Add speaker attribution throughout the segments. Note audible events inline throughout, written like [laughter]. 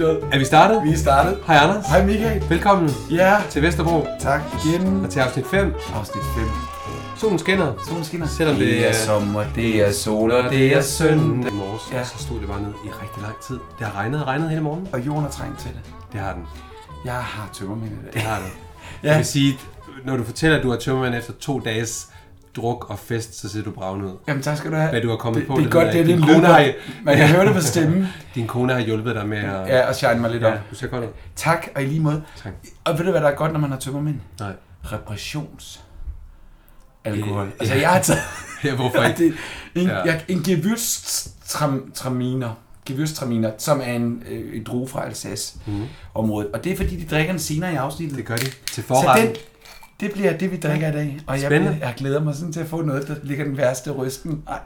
Speaker 1: noget.
Speaker 2: Er vi startet?
Speaker 1: Vi er startet.
Speaker 2: Hej Anders.
Speaker 1: Hej Michael.
Speaker 2: Velkommen
Speaker 1: Ja,
Speaker 2: til Vesterbro
Speaker 1: tak igen.
Speaker 2: og til afsnit 5.
Speaker 1: Afsnit 5.
Speaker 2: Solen skinner.
Speaker 1: Solen skinner.
Speaker 2: Selvom det
Speaker 1: det er
Speaker 2: er-
Speaker 1: sommer, det er sol og det er søndag.
Speaker 2: I morges,
Speaker 1: Ja.
Speaker 2: ja. så stod det bare ned i rigtig lang tid. Det har regnet og regnet hele morgenen.
Speaker 1: Og jorden er trængt til det.
Speaker 2: Det har den.
Speaker 1: Jeg har tømmermænd i
Speaker 2: Det
Speaker 1: dag.
Speaker 2: har
Speaker 1: [laughs]
Speaker 2: den.
Speaker 1: Ja.
Speaker 2: ja. Jeg vil sige, når du fortæller, at du har tømmermand efter to dages druk og fest, så ser du braven ud.
Speaker 1: Jamen tak skal du have.
Speaker 2: Hvad du har kommet
Speaker 1: det,
Speaker 2: på,
Speaker 1: Det er
Speaker 2: det
Speaker 1: godt,
Speaker 2: ved
Speaker 1: det
Speaker 2: jeg
Speaker 1: er
Speaker 2: ikke.
Speaker 1: lidt
Speaker 2: Din kone
Speaker 1: lunder.
Speaker 2: har-
Speaker 1: Man kan høre det på
Speaker 2: [laughs]
Speaker 1: stemmen.
Speaker 2: Din kone har hjulpet dig med at...
Speaker 1: Ja, og shine mig lidt op.
Speaker 2: ja du ser godt ud.
Speaker 1: Tak, og i lige måde.
Speaker 2: Tak.
Speaker 1: Og ved du, hvad der er godt, når man har tømmermænd?
Speaker 2: Nej.
Speaker 1: Repressions. Alkohol.
Speaker 2: Øh,
Speaker 1: altså,
Speaker 2: ja.
Speaker 1: jeg har taget...
Speaker 2: Ja, [laughs] hvorfor
Speaker 1: Nej,
Speaker 2: ikke?
Speaker 1: det, en,
Speaker 2: Ja.
Speaker 1: ja. jeg, en gewürztraminer, gewürztraminer, som er en, øh, en drue fra Alsace-området. Og det er, fordi de drikker den senere i afsnittet.
Speaker 2: Mhm. Det gør de. Til
Speaker 1: Så
Speaker 2: forretten.
Speaker 1: den, det bliver det, vi drikker i dag. Og jeg,
Speaker 2: Spændende.
Speaker 1: bliver- jeg glæder mig sådan til at få noget, der ligger den værste rysten. Ej.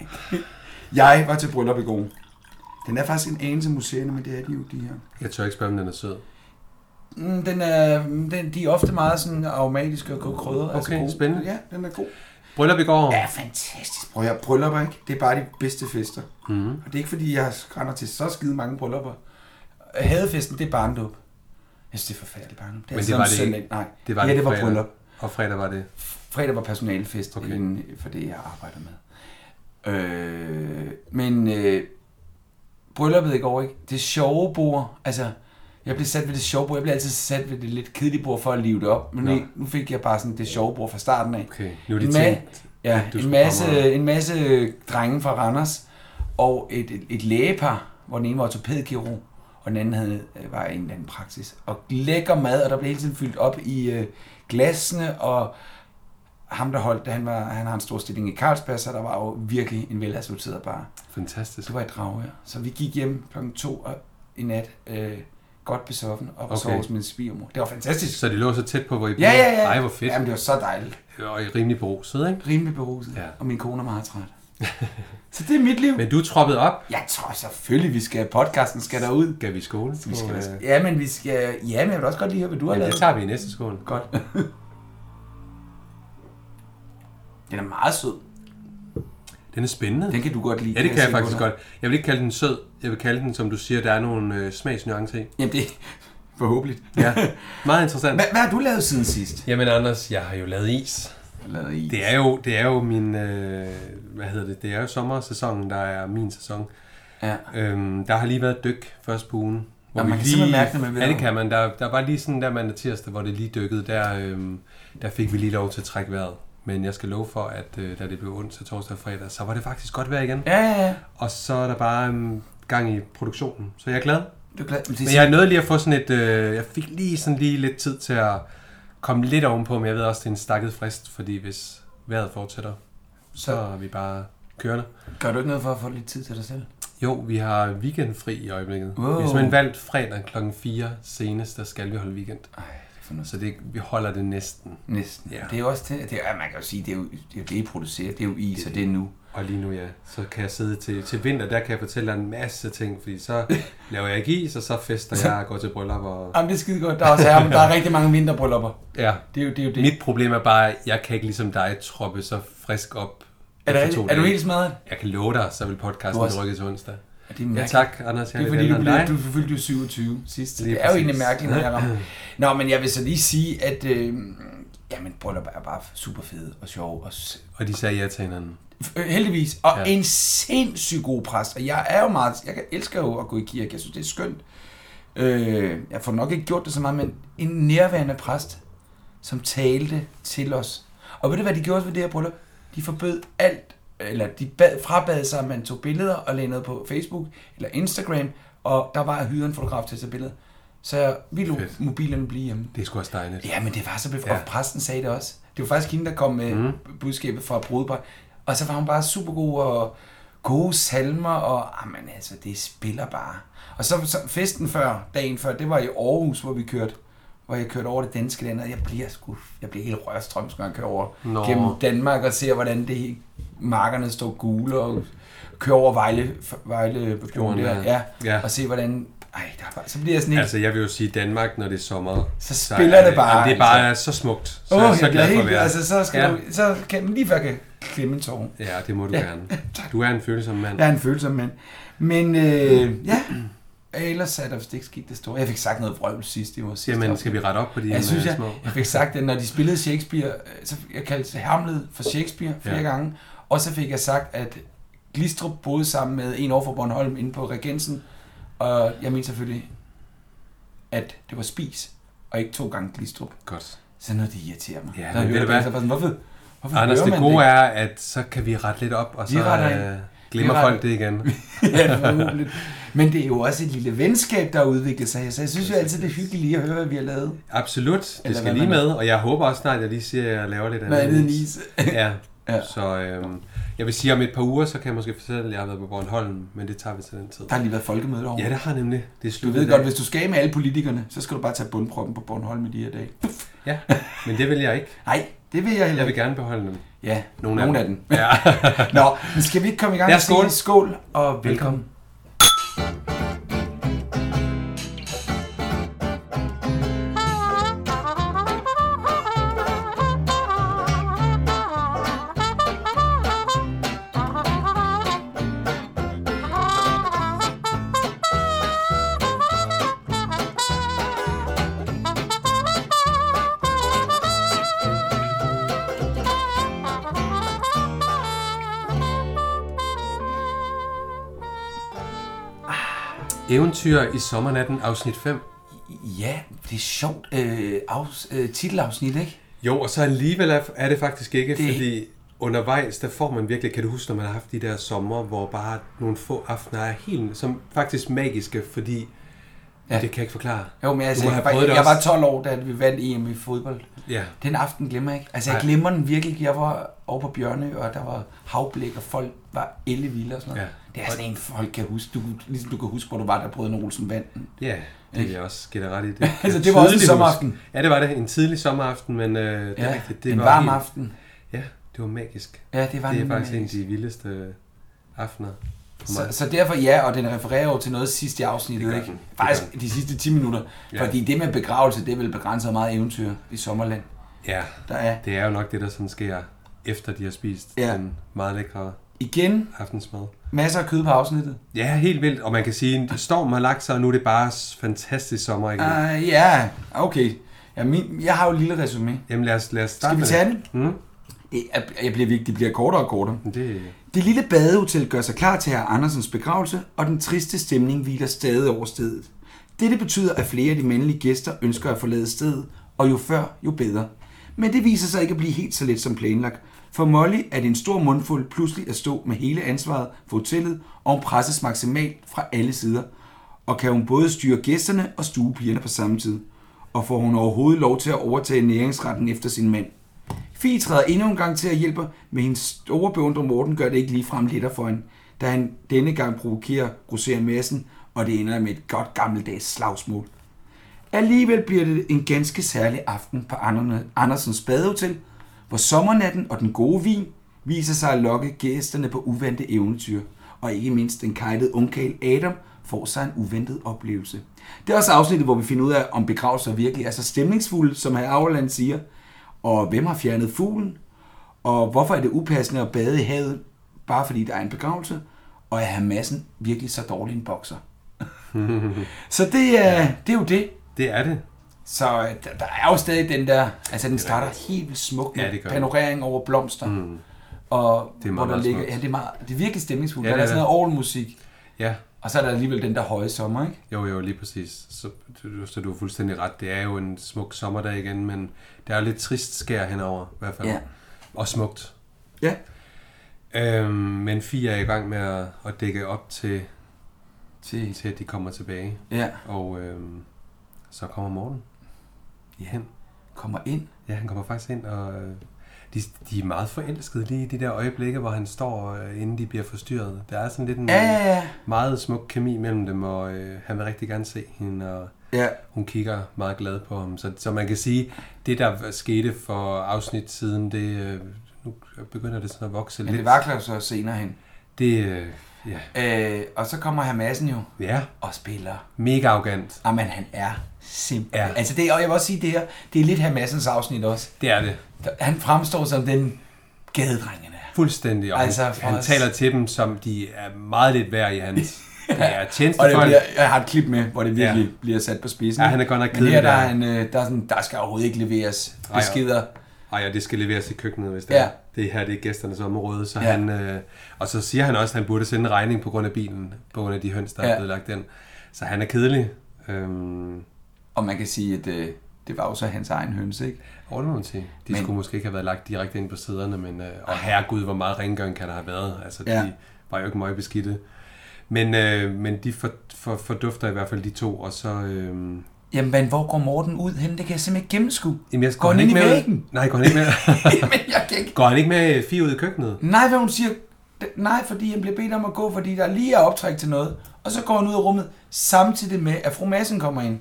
Speaker 1: Jeg var til bryllup i går. Den er faktisk en anelse museerne, men det er de jo, de her.
Speaker 2: Jeg tør ikke spørge, om den er sød.
Speaker 1: Mm, Den er, den, de er ofte meget sådan aromatiske og gode krydder.
Speaker 2: Okay,
Speaker 1: god.
Speaker 2: spændende.
Speaker 1: Ja, den er god.
Speaker 2: Bryllup i går.
Speaker 1: Ja, fantastisk. Prøv at høre, bryllupper, ikke? Det er bare de bedste fester.
Speaker 2: Mm.
Speaker 1: Og det er ikke, fordi jeg skrænder til så skide mange bryllupper. Hadefesten, det er barndåb. Jeg synes, det er forfærdeligt barndåb.
Speaker 2: Men det
Speaker 1: sådan
Speaker 2: var det
Speaker 1: søndag.
Speaker 2: ikke.
Speaker 1: Nej,
Speaker 2: Det var
Speaker 1: ja,
Speaker 2: det
Speaker 1: det var
Speaker 2: fredag.
Speaker 1: bryllup.
Speaker 2: Og fredag var det.
Speaker 1: Fredag var personalefest
Speaker 2: Okay.
Speaker 1: okay. inden for det, jeg arbejder med. Øh, men øh, brylluppet i går, ikke? Det sjove bord, altså... Jeg blev sat ved det sjove bord. Jeg blev altid sat ved det lidt kedelige bord for at live det op. Men
Speaker 2: Nå.
Speaker 1: nu, nu fik jeg bare sådan det sjove bord fra starten af.
Speaker 2: Okay, nu er de
Speaker 1: Ma-
Speaker 2: tænkt.
Speaker 1: Ja,
Speaker 2: Du
Speaker 1: en
Speaker 2: skulle
Speaker 1: masse,
Speaker 2: fremad.
Speaker 1: en masse drenge fra Randers og et, et, et lægepar, hvor den ene var ortopædkirurg, og den anden havde, øh, var i en eller anden praksis. Og lækker mad, og der blev hele tiden fyldt op i øh, glasene, og ham, der holdt det, han, var, han har en stor stilling i Carlsberg, så der var jo virkelig en velassorteret bar.
Speaker 2: Fantastisk.
Speaker 1: Så var jeg drage, ja. Så vi gik hjem klokken to og, i nat, øh, godt besoffen, og okay. sov
Speaker 2: Okay.
Speaker 1: hos min svigermor. Det var fantastisk.
Speaker 2: Så de lå så tæt på, hvor I boede?
Speaker 1: Ja, ja, ja.
Speaker 2: Ej, hvor fedt.
Speaker 1: Jamen, det var så dejligt.
Speaker 2: Og I er rimelig beruset, ikke?
Speaker 1: Rimelig beruset,
Speaker 2: Ja.
Speaker 1: ja. og min kone er meget træt. [laughs] så det er mit liv.
Speaker 2: Men du troppede op.
Speaker 1: Jeg tror selvfølgelig, vi skal podcasten skal derud.
Speaker 2: Skal vi i skole?
Speaker 1: Vi skal,
Speaker 2: på,
Speaker 1: da-
Speaker 2: øh,
Speaker 1: ja, men vi skal... Ja, men jeg vil også godt lige høre, hvad du har
Speaker 2: Jamen,
Speaker 1: lavet.
Speaker 2: det tager vi i næste skål.
Speaker 1: Godt. den er meget sød.
Speaker 2: Den er spændende.
Speaker 1: Den kan du godt lide.
Speaker 2: Ja, det kan jeg
Speaker 1: se på
Speaker 2: faktisk
Speaker 1: dig.
Speaker 2: godt. Jeg vil ikke kalde den sød. Jeg vil kalde den, som du siger, der er nogle øh, smagsnuancer i.
Speaker 1: Jamen, det [laughs] forhåbentlig.
Speaker 2: Ja, [laughs] meget interessant.
Speaker 1: Hvad, hvad har du lavet siden sidst?
Speaker 2: Jamen Anders, jeg har jo lavet is.
Speaker 1: Jeg har lavet i.
Speaker 2: Det er jo, det er jo min, øh, hvad hedder det, det er jo sommersæsonen, der er min sæson.
Speaker 1: Ja.
Speaker 2: Øhm, der har lige været et dyk først på ugen. hvor
Speaker 1: Nå,
Speaker 2: vi
Speaker 1: man kan simpelthen mærke det, man ved.
Speaker 2: Ja, det kan man. Der, der var lige sådan der mandag tirsdag, hvor det lige dykkede. Der, øhm, der fik vi lige lov til at trække vejret. Men jeg skal love for, at øh, da det blev onsdag, torsdag og fredag, så var det faktisk godt vejr igen.
Speaker 1: Ja, ja, ja.
Speaker 2: Og så er der bare øhm, gang i produktionen. Så jeg er glad.
Speaker 1: Du er glad. Men det er
Speaker 2: Men jeg nåede lige at få sådan et... Øh, jeg fik lige sådan lige lidt tid til at komme lidt ovenpå, men jeg ved også, det er en stakket frist, fordi hvis vejret fortsætter, så er vi bare kørende.
Speaker 1: Gør du ikke noget for at få lidt tid til dig selv?
Speaker 2: Jo, vi har weekendfri i øjeblikket. Wow.
Speaker 1: Wow.
Speaker 2: Vi har simpelthen valgt fredag kl. 4 senest, der skal vi holde weekend.
Speaker 1: Ej, det er for noget.
Speaker 2: Så det, vi holder det næsten.
Speaker 1: Næsten.
Speaker 2: Ja.
Speaker 1: Ja. Det er jo også det, det er, man kan jo sige, det er jo det, er jo det I producerer. Det er jo is, og det er nu.
Speaker 2: Og lige nu, ja, så kan jeg sidde til, til vinter, der kan jeg fortælle dig en masse ting, fordi [laughs] så laver jeg ikke is, og så fester jeg og går til bryllup. Og...
Speaker 1: Jamen, det er skide godt. Der er, også, der
Speaker 2: [laughs]
Speaker 1: er rigtig mange vinterbrylluper.
Speaker 2: Ja.
Speaker 1: Det er jo det. Er jo det.
Speaker 2: Mit problem er bare, at jeg kan ikke ligesom dig troppe så frisk op.
Speaker 1: er, det,
Speaker 2: efter to
Speaker 1: rigtigt? er du
Speaker 2: dage.
Speaker 1: helt smadret?
Speaker 2: Jeg kan love dig, så vil podcasten
Speaker 1: Du også-
Speaker 2: rykke til onsdag.
Speaker 1: Er det
Speaker 2: Ja,
Speaker 1: mærkeligt?
Speaker 2: tak, Anders. Jeg
Speaker 1: Det er
Speaker 2: lidt
Speaker 1: fordi, du,
Speaker 2: ældre end
Speaker 1: blev,
Speaker 2: dig.
Speaker 1: du fyldte jo 27 sidst.
Speaker 2: Lige
Speaker 1: det er jo
Speaker 2: præcis.
Speaker 1: egentlig mærkeligt, når jeg
Speaker 2: [laughs]
Speaker 1: rammer. Nå, men jeg vil så lige sige, at øh, jamen, bryllup er bare super fede og sjov. Og s-
Speaker 2: Og de sagde ja til hinanden.
Speaker 1: øh, heldigvis. Og
Speaker 2: Ja.
Speaker 1: ja. en sindssyg god præst. Og jeg er jo meget... Jeg elsker jo at gå i kirke. Jeg synes, det er skønt. Øh, jeg får nok ikke gjort det så meget, men en nærværende præst, som talte til os. Og ved du, hvad de gjorde ved det her bryllup? De forbød alt, eller de bad, frabad sig, at man tog billeder og lagde noget på Facebook eller Instagram, og der var hyret en fotograf til at tage billeder. Så vi lå
Speaker 2: Fedt.
Speaker 1: mobilerne blive hjemme.
Speaker 2: Det er sgu også dejligt.
Speaker 1: Ja, men det var så befriende.
Speaker 2: Ja. Mhm.
Speaker 1: Ja. Og præsten sagde det også. Det var faktisk hende, der kom med mm. budskabet fra brudepar. Og så var hun bare super god og gode salmer, og jamen, altså, det spiller bare. Og så, så festen før, dagen før, det var i Aarhus, hvor vi kørte hvor jeg kørte over det danske land, og jeg bliver sgu, jeg bliver helt rørstrømsk, når jeg kører over
Speaker 2: Nå.
Speaker 1: Nå. gennem Danmark og ser, hvordan det hele- markerne står gule, og kører over Vejle, Vejle
Speaker 2: Fjorden,
Speaker 1: der,
Speaker 2: ja.
Speaker 1: ja,
Speaker 2: Ja.
Speaker 1: ja, og se, hvordan, ej, der er bare, så bliver jeg sådan helt,
Speaker 2: Altså, jeg vil jo sige, Danmark, når det er sommer...
Speaker 1: Så spiller
Speaker 2: Altså, er
Speaker 1: det bare, altså.
Speaker 2: Jamen, det er bare så smukt. Så
Speaker 1: Åh,
Speaker 2: jeg er
Speaker 1: oh,
Speaker 2: så
Speaker 1: jeg
Speaker 2: glad
Speaker 1: bliver
Speaker 2: for at
Speaker 1: helt...
Speaker 2: være.
Speaker 1: Altså, så, skal
Speaker 2: ja.
Speaker 1: ja. du, så kan man lige før kan klemme en tår.
Speaker 2: Ja, det må du
Speaker 1: [laughs] Ja.
Speaker 2: gerne. Du er en følsom mand.
Speaker 1: Jeg er en følsom mand. Men øh, ja, Ellers satte der vist ikke sket det store. Jeg fik sagt noget vrøvl sidst, det var sidste
Speaker 2: Jamen,
Speaker 1: afsnit.
Speaker 2: skal vi rette op på de
Speaker 1: Ja, jeg synes,
Speaker 2: øh,
Speaker 1: jeg, jeg fik sagt, at når de spillede Shakespeare, øh, så jeg kaldte Hamlet for Shakespeare flere
Speaker 2: Ja.
Speaker 1: ja. gange, og så fik jeg sagt, at Glistrup boede sammen med en over for Bornholm inde på Regensen, og jeg mente selvfølgelig, at det var Spis, og ikke to gange Glistrup.
Speaker 2: Godt.
Speaker 1: Så noget, det irriterer mig. Når
Speaker 2: Ja, men
Speaker 1: jeg
Speaker 2: ved
Speaker 1: hører
Speaker 2: du hvad?
Speaker 1: det, så er jeg bare sådan, hvorfor, hvorfor
Speaker 2: Anders,
Speaker 1: hører
Speaker 2: det
Speaker 1: man
Speaker 2: gode
Speaker 1: det?
Speaker 2: er, at så kan vi rette lidt op, og
Speaker 1: Vi
Speaker 2: så
Speaker 1: retter
Speaker 2: øh, glemmer
Speaker 1: Vi
Speaker 2: folk
Speaker 1: retter- [laughs]
Speaker 2: det igen.
Speaker 1: ja, forhåbentlig. Men det er jo også et lille venskab, der har udviklet sig her, så jeg synes jo altid, det er hyggeligt lige at høre, hvad vi har lavet.
Speaker 2: Absolut, det
Speaker 1: Eller
Speaker 2: skal
Speaker 1: hvad
Speaker 2: lige
Speaker 1: man-
Speaker 2: med, og jeg håber også snart, at jeg lige siger, at jeg laver lidt
Speaker 1: Noget andet end
Speaker 2: is.
Speaker 1: is.
Speaker 2: Ja. ja.
Speaker 1: Ja.
Speaker 2: Så øhm, jeg vil sige, om et par uger, så kan jeg måske fortælle, at jeg har været på Bornholm, men det tager vi til den tid.
Speaker 1: Der har lige været folkemøde derovre.
Speaker 2: Ja, det har nemlig. Det er
Speaker 1: Du
Speaker 2: slut i
Speaker 1: ved
Speaker 2: dag.
Speaker 1: godt, hvis du skal af med alle politikerne, så skal du bare tage bundproppen på Bornholm i de her dage.
Speaker 2: Ja, men det vil jeg ikke.
Speaker 1: Nej, det vil jeg heller
Speaker 2: Jeg vil
Speaker 1: ikke.
Speaker 2: gerne beholde dem.
Speaker 1: Ja,
Speaker 2: Nogle
Speaker 1: nogle,
Speaker 2: af
Speaker 1: nogle af
Speaker 2: dem.
Speaker 1: dem. [laughs]
Speaker 2: Ja.
Speaker 1: Nå, men skal vi ikke komme i gang
Speaker 2: Ja,
Speaker 1: og sige
Speaker 2: skål.
Speaker 1: skål og velkommen.
Speaker 2: Eventyr i sommernatten, afsnit 5.
Speaker 1: Ja, det er sjovt øh, afs, øh, titelafsnit, ikke?
Speaker 2: Jo, og så alligevel er, er det faktisk ikke, det...
Speaker 1: Det-
Speaker 2: fordi undervejs, der får man virkelig, kan du huske, når man har haft de der sommer, hvor bare nogle få aftener er helt, som faktisk magiske, fordi ja.
Speaker 1: Ja.
Speaker 2: det kan jeg ikke forklare.
Speaker 1: Jo, men altså,
Speaker 2: må have
Speaker 1: jeg, var,
Speaker 2: prøvet det
Speaker 1: jeg var
Speaker 2: også.
Speaker 1: 12 år, da vi vandt EM i fodbold.
Speaker 2: Ja,
Speaker 1: Den aften glemmer jeg ikke. Altså, jeg
Speaker 2: Nej.
Speaker 1: glemmer den virkelig. Jeg var over på Bjørnø, og der var havblik, og folk var ellevilde og sådan noget. Ja.
Speaker 2: Ja.
Speaker 1: Det er sådan en, folk kan huske. Du, ligesom du kan huske, hvor du var, der brød en Olsen vandt den.
Speaker 2: ja det vil jeg også give dig ret
Speaker 1: [laughs]
Speaker 2: i. Det kan
Speaker 1: Altså,
Speaker 2: jeg
Speaker 1: det var også en
Speaker 2: tydeligt
Speaker 1: sommeraften.
Speaker 2: huske. Ja, det var det. En tidlig sommeraften, men øh, det er
Speaker 1: Ja,
Speaker 2: rigtigt. Det
Speaker 1: det en
Speaker 2: var
Speaker 1: varm
Speaker 2: helt-
Speaker 1: aften.
Speaker 2: Ja, det var magisk.
Speaker 1: Ja, det var
Speaker 2: Det er
Speaker 1: den,
Speaker 2: faktisk
Speaker 1: øh,
Speaker 2: en af de vildeste aftener for
Speaker 1: Så,
Speaker 2: mig.
Speaker 1: så derfor ja, og den refererer jo til noget sidst i
Speaker 2: Det
Speaker 1: afsnittet,
Speaker 2: gør
Speaker 1: ikke?
Speaker 2: den. Det gør
Speaker 1: Faktisk de sidste 10 minutter.
Speaker 2: Ja.
Speaker 1: Ja. Fordi det med begravelse, det vil begrænse meget eventyr i Sommerland.
Speaker 2: Ja,
Speaker 1: Der er
Speaker 2: det er jo nok det, der sådan sker, efter de har spist ja.
Speaker 1: Ja.
Speaker 2: den meget lækre
Speaker 1: igen
Speaker 2: aftensmad.
Speaker 1: masser af kød på afsnittet.
Speaker 2: Ja, helt vildt. Og man kan sige, at stormen har lagt sig, og nu er det bare s- fantastisk sommer igen. Uh.
Speaker 1: Ah, ja, okay. Ja, min, jeg har jo et lille resume.
Speaker 2: Jamen lad os, lad os starte
Speaker 1: Skal vi
Speaker 2: med
Speaker 1: tage det?
Speaker 2: Mm,
Speaker 1: Det er- Jeg bliver virkelig, det bliver kortere og kortere.
Speaker 2: men det,
Speaker 1: Det lille badehotel gør sig klar til herr Andersens begravelse, og den triste stemning hviler stadig over stedet. Dette betyder, at flere af de mandlige gæster ønsker at forlade stedet, og jo før, jo bedre. Men det viser sig ikke at blive helt så let som planlagt. For Molly er det en stor mundfuld pludselig at stå med hele ansvaret for hotellet, og hun presses maksimalt fra alle sider. Og kan hun både styre gæsterne og stuepigerne på samme tid. Og får hun overhovedet lov til at overtage næringsretten efter sin mand. Fie træder endnu en gang til at hjælpe, men hendes store beundrer Morten gør det ikke ligefrem lettere for hende, da han denne gang provokerer Roser Madsen, og det ender med et godt gammeldags slagsmål. Alligevel bliver det en ganske særlig aften på Ander- Andersens badehotel, hvor sommernatten og den gode vin viser sig at lokke gæsterne på uvante eventyr, og ikke mindst den kajtede ungkæl Adam får sig en uventet oplevelse. Det er også afsnittet, hvor vi finder ud af, om begravelser virkelig er så stemningsfulde, som herr Auerland siger, og hvem har fjernet fuglen, og hvorfor er det upassende at bade i havet, bare fordi der er en begravelse, og er herr Madsen virkelig så dårlig en bokser? [laughs] så det, er, det er jo det.
Speaker 2: det er det.
Speaker 1: Så øh, der, der er jo stadig den der, altså den starter helt vildt smuk med
Speaker 2: Ja, det gør den.
Speaker 1: panorering over blomster. Mm. Og
Speaker 2: Det er meget,
Speaker 1: hvor der
Speaker 2: meget
Speaker 1: ligger,
Speaker 2: smukt.
Speaker 1: ja, det er, meget, det er virkelig stemningsfuldt.
Speaker 2: Ja,
Speaker 1: Ja, der
Speaker 2: det
Speaker 1: er
Speaker 2: er
Speaker 1: sådan noget orgelmusik,
Speaker 2: Ja,
Speaker 1: og så er der alligevel den der høje sommer, ikke?
Speaker 2: jo jo, lige præcis. Så, du- så du har fuldstændig ret. Det er jo en smuk sommerdag igen, men der er jo lidt trist skær henover, i hvert fald.
Speaker 1: Ja.
Speaker 2: Og smukt.
Speaker 1: Ja.
Speaker 2: Øhm, men Fie er i gang med at, at dække op til,
Speaker 1: Til,
Speaker 2: til, at de kommer tilbage.
Speaker 1: ja,
Speaker 2: Og øhm, så kommer Morten.
Speaker 1: Ja.
Speaker 2: Hen.
Speaker 1: kommer ind.
Speaker 2: Ja, han kommer faktisk ind, og øh, de, de er meget forelskede lige i de der øjeblikke, hvor han står, øh, inden de bliver forstyrret. Der er sådan lidt en øh,
Speaker 1: Ja, ja, ja.
Speaker 2: meget smuk kemi mellem dem, og øh, han vil rigtig gerne se hende, og
Speaker 1: Ja,
Speaker 2: hun kigger meget glad på ham. Så, så man kan sige, det der skete for afsnit siden, det, øh, nu begynder det sådan at vokse
Speaker 1: men
Speaker 2: lidt.
Speaker 1: det vakler jo så senere hen.
Speaker 2: Det, øh, ja,
Speaker 1: Øh, og så kommer herr Madsen jo
Speaker 2: ja,
Speaker 1: og spiller.
Speaker 2: mega arrogant.
Speaker 1: Jamen, han er simpelthen.
Speaker 2: Ja.
Speaker 1: Ja. Altså det, og jeg vil også sige det her, det er lidt herr Madsens afsnit også.
Speaker 2: Det er det.
Speaker 1: Der- Han fremstår som den gadedrengen er.
Speaker 2: Fuldstændig. Og
Speaker 1: Altså,
Speaker 2: altså,
Speaker 1: for
Speaker 2: han, han
Speaker 1: os- [laughs]
Speaker 2: taler til dem, som de er meget lidt værd i hans Det er
Speaker 1: Og det
Speaker 2: tjenestefolk.
Speaker 1: bliver, jeg har et klip med, hvor det virkelig ja. bliver sat på spidsen.
Speaker 2: Ja, han er godt nok
Speaker 1: Men her
Speaker 2: kedelig
Speaker 1: der, er
Speaker 2: der.
Speaker 1: en, øh, der, er sådan, der skal overhovedet ikke leveres
Speaker 2: Ej, ja.
Speaker 1: beskeder.
Speaker 2: Ej, og det skal leveres i køkkenet, hvis det
Speaker 1: Ja.
Speaker 2: er. Det her, det er gæsternes område. Så
Speaker 1: Ja.
Speaker 2: ja. han, øh, og så siger han også, at han burde sende en regning på grund af bilen, på grund af de høns, der
Speaker 1: Ja.
Speaker 2: er blevet lagt ind. Så han er kedelig. Øhm,
Speaker 1: Og man kan sige, at øh, det var jo så hans egen høns, ikke?
Speaker 2: og det må man sige. De
Speaker 1: Men-
Speaker 2: men, skulle måske ikke have været lagt direkte ind på sæderne, men øh, og herregud, hvor meget rengøring kan der have været. Altså, de
Speaker 1: Ja.
Speaker 2: var jo ikke meget beskidte. Men, øh, men de for, for, fordufter i hvert fald de to, og så... Øh,
Speaker 1: Jamen, men hvor går Morten ud hen? Det kan jeg simpelthen ikke gennemskue.
Speaker 2: Jamen, jeg,
Speaker 1: Går han ind i
Speaker 2: med ud-
Speaker 1: væggen? [laughs]
Speaker 2: Nej, går han ikke med?
Speaker 1: Jamen, jeg kan ikke.
Speaker 2: går han ikke med øh, fire ud i køkkenet?
Speaker 1: Nej, hvad hun siger. D- Nej, fordi han bliver bedt om at gå, fordi der lige er optræk til noget. Og så går han ud af rummet, samtidig med, at fru Madsen kommer ind.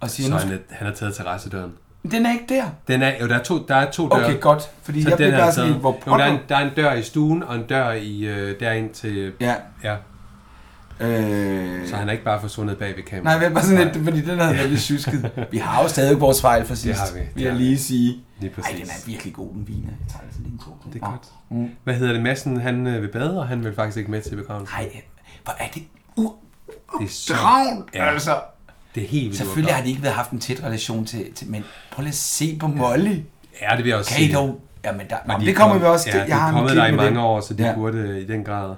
Speaker 1: Og siger,
Speaker 2: Så
Speaker 1: nu
Speaker 2: han,
Speaker 1: skal...
Speaker 2: er- han har taget terrassedøren.
Speaker 1: den er ikke der.
Speaker 2: Den er, jo, der er to, der er to døre.
Speaker 1: Okay, godt. Fordi
Speaker 2: Så
Speaker 1: jeg
Speaker 2: den
Speaker 1: bliver
Speaker 2: er altså
Speaker 1: bare sådan
Speaker 2: taget.
Speaker 1: lidt, hvor
Speaker 2: jo, der, er
Speaker 1: pokker.
Speaker 2: en, der er en dør i stuen, og en dør i, øh, derind til...
Speaker 1: Ja.
Speaker 2: Ja,
Speaker 1: Øh...
Speaker 2: så han er ikke bare forsvundet bag ved kameraet.
Speaker 1: Nej, det er bare sådan lidt, fordi den havde været lidt tjusket. Vi har jo stadig vores fejl fra sidst,
Speaker 2: Det har vi.
Speaker 1: vil
Speaker 2: Det
Speaker 1: jeg
Speaker 2: har
Speaker 1: lige sige.
Speaker 2: Lige
Speaker 1: Ej, den
Speaker 2: præcis.
Speaker 1: er virkelig god, den viner. Jeg tager altså lige en tog.
Speaker 2: Det er godt.
Speaker 1: Mm.
Speaker 2: Hvad hedder det? Madsen, han øh, vil bade, og han vil faktisk ikke med til begravelsen.
Speaker 1: Nej, hvor er det u-
Speaker 2: Det er så...
Speaker 1: travlt,
Speaker 2: Ja.
Speaker 1: altså.
Speaker 2: Det er helt vildt.
Speaker 1: Selvfølgelig har
Speaker 2: uopdraget.
Speaker 1: de ikke været haft en tæt relation til, til men prøv lige at se på Molly.
Speaker 2: Ja, det vil jeg også
Speaker 1: Kan I
Speaker 2: sige.
Speaker 1: dog? Jamen, der,
Speaker 2: Og
Speaker 1: Nå,
Speaker 2: de
Speaker 1: det
Speaker 2: er
Speaker 1: kommer vi
Speaker 2: kommet-
Speaker 1: også til.
Speaker 2: Ja, jeg har kommet
Speaker 1: klip
Speaker 2: der i
Speaker 1: med
Speaker 2: mange
Speaker 1: det.
Speaker 2: år, så de
Speaker 1: Ja.
Speaker 2: ja. burde øh, i den grad.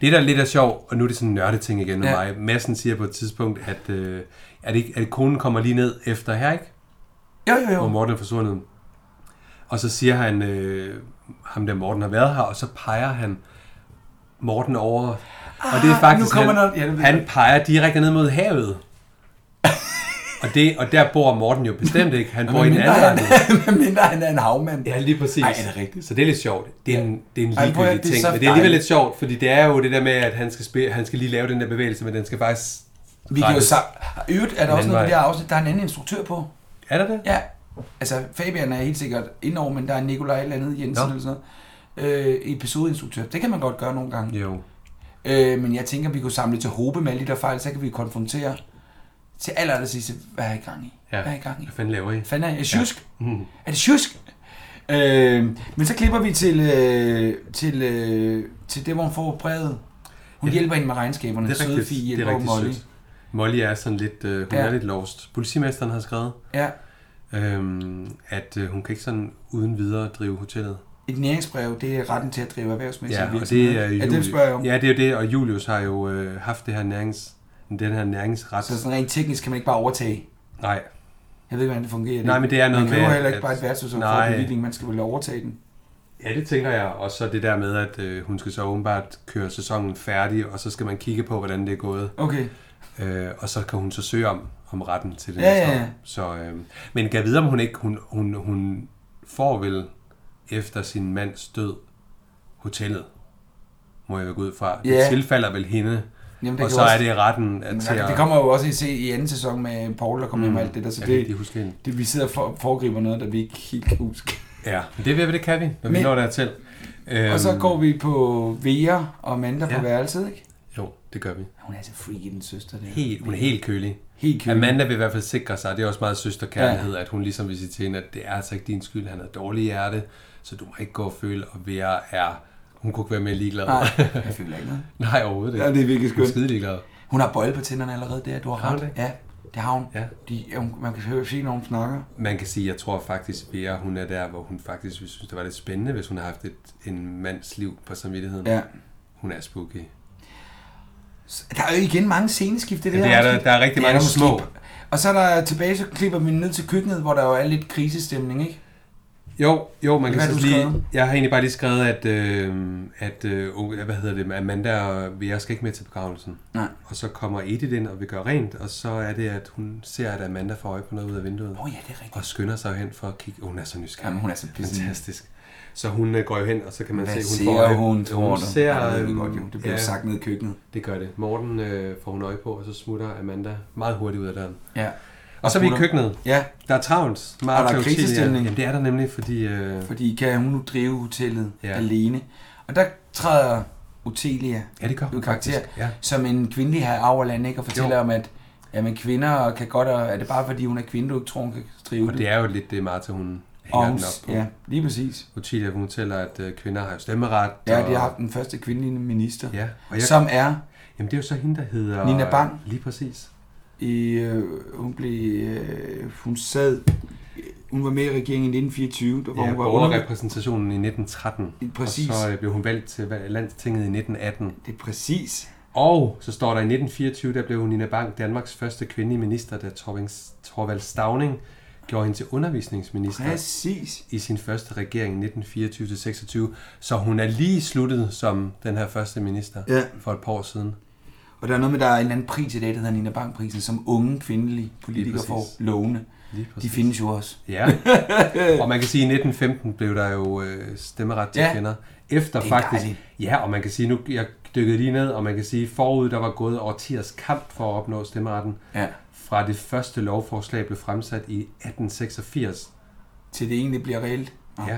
Speaker 2: Det, der er lidt er sjov, og nu er det sådan en nørdeting igen med
Speaker 1: Ja.
Speaker 2: mig. Madsen siger på et tidspunkt, at, øh, er det, ikke- at konen kommer lige ned efter her, ikke?
Speaker 1: Jo, jo,
Speaker 2: Hvor
Speaker 1: jo.
Speaker 2: Morten er forsvundet. Og så siger han, øh, ham der Morten har været her, og så peger han Morten over. Og det er
Speaker 1: Ah,
Speaker 2: faktisk,
Speaker 1: nu kommer
Speaker 2: han,
Speaker 1: noget- ja, det ved
Speaker 2: han peger direkte ned mod havet. og, det, og der bor Morten jo bestemt ikke. Han bor i en
Speaker 1: Medmindre
Speaker 2: anden
Speaker 1: han, [laughs]
Speaker 2: lejlighed.
Speaker 1: medmindre han er en havmand.
Speaker 2: Ja, lige præcis.
Speaker 1: Ej, er det rigtigt?
Speaker 2: Så det er lidt sjovt. Det er en, det er en
Speaker 1: Ej, prøv at høre,
Speaker 2: ligegyldig
Speaker 1: det er
Speaker 2: ting,
Speaker 1: så
Speaker 2: men det er alligevel
Speaker 1: dejligt.
Speaker 2: lidt sjovt, fordi det er jo det der med, at han skal, spille, han skal lige lave den der bevægelse, men den skal faktisk...
Speaker 1: Vi kan jo
Speaker 2: rettes.
Speaker 1: sammen... I Øvrigt er der
Speaker 2: En
Speaker 1: også noget i
Speaker 2: anden
Speaker 1: det her afsnit, der er en anden instruktør på.
Speaker 2: Er der det?
Speaker 1: Ja, altså Fabian er helt sikkert indover, men der er Nikolaj eller andet Jensen
Speaker 2: Nå.
Speaker 1: eller sådan noget. Øh, episodeinstruktør. Det kan man godt gøre nogle gange.
Speaker 2: Jo.
Speaker 1: Øh, men jeg tænker, vi kunne samle til hobe med alle de der fejl, så kan vi konfrontere til aller, aller sidste, hvad er I gang i?
Speaker 2: Ja.
Speaker 1: Hvad er I gang i?
Speaker 2: Hvad fanden laver I? Hmm.
Speaker 1: Hvad fanden er det? Sjusk? Ja. Mm. Er det sjusk? Øh, men så klipper vi til, øh, til, øh, til det, hvor hun får brevet. Hun ja. hjælper hende med regnskaberne.
Speaker 2: Det er
Speaker 1: Søde
Speaker 2: rigtigt,
Speaker 1: Fie
Speaker 2: det
Speaker 1: hjælper
Speaker 2: er rigtig
Speaker 1: Molly.
Speaker 2: Molly. sødt. Molly er sådan lidt, øh, hun
Speaker 1: Ja.
Speaker 2: ja. er lidt lost. Politimesteren har skrevet,
Speaker 1: Ja,
Speaker 2: øhm, at øh, hun kan ikke sådan uden videre drive hotellet.
Speaker 1: et næringsbrev, det er retten til at drive erhvervsmæssig
Speaker 2: Ja, og
Speaker 1: virksomhed.
Speaker 2: det er,
Speaker 1: ja, det spørger jeg om.
Speaker 2: Ja, det er jo det, og Julius har jo øh, haft det her nærings, den her næringsret.
Speaker 1: Så Altså, sådan rent teknisk kan man ikke bare overtage.
Speaker 2: Nej,
Speaker 1: Jeg ved ikke, hvordan det fungerer.
Speaker 2: Nej, men det er noget
Speaker 1: man kan
Speaker 2: med,
Speaker 1: jo heller ikke
Speaker 2: at-
Speaker 1: bare et værtshus og få
Speaker 2: Nej.
Speaker 1: en bevilling, man skal vel overtage den.
Speaker 2: Ja, det tænker jeg. Og så det der med, at øh, hun skal så åbenbart køre sæsonen færdig, og så skal man kigge på, hvordan det er gået.
Speaker 1: Okay.
Speaker 2: Øh, og så kan hun så søge om, om retten til det
Speaker 1: Ja,
Speaker 2: næste
Speaker 1: ja, ja.
Speaker 2: år. Så, øh, men kan vide, om hun ikke... Hun, hun, hun får vel efter sin mands død hotellet, må jeg vel gå ud fra. Det
Speaker 1: Ja.
Speaker 2: tilfalder vel hende,
Speaker 1: Jamen,
Speaker 2: og
Speaker 1: kan
Speaker 2: så
Speaker 1: også-
Speaker 2: er det retten at, til
Speaker 1: Ja,
Speaker 2: at...
Speaker 1: det kommer jo også i, se i anden sæson med Paul, der kommer mm.
Speaker 2: Mm.
Speaker 1: med alt det der, så
Speaker 2: Jeg kan ikke lige
Speaker 1: det,
Speaker 2: huske hende.
Speaker 1: det, vi sidder og for, foregriber noget, der vi ikke helt kan huske.
Speaker 2: Ja, men det, ved vi, det kan vi, når
Speaker 1: Men-
Speaker 2: vi når dertil. Øhm,
Speaker 1: Og så går vi på Vera og Amanda ja. på
Speaker 2: Ja.
Speaker 1: værelset, ikke?
Speaker 2: Jo, det gør vi.
Speaker 1: Hun er så freak i den søster der.
Speaker 2: Helt, hun er helt kølig.
Speaker 1: helt kølig.
Speaker 2: Amanda vil i hvert fald sikre sig, og det er også meget søsterkærlighed, ja. at hun ligesom vil sige til hende, at det er altså ikke din skyld, han har dårlig hjerte, så du må ikke gå og føle, og være er... Hun kunne ikke være mere ligeglad.
Speaker 1: Nej, jeg føler ikke noget.
Speaker 2: [laughs] Nej overhovedet ikke.
Speaker 1: Ja, det er virkelig
Speaker 2: Hun er
Speaker 1: skønt.
Speaker 2: skide ligeglad.
Speaker 1: Hun har bøjle på tænderne allerede der, du har
Speaker 2: Har hun
Speaker 1: ret.
Speaker 2: det?
Speaker 1: Ja, det har hun.
Speaker 2: Ja.
Speaker 1: De, ja, hun man kan høre se, når hun snakker.
Speaker 2: Man kan sige, at jeg tror faktisk, Vera, hun er der, hvor hun faktisk ville synes, det var lidt spændende, hvis hun har haft et, en mands liv på samvittigheden.
Speaker 1: Ja.
Speaker 2: Hun er spooky.
Speaker 1: Så Der er jo igen mange sceneskift i det,
Speaker 2: Ja, det
Speaker 1: her
Speaker 2: er der-
Speaker 1: afsnit.
Speaker 2: der er rigtig
Speaker 1: Det
Speaker 2: mange
Speaker 1: der
Speaker 2: små.
Speaker 1: måske. Og så er der tilbage, så klipper vi ned til køkkenet, hvor der jo er lidt krisestemning, ikke?
Speaker 2: Jo, jo, man kan
Speaker 1: Hvad har
Speaker 2: så
Speaker 1: du
Speaker 2: lige...
Speaker 1: skrevet?
Speaker 2: Jeg har egentlig bare lige skrevet, at, øh, at øh, unge- hvad hedder det, Amanda og Vera skal ikke med til begravelsen.
Speaker 1: Nej.
Speaker 2: Og så kommer Edith ind og vil gøre rent, og så er det, at hun ser, at Amanda får øje på noget ud af vinduet.
Speaker 1: Åh oh, ja, det er rigtigt.
Speaker 2: Og skynder sig hen for at kigge. Hun er så nysgerrig.
Speaker 1: Jamen, hun er så pisse.
Speaker 2: Fantastisk. Så hun øh, går jo hen, og så kan man
Speaker 1: Hvad
Speaker 2: se,
Speaker 1: ser
Speaker 2: hun får øje-
Speaker 1: hun, tror
Speaker 2: hun
Speaker 1: du?
Speaker 2: ser,
Speaker 1: ja, det ved vi
Speaker 2: øhm,
Speaker 1: godt jo. Det bliver ja.
Speaker 2: ja,
Speaker 1: sagt ned i køkkenet.
Speaker 2: Det gør det. Morten øh, får hun øje på, og så smutter Amanda meget hurtigt ud af døren.
Speaker 1: Ja.
Speaker 2: Og så er vi i
Speaker 1: smutter.
Speaker 2: køkkenet.
Speaker 1: Ja,
Speaker 2: Der er travlt. Martha
Speaker 1: Og der er
Speaker 2: Ottilia.
Speaker 1: krisestemning.
Speaker 2: Jamen, det er der nemlig, fordi... Øh,
Speaker 1: fordi kan hun nu drive hotellet ja.
Speaker 2: Ja.
Speaker 1: alene. Og der træder Otelia
Speaker 2: ja, det gør
Speaker 1: ud i
Speaker 2: hun
Speaker 1: karakter
Speaker 2: faktisk. Ja.
Speaker 1: som en kvindelig her Auerland, ikke? Og fortæller jo.
Speaker 2: Jo.
Speaker 1: om, at jamen, kvinder kan godt... Og, er det bare fordi, hun er kvinde, du ikke tror, hun kan drive
Speaker 2: Og det er jo lidt det, Martha, hun hænger
Speaker 1: og
Speaker 2: den
Speaker 1: hun,
Speaker 2: op på.
Speaker 1: ja, lige præcis.
Speaker 2: Ottilia, hun fortæller, at øh, kvinder har jo stemmeret.
Speaker 1: Ja,
Speaker 2: og-
Speaker 1: de har haft den første kvindelige minister,
Speaker 2: Ja, og
Speaker 1: jeg...
Speaker 2: jeg
Speaker 1: som er
Speaker 2: Jamen det er jo så hende, der hedder...
Speaker 1: Nina Bang.
Speaker 2: Lige præcis.
Speaker 1: I, øh, hun blev, øh, hun sad, hun var med i regeringen i 1924, der, hvor
Speaker 2: Ja,
Speaker 1: hun var
Speaker 2: borgerrepræsentationen i 1913.
Speaker 1: Præcis.
Speaker 2: Og så øh, blev hun valgt til valg- landstinget i 1918.
Speaker 1: Det er præcis.
Speaker 2: Og så står der i 1924, der blev Nina Bang Danmarks første kvindelige minister, da Torving- Torvald Stavning gjorde hende til undervisningsminister
Speaker 1: Præcis.
Speaker 2: i sin første regering 1924-26. Så hun er lige sluttet som den her første minister
Speaker 1: Ja.
Speaker 2: for et par år siden.
Speaker 1: Og der er noget med, der er en eller anden pris i dag, der hedder Nina Bang-prisen, som unge kvindelige politikere
Speaker 2: Lige
Speaker 1: får
Speaker 2: præcis.
Speaker 1: lovende.
Speaker 2: Lige
Speaker 1: De
Speaker 2: præcis.
Speaker 1: findes jo også. [laughs]
Speaker 2: Ja, og man kan sige, at i 1915 blev der jo øh, stemmeret til
Speaker 1: Ja.
Speaker 2: ja. kvinder. Efter
Speaker 1: Det er
Speaker 2: faktisk...
Speaker 1: dejligt.
Speaker 2: Ja, og man kan sige, nu jeg dykkede lige ned, og man kan sige, forud der var gået årtiers kamp for at opnå stemmeretten.
Speaker 1: Ja.
Speaker 2: Fra det første lovforslag blev fremsat i 1886.
Speaker 1: Til det egentlig bliver reelt. Nå.
Speaker 2: Ja.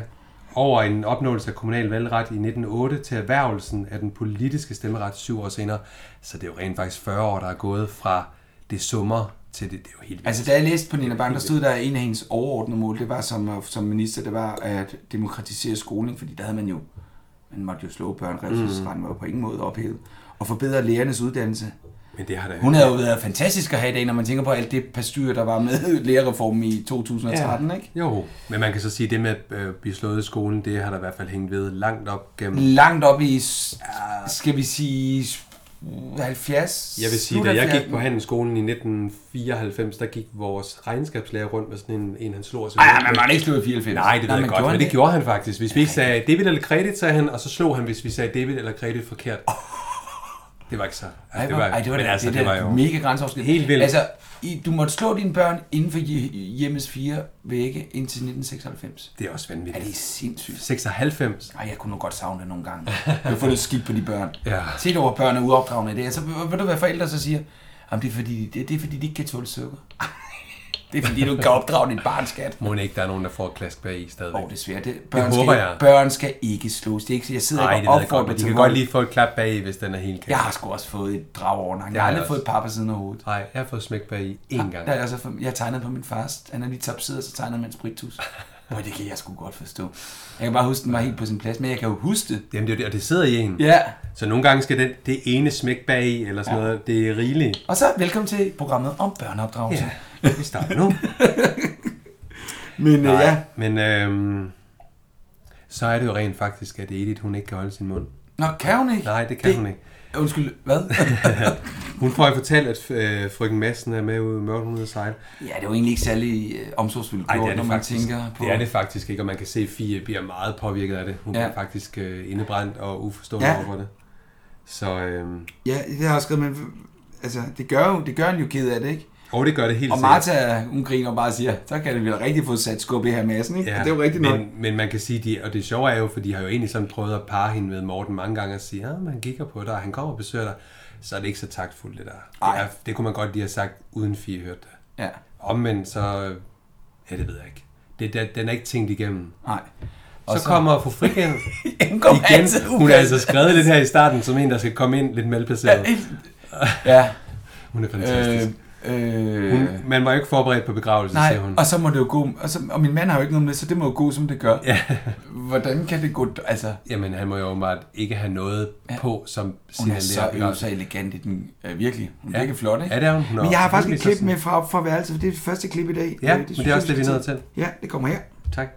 Speaker 2: Over en opnåelse af kommunal valgret i 1908 til erhvervelsen af den politiske stemmeret syv år senere. Så det er jo rent faktisk 40 år, der er gået fra det summer til det. Det er jo helt vildt.
Speaker 1: Altså, da jeg læste på Nina Bang, der stod der, at en af hendes overordnede mål, det var som, øh, som minister, det var at demokratisere skolen, fordi der havde man jo, man måtte jo slå børn, mm. var jo på ingen måde ophævet, og forbedre lærernes uddannelse.
Speaker 2: Men det har da...
Speaker 1: Hun havde jo været fantastisk at have i dag, når man tænker på alt det pastyr, der var med lærerreformen i 2013, ja. ikke?
Speaker 2: Jo, men man kan så sige, at det med at øh, blive slået i skolen, det har der i hvert fald hængt ved langt op gennem...
Speaker 1: Langt op i, s- ah, skal vi sige, s- 70?
Speaker 2: Jeg vil sige, da jeg gik på handelsskolen i 1994, der gik vores regnskabslærer rundt med sådan en, en han slog os. i
Speaker 1: Nej,
Speaker 2: hovedet
Speaker 1: man
Speaker 2: med.
Speaker 1: var da ikke slået i 94.
Speaker 2: Nej, det ved jeg
Speaker 1: man
Speaker 2: godt,
Speaker 1: gjorde
Speaker 2: men det gjorde han faktisk. Hvis vi ikke sagde debit eller kredit, sagde han, og så slog han, hvis vi sagde debit eller kredit forkert. Det var ikke så.
Speaker 1: Ej, det var, ej, det var,
Speaker 2: men
Speaker 1: da-
Speaker 2: altså,
Speaker 1: det,
Speaker 2: det,
Speaker 1: det,
Speaker 2: var
Speaker 1: det
Speaker 2: jo...
Speaker 1: var mega grænseoverskridende.
Speaker 2: Helt vildt.
Speaker 1: Altså, i, du måtte slå dine børn inden for hje- hjemmets fire vægge indtil 1996.
Speaker 2: Det er også
Speaker 1: Er det
Speaker 2: vanvittigt.
Speaker 1: sindssygt?
Speaker 2: 96.
Speaker 1: Ej, jeg kunne nu godt savne det nogle gange. Jeg har fået lidt skidt på de børn.
Speaker 2: [laughs] Ja.
Speaker 1: Se over, at børn er uopdragende i det. Så ved du, hvad forældre så siger? Jamen, det er fordi, det, det er, fordi de ikke kan tåle sukker.
Speaker 2: [laughs]
Speaker 1: det er fordi, du ikke kan opdrage dit barn, skat.
Speaker 2: Må ikke, der er nogen, der får et klask bag i stadigvæk?
Speaker 1: Åh, oh, desværre. Det, børn,
Speaker 2: Det
Speaker 1: skal,
Speaker 2: håber jeg.
Speaker 1: børn skal ikke slås. Det er ikke, jeg sidder
Speaker 2: Nej, det
Speaker 1: ikke
Speaker 2: ved
Speaker 1: og
Speaker 2: jeg godt, men
Speaker 1: opfordrer
Speaker 2: de
Speaker 1: til
Speaker 2: kan godt
Speaker 1: vold.
Speaker 2: lige få et klap bag i, hvis den er helt kæft.
Speaker 1: Jeg har sgu også fået et drag over nakken.
Speaker 2: Det
Speaker 1: Jeg har
Speaker 2: har jeg
Speaker 1: aldrig fået et par på siden af hovedet.
Speaker 2: Nej, jeg har fået smæk bag i én gang.
Speaker 1: Der er altså, for- jeg tegnede på min fars, han er lige tapseret, så tegnede man spritus. Hvor det kan jeg sgu godt forstå. Jeg kan bare huske, den var helt på sin plads, men jeg kan jo huske det.
Speaker 2: Jamen, det er jo det, og det sidder i en.
Speaker 1: Ja,
Speaker 2: Så nogle gange skal den, det ene smæk bag i, eller sådan ja. noget, det er rigeligt.
Speaker 1: og så velkommen til programmet om børneopdragelse. Ja.
Speaker 2: vi starter [laughs] nu.
Speaker 1: Men øh,
Speaker 2: Nej,
Speaker 1: ja,
Speaker 2: Men øhm, så er det jo rent faktisk, at Edith, hun ikke kan holde sin mund.
Speaker 1: nå, kan hun ikke? Øh,
Speaker 2: Nej, det kan det... hun ikke.
Speaker 1: Undskyld,
Speaker 2: [laughs]
Speaker 1: hvad?
Speaker 2: Hun får jo fortalt, at øh, frøken Madsen er med ude i Mørken Ude at sejle.
Speaker 1: ja, det er jo egentlig ikke særlig øh, omsorgsfuldt
Speaker 2: Ej,
Speaker 1: gjort, når man tænker på...
Speaker 2: det er det faktisk ikke, og man kan se, at Fie bliver meget påvirket af det. Hun
Speaker 1: Ja.
Speaker 2: ja. bliver faktisk øh, indebrændt og uforstående
Speaker 1: Ja.
Speaker 2: ja. over for det. Så, øh,
Speaker 1: Ja, det har jeg skrevet, men altså, det gør, jo, det gør en jo ked af det, ikke?
Speaker 2: og det gør det helt
Speaker 1: Og Martha, hun griner bare og siger, så kan det vel rigtig få sat skub i her massen, ikke? Ja, det er jo rigtigt nok.
Speaker 2: Men, men man kan sige, de, og det sjove er jo, for de har jo egentlig sådan prøvet at parre hende med Morten mange gange og sige, at man kigger på dig, og han kommer og besøger dig, så er det ikke så taktfuldt det der.
Speaker 1: Ej.
Speaker 2: Det, er, det kunne man godt lige have sagt, uden Fie hørte det.
Speaker 1: Ja,
Speaker 2: Omvendt så, ja det ved jeg ikke. Det, det, den er ikke tænkt igennem.
Speaker 1: nej.
Speaker 2: Og
Speaker 1: [laughs]
Speaker 2: så, så kommer fru Frikken
Speaker 1: hun kommer altid
Speaker 2: igen. Hun er
Speaker 1: upassende.
Speaker 2: altså skrevet lidt her i starten, som en, der skal komme ind lidt malplaceret.
Speaker 1: Ja,
Speaker 2: Hun er fantastisk.
Speaker 1: øh, øh,
Speaker 2: Hun, man var jo ikke forberedt på begravelsen,
Speaker 1: nej,
Speaker 2: siger hun.
Speaker 1: og så må det jo gå, og, så, og min mand har jo ikke noget med, så det må jo gå, som det gør.
Speaker 2: Ja.
Speaker 1: Hvordan kan det gå, altså,
Speaker 2: Jamen, han må jo åbenbart ikke have noget
Speaker 1: Ja.
Speaker 2: på, som
Speaker 1: hun er
Speaker 2: signalerer
Speaker 1: så, hun er
Speaker 2: begravelsen.
Speaker 1: så elegant i den, øh, virkelig, hun er
Speaker 2: Ja.
Speaker 1: virkelig flot, ikke?
Speaker 2: Ja, det er hun. hun er
Speaker 1: Men jeg har faktisk
Speaker 2: virkelig
Speaker 1: et
Speaker 2: så
Speaker 1: klip
Speaker 2: sådan-
Speaker 1: med fra, fra værelset, for det er det første klip i dag.
Speaker 2: Ja,
Speaker 1: Øh,
Speaker 2: men
Speaker 1: synes
Speaker 2: det er også
Speaker 1: jeg,
Speaker 2: det, vi
Speaker 1: skal
Speaker 2: er nødt til.
Speaker 1: Ja, det kommer her.
Speaker 2: Tak.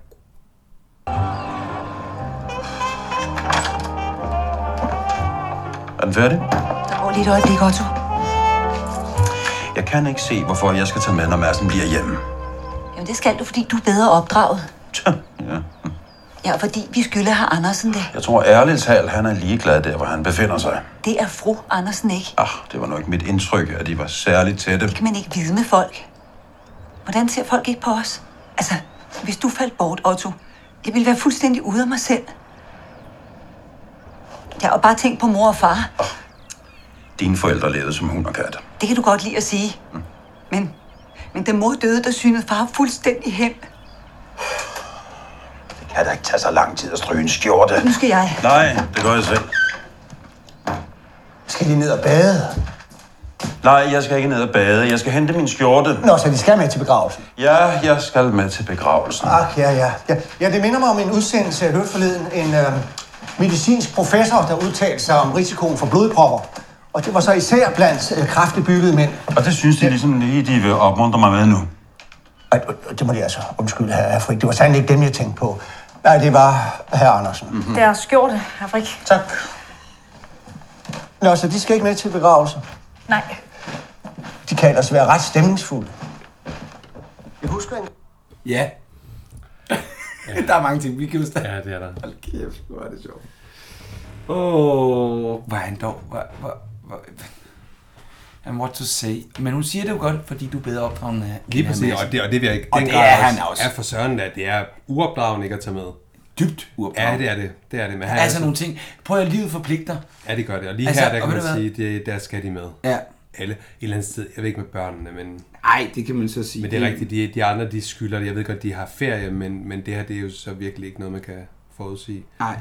Speaker 3: Er den færdig?
Speaker 4: Der går lige et øjeblik, Otto.
Speaker 3: Jeg kan ikke se, hvorfor jeg skal tage med, når Madsen bliver hjemme.
Speaker 4: Jamen, det skal du, fordi du er bedre opdraget.
Speaker 3: Tja, ja.
Speaker 4: Ja, og fordi vi skylder her Andersen det.
Speaker 3: Jeg tror ærligt talt, han er ligeglad der, hvor han befinder sig.
Speaker 4: Det er fru Andersen ikke.
Speaker 3: Ah, det var nok mit indtryk, at de var særligt tætte.
Speaker 4: Kan man ikke vide med folk? Hvordan ser folk ikke på os? Altså, hvis du faldt bort, Otto, jeg ville være fuldstændig ude af mig selv. Ja, og bare tænk på mor og far.
Speaker 3: Dine forældre levede som hund og kat.
Speaker 4: Det kan du godt lide at sige. Men, men da mor døde, der synede far fuldstændig hen.
Speaker 3: Det kan da ikke tage så lang tid at stryge en skjorte.
Speaker 4: Nu skal jeg.
Speaker 3: Nej, det gør jeg selv.
Speaker 5: Skal de ned og bade?
Speaker 3: Nej, jeg skal ikke ned og bade. Jeg skal hente min skjorte.
Speaker 5: Nå, så de skal med til begravelsen.
Speaker 3: Ja, jeg skal med til begravelsen.
Speaker 5: Ach, Ah, ja, ja, ja. Ja, det minder mig om en udsendelse, øhm, jeg hørte forleden. En øh, medicinsk professor, der udtalte sig om risikoen for blodpropper. Og det var så især blandt øh, kraftigt byggede mænd.
Speaker 3: Og det synes de ligesom lige, de vil opmuntre mig med nu.
Speaker 5: Ej, og- og det må de altså undskylde, herre Afrik. Det var sandelig ikke dem, jeg tænkte på. Nej, det var herre Andersen. Mm-hmm.
Speaker 6: Deres skjorte, Afrik.
Speaker 5: Tak. Nå, så de skal ikke med til begravelser.
Speaker 6: Nej.
Speaker 5: De kan ellers være ret stemningsfulde. Jeg husker en...
Speaker 2: [laughs]
Speaker 1: Ja. [laughs] der er mange ting, vi kan huske.
Speaker 2: Ja, det er der.
Speaker 1: Hold kæft, hvor er det sjovt. Åh, oh. hvor er han dog... Hvor, hvor, hvor, and what to say. Men hun siger det jo godt, fordi du er bedre opdragende af
Speaker 2: Lige
Speaker 1: end
Speaker 2: præcis,
Speaker 1: af
Speaker 2: og det, og det vil jeg ikke.
Speaker 1: Og
Speaker 2: den
Speaker 1: det
Speaker 2: grad
Speaker 1: er han også.
Speaker 2: Er for søren, at det er uopdragende ikke at tage med.
Speaker 1: Dybt
Speaker 2: Ja,
Speaker 1: uopdragende.
Speaker 2: det er det. Det er det. Men her,
Speaker 1: Altså nogle ting. Prøv at livet forpligter.
Speaker 2: Ja, det gør det. Og lige
Speaker 1: Altså,
Speaker 2: her, der
Speaker 1: og
Speaker 2: kan
Speaker 1: ved
Speaker 2: man
Speaker 1: du
Speaker 2: sige, det, der skal de med.
Speaker 1: Ja.
Speaker 2: Alle. Et eller andet sted. Jeg ved ikke med børnene, men,
Speaker 1: Nej, det kan man så sige.
Speaker 2: men det er rigtigt. De, de andre, de skylder det. Jeg ved godt, de har ferie, men, men det her, det er jo så virkelig ikke noget, man kan forudsige.
Speaker 1: Nej.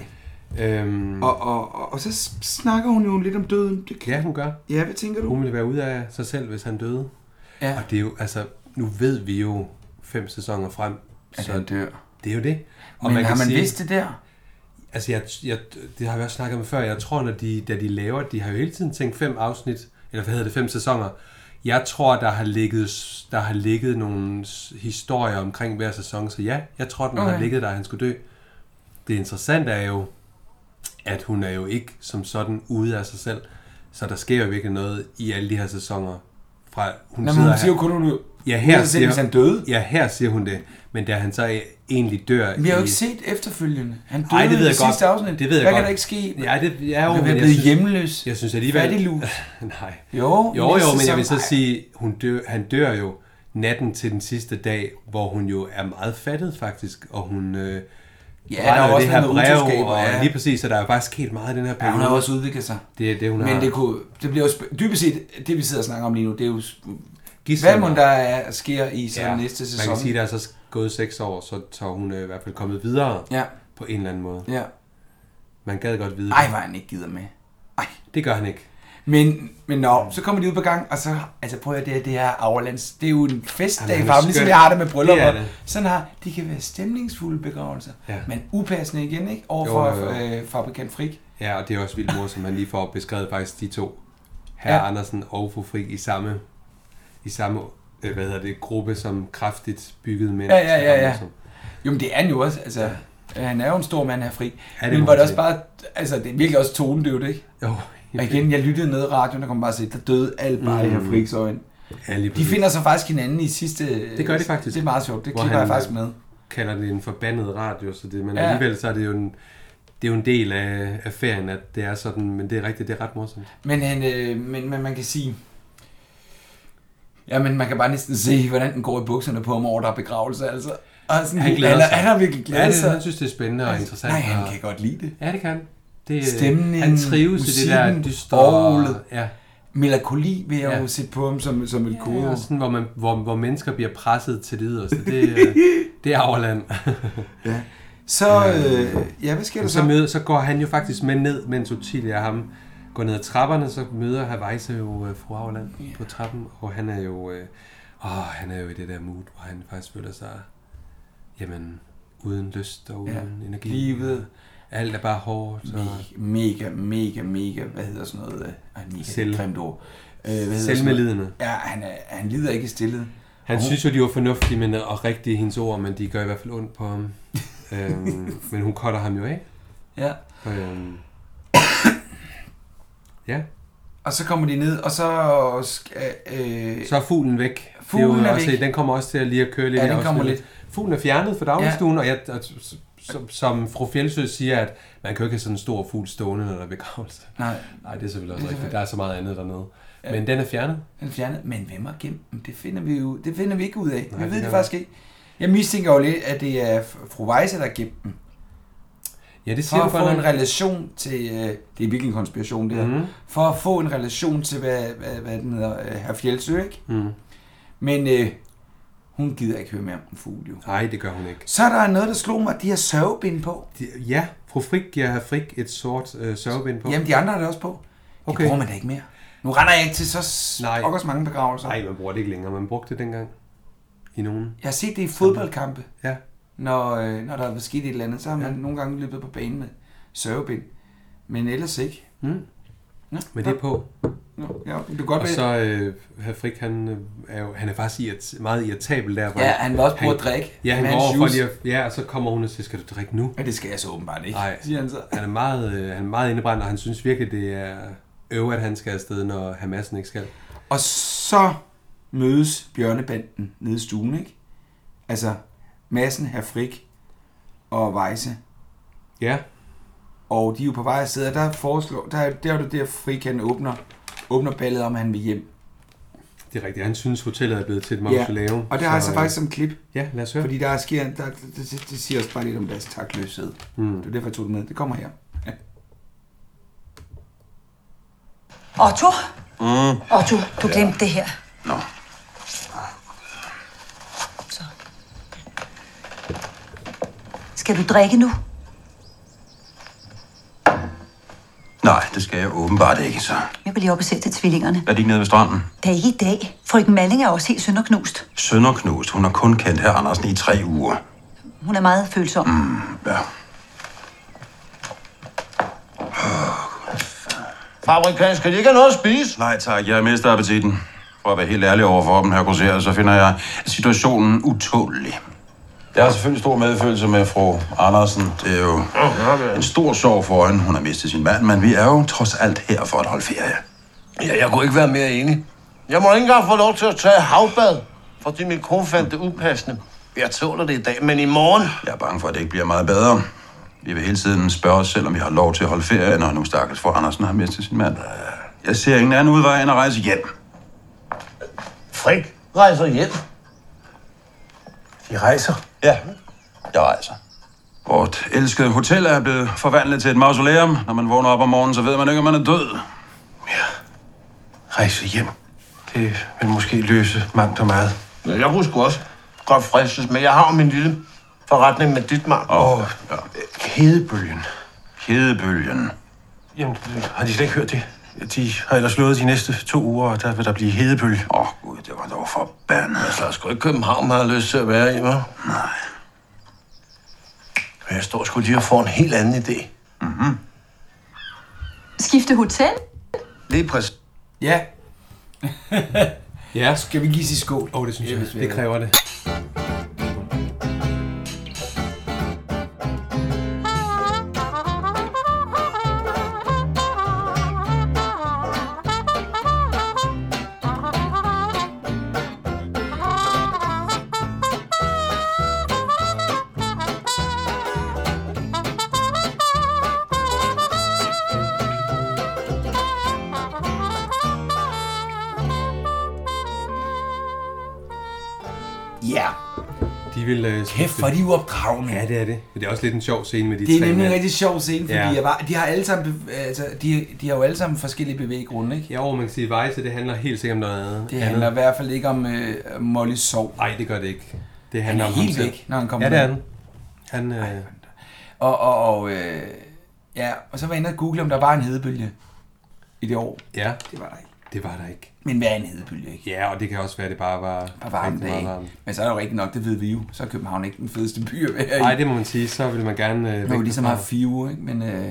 Speaker 2: Øhm,
Speaker 1: Og, og, og, og så s- snakker hun jo lidt om døden. Det kan...
Speaker 2: ja, hun gør.
Speaker 1: Ja, hvad tænker du?
Speaker 2: Hun ville være ude af sig selv, hvis han døde.
Speaker 1: Ja.
Speaker 2: Og det er jo, altså, nu ved vi jo fem sæsoner frem, så
Speaker 1: han dør.
Speaker 2: det er jo det. Og
Speaker 1: Men man har man sige... vidst det der?
Speaker 2: Altså, jeg, jeg, det har vi også snakket om før. Jeg tror, når de, da de laver, de har jo hele tiden tænkt fem afsnit, eller hvad hedder det, fem sæsoner. Jeg tror, der har ligget, der har ligget nogle s- historier omkring hver sæson, så ja, jeg tror, den okay. har
Speaker 1: Okay.
Speaker 2: ligget der, at han skulle dø. Det interessante er jo, at hun er jo ikke som sådan ude af sig selv, så der sker jo virkelig noget i alle de her sæsoner. Fra,
Speaker 1: Nå,
Speaker 2: hun
Speaker 1: men
Speaker 2: sidder
Speaker 1: hun
Speaker 2: her-
Speaker 1: siger jo kun, hun
Speaker 2: ja, her
Speaker 1: selv, hvis han døde.
Speaker 2: Ja, her siger hun det, men da han så eh, egentlig dør...
Speaker 1: Vi har jo
Speaker 2: i-
Speaker 1: ikke set efterfølgende. Han døde
Speaker 2: Nej, det ved jeg
Speaker 1: i
Speaker 2: godt.
Speaker 1: sidste afsnit.
Speaker 2: Det ved jeg
Speaker 1: Hvad
Speaker 2: godt.
Speaker 1: kan der ikke ske?
Speaker 2: Ja, det er jo...
Speaker 1: Han kan være
Speaker 2: men jeg
Speaker 1: blevet
Speaker 2: synes-
Speaker 1: hjemløs.
Speaker 2: Jeg synes alligevel...
Speaker 1: Fattig lus.
Speaker 2: [laughs] Nej.
Speaker 1: Jo,
Speaker 2: jo, jo
Speaker 1: næste
Speaker 2: men jeg vil så
Speaker 1: sæson.
Speaker 2: sige, hun dør, han dør jo natten til den sidste dag, hvor hun jo er meget fattet faktisk, og hun... Øh,
Speaker 1: Ja,
Speaker 2: brænder
Speaker 1: der er
Speaker 2: jo
Speaker 1: også
Speaker 2: det her
Speaker 1: noget
Speaker 2: brev,
Speaker 1: utroskab,
Speaker 2: og
Speaker 1: ja.
Speaker 2: lige præcis, så der er jo bare sket meget i den her
Speaker 1: Ja,
Speaker 2: periode.
Speaker 1: hun har også udviklet sig.
Speaker 2: Det er det, hun har.
Speaker 1: Men det, kunne, det bliver jo sp- dybest set, det vi sidder og snakker om lige nu, det er jo
Speaker 2: Gidslerne.
Speaker 1: hvad må der er, sker i så ja, næste sæson.
Speaker 2: Man kan sige, at der er så gået seks år, så tager hun øh, i hvert fald kommet videre
Speaker 1: Ja,
Speaker 2: på en eller anden måde.
Speaker 1: ja.
Speaker 2: Man gad godt vide.
Speaker 1: Ej,
Speaker 2: det.
Speaker 1: hvor han ikke gider med. Ej.
Speaker 2: Det gør han ikke.
Speaker 1: Men, men nå, så kommer de ud på gang, og så, altså prøv at høre, det, her, det her Auerlands, det er jo en festdag
Speaker 2: Jamen,
Speaker 1: for ham,
Speaker 2: skønt.
Speaker 1: ligesom jeg har det med bryllupper.
Speaker 2: Det er
Speaker 1: Det
Speaker 2: det.
Speaker 1: Sådan har, de kan være stemningsfulde begravelser,
Speaker 2: Ja.
Speaker 1: ja. men upassende igen, ikke? Overfor
Speaker 2: Jo,
Speaker 1: jo,
Speaker 2: jo, jo.
Speaker 1: Øh, fabrikant Frik.
Speaker 2: Ja, og det er også vildt mor, som han lige får beskrevet faktisk de to. Herre ja.
Speaker 1: Ja.
Speaker 2: Andersen og fru Frik i samme, i samme øh, hvad hedder det, gruppe, som kraftigt byggede mænd.
Speaker 1: Ja, ja, ja, ja.
Speaker 2: Andersen.
Speaker 1: Jo, men det er han jo også, altså, ja. han er jo en stor mand her, Frik.
Speaker 2: Ja, det
Speaker 1: men
Speaker 2: må
Speaker 1: var det
Speaker 2: man
Speaker 1: også bare, altså det er virkelig også tonedøvt, ikke?
Speaker 2: Jo,
Speaker 1: Og igen, jeg lyttede ned i radioen, og kom bare og se, der døde alt bare mm. i her Friks øjne.
Speaker 2: ja, lige
Speaker 1: De
Speaker 2: præcis.
Speaker 1: finder så faktisk hinanden i sidste...
Speaker 2: Det gør de faktisk.
Speaker 1: Det er meget sjovt, det
Speaker 2: Hvor
Speaker 1: klipper jeg
Speaker 2: han-
Speaker 1: faktisk med.
Speaker 2: kalder det en forbandet radio, så det, men ja.
Speaker 1: Ja.
Speaker 2: alligevel så er det jo en, det er jo en del af, af ferien, at det er sådan, men det er rigtigt, det er ret morsomt.
Speaker 1: Men, han, øh, men, men man kan sige... Ja, men man kan bare næsten se, hvordan den går i bukserne på ham over, der er begravelse, altså. Og sådan,
Speaker 2: Han glæder
Speaker 1: han, er-
Speaker 2: sig.
Speaker 1: Han har virkelig
Speaker 2: Ja,
Speaker 1: glædet
Speaker 2: det,
Speaker 1: sig. Altså,
Speaker 2: han synes, det er spændende og interessant.
Speaker 1: Nej, han
Speaker 2: og-
Speaker 1: kan godt lide det.
Speaker 2: Ja, det kan han. det, øh,
Speaker 1: Stemningen,
Speaker 2: Han trives musikken, i det der
Speaker 1: musikken,
Speaker 2: dystre...
Speaker 1: orglet.
Speaker 2: Ja,
Speaker 1: Melankoli vil jeg
Speaker 2: Ja.
Speaker 1: jo sætte på ham som, som et
Speaker 2: det er
Speaker 1: kode.
Speaker 2: også sådan, hvor, man, hvor, hvor mennesker bliver presset til det yderste. [laughs] Det, øh, det er Auerland.
Speaker 1: Så, øh, ja, hvad sker der
Speaker 2: så,
Speaker 1: så?
Speaker 2: møder, så går han jo faktisk med ned, mens Ottilia og ham går ned ad trapperne, så møder Havajse jo øh, fru Auerland yeah. på trappen, og han er jo... Øh, åh, han er jo i det der mood, hvor han faktisk føler sig... Jamen, uden lyst og uden
Speaker 1: Ja,
Speaker 2: energi.
Speaker 1: livet.
Speaker 2: Alt er bare hårdt. Og
Speaker 1: Mega, mega, mega, hvad hedder sådan noget? Øh, ej, mega,
Speaker 2: Selv-
Speaker 1: Selv. grimt ord. Øh, hvad hedder
Speaker 2: altså,
Speaker 1: sådan noget?
Speaker 2: selvmedlidende.
Speaker 1: Ja, han, er, han lider ikke i stillhed.
Speaker 2: Han synes jo, de var fornuftige men, og rigtige i hendes ord, men de gør i hvert fald ondt på [laughs] ham. øhm, men hun cutter ham jo af.
Speaker 1: Ja.
Speaker 2: Øhm. [coughs] ja,
Speaker 1: Og så kommer de ned, og så... skal- Øh,
Speaker 2: så er fuglen væk.
Speaker 1: Fuglen
Speaker 2: det er
Speaker 1: er
Speaker 2: jo også,
Speaker 1: væk.
Speaker 2: Den kommer også til at lige at køre lidt.
Speaker 1: Ja,
Speaker 2: i
Speaker 1: den kommer
Speaker 2: afsnittet. Fuglen er fjernet fra dagligstuen, ja. og, jeg, og s- som, som fru Fjeldsø siger, at man kan jo ikke have sådan en stor fugl stående, når der er begravelse.
Speaker 1: nej,
Speaker 2: Nej, det er selvfølgelig også rigtigt. Der er så meget andet dernede. Ja. Men den er fjernet.
Speaker 1: den er fjernet. Men hvem har gemt dem? Det finder vi jo det finder vi ikke ud af.
Speaker 2: Nej,
Speaker 1: Nej,
Speaker 2: det
Speaker 1: vi ved det,
Speaker 2: kan
Speaker 1: faktisk ikke. Jeg mistænker jo lidt, at det er fru Weisse, der har gemt dem.
Speaker 2: Ja, det
Speaker 1: For
Speaker 2: siger du
Speaker 1: at
Speaker 2: godt
Speaker 1: få en
Speaker 2: nok.
Speaker 1: relation til... Øh, det er virkelig en konspiration, det her.
Speaker 2: Mhm.
Speaker 1: Mm. For at få en relation til, hvad, hvad, hvad den hedder, øh, herr Fjeldsø, ikke?
Speaker 2: Mhm.
Speaker 1: Men øh, hun gider ikke høre mere om fugl, jo.
Speaker 2: Nej, det gør hun ikke.
Speaker 1: Så er der noget, der slog mig, de har sørgebind på.
Speaker 2: De- Ja, fru Frik giver herr Frik et sort øh, sørgebind på.
Speaker 1: Jamen, de andre har det også på. Det
Speaker 2: Okay.
Speaker 1: bruger man da ikke mere. Nu render jeg ikke til så s-
Speaker 2: Nej.
Speaker 1: pokkers mange begravelser.
Speaker 2: Nej, man bruger det ikke længere. Man brugte det dengang. I nogen.
Speaker 1: Jeg har set det i fodboldkampe,
Speaker 2: Ja.
Speaker 1: når, øh, når der er sket et eller andet, så har man ja. nogle gange løbet på banen med sørgebind. Men ellers ikke.
Speaker 2: Mm. med det på.
Speaker 1: Nå, Ja, det kan godt
Speaker 2: Og
Speaker 1: være.
Speaker 2: så øh, herr Frick, han øh, er, jo, han er faktisk irrit- meget irritabel der. Hvor
Speaker 1: Ja, han vil også prøve at drikke
Speaker 2: Ja, han
Speaker 1: med
Speaker 2: går
Speaker 1: hans
Speaker 2: over for
Speaker 1: juice.
Speaker 2: lige at, Ja, og så kommer hun og siger, skal du drikke nu?
Speaker 1: Men det skal jeg så åbenbart ikke,
Speaker 2: Nej.
Speaker 1: siger han så.
Speaker 2: Han er meget, øh, han er meget indebrændt, og han synes virkelig, det er øv, at han skal afsted, når Hamassen ikke skal.
Speaker 1: Og så mødes bjørnebanden nede i stuen, ikke? Altså, Massen, herr Frik og Weisse.
Speaker 2: Ja,
Speaker 1: Og de er jo på vej afsted, og der, foreslår, der, er- der er det der, Frik han åbner, åbner ballet om, at han vil hjem.
Speaker 2: det er rigtigt. Han synes, hotellet er blevet til et mausoleum. øh,
Speaker 1: og det har jeg så faktisk som klip,
Speaker 2: Ja, lad os høre.
Speaker 1: fordi der sker, der, det, det, det siger også bare lidt om deres takløshed. Mm. Det er derfor, jeg tog det med. Det kommer her. Ja.
Speaker 4: Otto? Mm. Otto, du glemte det her.
Speaker 3: Nå,
Speaker 4: Så. Skal du drikke nu?
Speaker 3: nej, det skal jeg åbenbart ikke, så.
Speaker 4: Jeg vil lige op og se til tvillingerne.
Speaker 3: Er de ikke nede ved stranden?
Speaker 4: Da ikke i dag. Frøken Malling er også helt sønderknust.
Speaker 3: Sønderknust, hun har kun kendt herr Andersen i tre uger.
Speaker 4: Hun er meget følsom. Mm.
Speaker 3: Ja.
Speaker 6: Fabrikant, skal de ikke have noget at spise?
Speaker 3: Nej tak, jeg mister appetitten. For at være helt ærlig over for dem, her grosserer, så finder jeg situationen utålig. Jeg har selvfølgelig stor medfølelse med fru Andersen. Det er jo en stor sorg for hende. Hun har mistet sin mand, men vi er jo trods alt her for at holde ferie.
Speaker 6: Ja, jeg kunne ikke være mere enig. Jeg må ikke engang få lov til at tage havbad, fordi min kone fandt det upassende. Jeg tåler det i dag, men i morgen...
Speaker 3: Jeg er bange for, at det ikke bliver meget bedre. Vi vil hele tiden spørge os selv, om vi har lov til at holde ferie, når nu stakkels fru Andersen har mistet sin mand. Jeg ser ingen anden udvej end at rejse hjem.
Speaker 6: Frik rejser hjem.
Speaker 5: De rejser.
Speaker 3: Ja, jeg
Speaker 7: altså.
Speaker 3: rejser. Vort elskede hotel er blevet forvandlet til et mausoleum. Når man vågner op om morgenen, så ved man ikke, om man er død.
Speaker 7: Rejse hjem. Det vil måske løse mangt og meget.
Speaker 6: Ja, jeg kunne sgu også godt fristes, men jeg har jo min lille forretning med dit mark.
Speaker 7: Og ja. hedebølgen.
Speaker 3: Hedebølgen.
Speaker 7: Jamen, har de slet ikke hørt det? De har ellers slået de næste to uger, og der vil der blive hedebølge.
Speaker 3: Åh, oh, gud, det var dog forbandet.
Speaker 6: Så er sgu ikke København, man har lyst til at være i, hva'? Nej. Men jeg står sgu lige og får en helt anden idé.
Speaker 8: Skifte hotel?
Speaker 6: Lige præcis.
Speaker 1: ja.
Speaker 2: Ja,
Speaker 1: Skal vi give sig skål?
Speaker 2: Åh, oh, det synes
Speaker 1: hvis vi
Speaker 2: jeg. Det
Speaker 1: er-
Speaker 2: kræver det.
Speaker 1: Ja.
Speaker 2: De vil... Øh,
Speaker 1: Kæft, hvor er de uopdragende.
Speaker 2: Ja, det er det. Men det er også lidt en sjov scene med de
Speaker 1: Det er
Speaker 2: tre
Speaker 1: nemlig en
Speaker 2: mænd.
Speaker 1: rigtig sjov scene, fordi
Speaker 2: Ja.
Speaker 1: ja. jeg var, de, har alle sammen, bev- altså, de, de har jo alle sammen forskellige bevæggrunde, ikke?
Speaker 2: Ja, og man kan sige, Vejse, det handler helt sikkert om noget andet.
Speaker 1: Det handler i hvert fald ikke om øh, Molly Sov.
Speaker 2: Nej, det gør det ikke. Det handler
Speaker 1: Han er
Speaker 2: om
Speaker 1: helt
Speaker 2: ham
Speaker 1: væk, når han kommer
Speaker 2: Ja, det er
Speaker 1: ned.
Speaker 2: han. Han, øh,
Speaker 1: Og, og, og, øh, ja, og så var jeg inde og google, om der var en hedebølge i det år.
Speaker 2: ja,
Speaker 1: Det var der ikke.
Speaker 2: det var der ikke.
Speaker 1: Men hvad er en hedebølge, ikke?
Speaker 2: Ja, og det kan også være, at det bare var
Speaker 1: På varme
Speaker 2: rigtig meget
Speaker 1: dage.
Speaker 2: varmt.
Speaker 1: Men så er det jo rigtigt nok, det ved vi jo. Så er København ikke den fedeste by at være i.
Speaker 2: Nej, det må man sige. Så vil man gerne... Øh,
Speaker 1: Nu er
Speaker 2: væk
Speaker 1: de ligesom
Speaker 2: derfra.
Speaker 1: har fire, ikke? Men, øh,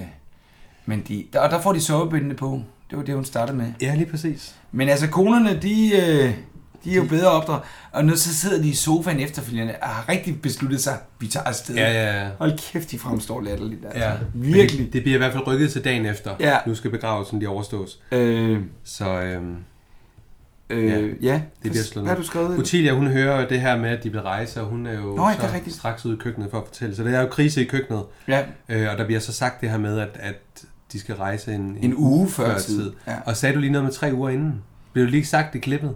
Speaker 1: men de, der, og der får de sovebindene på. Det var det, hun startede med.
Speaker 2: Ja, lige præcis.
Speaker 1: Men altså, konerne, de, øh, de er jo bedre opdraget. Og nu så sidder de i sofaen efterfølgende og har rigtig besluttet sig, vi tager afsted.
Speaker 2: Ja, ja, ja.
Speaker 1: Hold kæft, de fremstår latterligt. Altså.
Speaker 2: Ja,
Speaker 1: Virkelig.
Speaker 2: Det, det bliver i hvert fald rykket til dagen efter.
Speaker 1: Ja.
Speaker 2: Nu skal begravelsen lige overstås.
Speaker 1: Øh,
Speaker 2: Så øhm,
Speaker 1: øh, ja.
Speaker 2: det bliver slået
Speaker 1: Hvad har
Speaker 2: ned.
Speaker 1: du skrevet?
Speaker 2: Utilia, hun hører det her med, at de vil rejse, og hun er jo
Speaker 1: Nå, ja,
Speaker 2: så
Speaker 1: det er rigtigt.
Speaker 2: straks ude i køkkenet for at fortælle. Så det er jo krise i køkkenet.
Speaker 1: Ja.
Speaker 2: Øh, og der bliver så sagt det her med, at, at de skal rejse en,
Speaker 1: En uge før tid. Ja.
Speaker 2: Ja. Og sagde du lige noget med tre uger inden? Blev det lige sagt i klippet?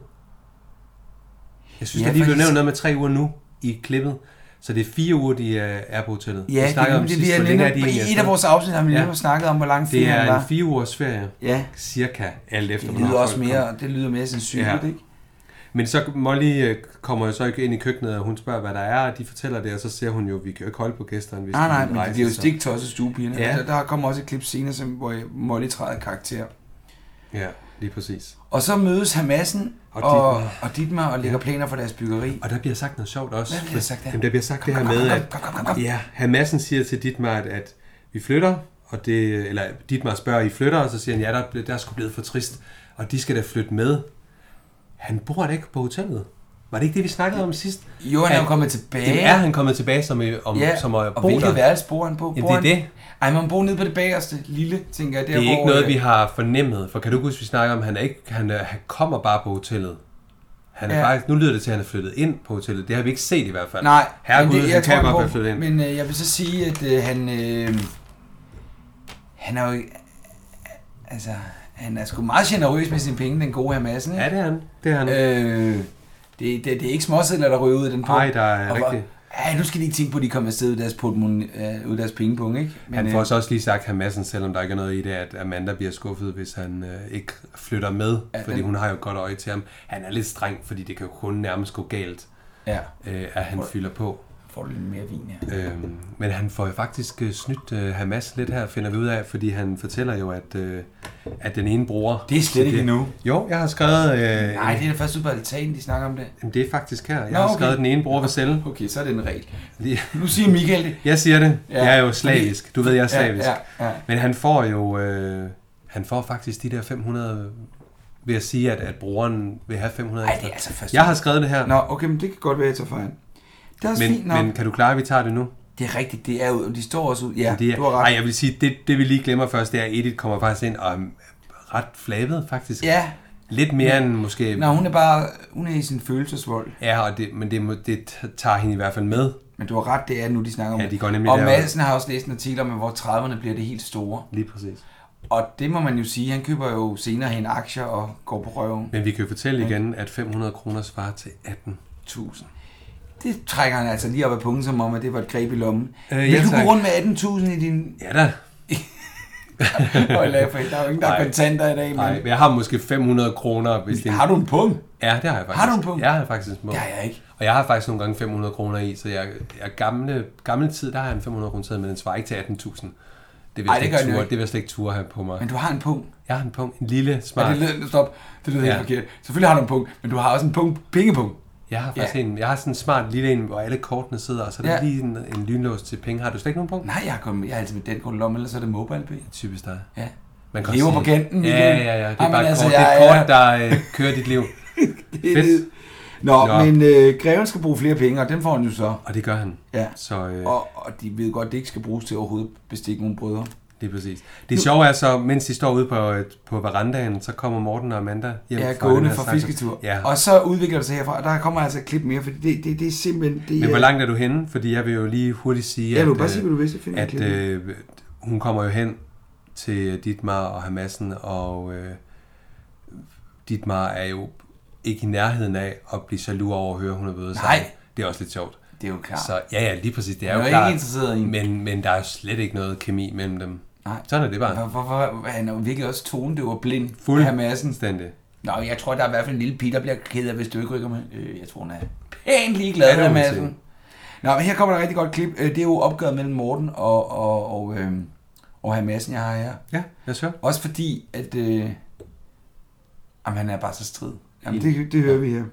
Speaker 2: Jeg synes,
Speaker 1: Ja,
Speaker 2: ja, der lige blev
Speaker 1: faktisk.
Speaker 2: nævnt noget med tre uger nu i klippet. Så det er fire uger, de er, er på hotellet.
Speaker 1: Ja,
Speaker 2: vi
Speaker 1: det,
Speaker 2: snakkede
Speaker 1: er
Speaker 2: om
Speaker 1: det, det,
Speaker 2: sidst,
Speaker 1: vi har
Speaker 2: hvor længe er de
Speaker 1: nemlig,
Speaker 2: egentlig
Speaker 1: i et af
Speaker 2: afsted?
Speaker 1: vores afsnit har vi
Speaker 2: Ja.
Speaker 1: ja. snakket om, hvor lang
Speaker 2: Det
Speaker 1: ferien
Speaker 2: er
Speaker 1: var.
Speaker 2: en fire ugers ferie,
Speaker 1: Ja,
Speaker 2: cirka, alt efter,
Speaker 1: det
Speaker 2: hvornår
Speaker 1: lyder også
Speaker 2: folk
Speaker 1: mere, det lyder mere sandsynligt,
Speaker 2: Ja.
Speaker 1: ikke?
Speaker 2: Men så Molly øh, kommer jo så ikke ind i køkkenet, og hun spørger, hvad der er, og de fortæller det, og så ser hun jo, vi kan jo ikke holde på gæsterne, hvis
Speaker 1: Nej, nej,
Speaker 2: vil
Speaker 1: men det
Speaker 2: rejse
Speaker 1: bliver jo
Speaker 2: sig."
Speaker 1: stik tosset stuepigerne.
Speaker 2: Ja.
Speaker 1: Ja. Der, der kommer også et klip senere, som, hvor Molly træder i karakter.
Speaker 2: Ja, lige præcis.
Speaker 1: Og så mødes Hamassen
Speaker 2: Og
Speaker 1: og, og,
Speaker 2: Dietmar.
Speaker 1: og Dietmar og lægger planer for deres byggeri.
Speaker 2: Og der bliver sagt noget sjovt også.
Speaker 1: Hvad bliver der sagt der?
Speaker 2: Jamen, der bliver sagt det her
Speaker 1: kom,
Speaker 2: med,
Speaker 1: kom,
Speaker 2: at
Speaker 1: kom, kom, kom, kom.
Speaker 2: ja, Hamassen siger til Ditmar, at, at vi flytter, og det, eller Dietmar spørger, I flytter, og så siger han, ja, der, ble- der er sgu blevet for trist, og de skal da flytte med. Han bor da ikke på hotellet. Var det ikke det, vi snakkede om sidst?
Speaker 1: Jo, han er jo kommet tilbage.
Speaker 2: Det er han kommet tilbage som, øh, om,
Speaker 1: Ja,
Speaker 2: som at
Speaker 1: og
Speaker 2: bo der.
Speaker 1: hvilket værelse bor han på?
Speaker 2: Jamen,
Speaker 1: Bor
Speaker 2: det er
Speaker 1: han-
Speaker 2: det.
Speaker 1: Ej, man bor nede på det bagerste lille, tænker jeg. Der,
Speaker 2: Det er ikke
Speaker 1: hvor,
Speaker 2: noget,
Speaker 1: øh,
Speaker 2: vi har fornemmet, for kan du huske, vi snakker om, han, er ikke, han, er- han kommer bare på hotellet. Han er
Speaker 1: Ja.
Speaker 2: ja. faktisk, nu lyder det til, at han er flyttet ind på hotellet. Det har vi ikke set i hvert fald.
Speaker 1: Nej,
Speaker 2: Herregud,
Speaker 1: men
Speaker 2: det, han kan
Speaker 1: han
Speaker 2: godt
Speaker 1: bor-
Speaker 2: være flyttet ind. Men...
Speaker 1: Men øh, jeg vil så sige, at øh, han... Øh, han er jo... ikke- Altså, han er sgu meget generøs med sine penge, den gode her massen.
Speaker 2: Ja, det er han. Det er han. Øh,
Speaker 1: Øh, det, det, det er ikke småsedler, der ryger ud af den punkt.
Speaker 2: Nej, der er
Speaker 1: hvor-
Speaker 2: rigtigt.
Speaker 1: Ja, nu skal de ikke tænke på, at de kommer afsted ud af deres, portemon, øh, ud af deres pengepunkt, ikke? Men, øh,
Speaker 2: han får så også lige sagt Hamassen, selvom der ikke er noget i det, at Amanda bliver skuffet, hvis han øh, ikke flytter med, ja, fordi
Speaker 1: den-
Speaker 2: hun har jo et godt øje til ham. Han er lidt streng, fordi det kan jo kun nærmest gå galt,
Speaker 1: øh, ja,
Speaker 2: øh, at han fylder på.
Speaker 1: får du lidt mere vin her.
Speaker 2: Øhm, men han får jo faktisk øh, snydt øh, Hamas lidt her, finder vi ud af, fordi han fortæller jo, at, øh, at den ene bror...
Speaker 1: Det er slet ikke
Speaker 2: Det-
Speaker 1: endnu.
Speaker 2: Jo, jeg har skrevet... Øh,
Speaker 1: Nej, det er da først ude på altanen, de snakker om det.
Speaker 2: Jamen, det er faktisk her. Jeg
Speaker 1: Nå,
Speaker 2: har
Speaker 1: okay.
Speaker 2: skrevet, at den ene bror vil sælge.
Speaker 1: Okay, så er det en regel.
Speaker 2: Lige-
Speaker 1: Nu siger Michael det.
Speaker 2: Jeg siger det.
Speaker 1: Ja.
Speaker 2: Ja. Jeg er jo slavisk. Du ved, jeg er slavisk.
Speaker 1: Ja, ja, ja.
Speaker 2: Men han får jo... Øh, han får faktisk de der 500 ved at sige, at, at broren vil have 500
Speaker 1: Ej,
Speaker 2: ekstra.
Speaker 1: det er altså først.
Speaker 2: Jeg har skrevet det her,
Speaker 1: Nå, okay, men det kan godt være, jeg tager fejl. Det er også fint
Speaker 2: men,
Speaker 1: nok.
Speaker 2: men kan du klare, at vi tager det nu?
Speaker 1: Det er rigtigt, det er ud. De står også ud. Ja,
Speaker 2: det er,
Speaker 1: du har ret.
Speaker 2: Ej, jeg vil sige, det, det vi lige glemmer først, det er, at Edith kommer faktisk ind og er ret flabet, faktisk.
Speaker 1: Ja,
Speaker 2: Lidt mere end måske...
Speaker 1: Nå, hun er bare hun er i sin følelsesvold.
Speaker 2: Ja, og det, men det, må- det t- tager hende i hvert fald med.
Speaker 1: Men du har ret, det er nu, de snakker om
Speaker 2: Ja, de går
Speaker 1: det.
Speaker 2: nemlig
Speaker 1: Og
Speaker 2: derover.
Speaker 1: Madsen har også læst en artikel om, at hvor 30'erne bliver det helt store.
Speaker 2: Lige præcis.
Speaker 1: Og det må man jo sige, han køber jo senere hen aktier og går på røven.
Speaker 2: Men vi kan jo fortælle igen, at 500 kroner svarer til 18.000.
Speaker 1: Det trækker han altså lige op af pungen, som om, at det var et greb i lommen.
Speaker 2: Øh,
Speaker 1: Øh, Vil
Speaker 2: ja,
Speaker 1: du
Speaker 2: tak.
Speaker 1: gå rundt med 18.000 i din...
Speaker 2: Ja da.
Speaker 1: Høj, der er jo ingen, der er
Speaker 2: Nej.
Speaker 1: kontanter i dag, men...
Speaker 2: Nej, men jeg har måske 500 kroner, hvis det
Speaker 1: Har du en pung?
Speaker 2: Ja, det har jeg faktisk.
Speaker 1: Har du en pung?
Speaker 2: Jeg har faktisk en pung.
Speaker 1: Det har jeg ikke.
Speaker 2: Og jeg har faktisk nogle gange 500 kroner i, så jeg, jeg gamle, gamle tid, der har jeg en 500 kroner tid, men den svarer ikke til 18.000. Det vil,
Speaker 1: Ej,
Speaker 2: Ej,
Speaker 1: det
Speaker 2: det,
Speaker 1: gør
Speaker 2: ikke
Speaker 1: den jo
Speaker 2: ture,
Speaker 1: ikke.
Speaker 2: det vil jeg slet ikke ture have på mig.
Speaker 1: Men du har en pung.
Speaker 2: Jeg har en pung, en lille,
Speaker 1: Ja,
Speaker 2: smart.
Speaker 1: det lyder, stop. Det lyder helt
Speaker 2: Ja.
Speaker 1: forkert. Selvfølgelig har du en pung, men du har også en pung, pengepung.
Speaker 2: Jeg har faktisk ja. en, jeg har sådan en smart lille en, hvor alle kortene sidder, og så er der
Speaker 1: Ja.
Speaker 2: ja. lige en, en lynlås til penge. Har du slet ikke nogen punkt?
Speaker 1: Nej, jeg har, kun, jeg har altid med den grund lomme, ellers er det mobile pay.
Speaker 2: Typisk dig.
Speaker 1: Ja.
Speaker 2: Man
Speaker 1: Lever
Speaker 2: også
Speaker 1: på kanten,
Speaker 2: Ja,
Speaker 1: Michael.
Speaker 2: ja, ja. Det er
Speaker 1: Jamen,
Speaker 2: bare et
Speaker 1: altså,
Speaker 2: kort, det er
Speaker 1: jeg
Speaker 2: et
Speaker 1: er-
Speaker 2: kort, der øh, kører dit liv.
Speaker 1: [laughs]
Speaker 2: Fedt.
Speaker 1: Nå, Nå,
Speaker 2: Nå.
Speaker 1: men øh, greven skal bruge flere penge, og den får han jo så.
Speaker 2: Og det gør han.
Speaker 1: Ja.
Speaker 2: Så øh,
Speaker 1: Og, og de ved godt, det ikke skal bruges til overhovedet at bestikke nogen brødre.
Speaker 2: det er præcis. Det sjove er så, mens de står ude på, øh, på verandaen, så kommer Morten og Amanda hjem
Speaker 1: Ja,
Speaker 2: den
Speaker 1: gående
Speaker 2: her
Speaker 1: fra
Speaker 2: sejlads.
Speaker 1: fisketur.
Speaker 2: Ja.
Speaker 1: Og så udvikler det sig herfra, og der kommer altså et klip mere, for det, det, det er simpelthen... Det,
Speaker 2: Men hvor
Speaker 1: er-
Speaker 2: langt er du henne? Fordi jeg vil jo lige hurtigt sige,
Speaker 1: Ja, du kan
Speaker 2: at,
Speaker 1: bare
Speaker 2: øh,
Speaker 1: sige, hvad du vil, så finder jeg
Speaker 2: at
Speaker 1: klippet.
Speaker 2: øh, hun kommer jo hen til Ditmar og Hamassen, og øh, Ditmar er jo ikke i nærheden af at blive jaloux over at høre, hun er blevet
Speaker 1: Nej.
Speaker 2: sammen. Det er også lidt sjovt.
Speaker 1: Det er jo klart.
Speaker 2: Så ja, ja, lige præcis, det er
Speaker 1: Jeg
Speaker 2: jo
Speaker 1: er ikke
Speaker 2: klart.
Speaker 1: interesseret i en-
Speaker 2: men, men der er jo slet ikke noget kemi mellem dem.
Speaker 1: Nej.
Speaker 2: Sådan er det bare.
Speaker 1: Hvor- Hvorfor? hvor- Han er jo virkelig også tone, det var blind.
Speaker 2: Fuld-
Speaker 1: Herr Madsen.
Speaker 2: Fuldstændig.
Speaker 1: Nå, jeg tror, der er i hvert fald en lille pige, der bliver ked af, hvis du ikke rykker med. Øh, jeg tror, hun er pænt ligeglad,
Speaker 2: Ja,
Speaker 1: ja,
Speaker 2: det må
Speaker 1: her
Speaker 2: man
Speaker 1: Madsen. Nå, men her kommer der et rigtig godt klip. Øh, Det er jo opgøret mellem Morten og, og, og, øh, og herr Madsen, jeg har her.
Speaker 2: Ja, jeg sørger.
Speaker 1: Også fordi, at... Øh, jamen, han er bare så strid. Jamen, det, det hører vi her.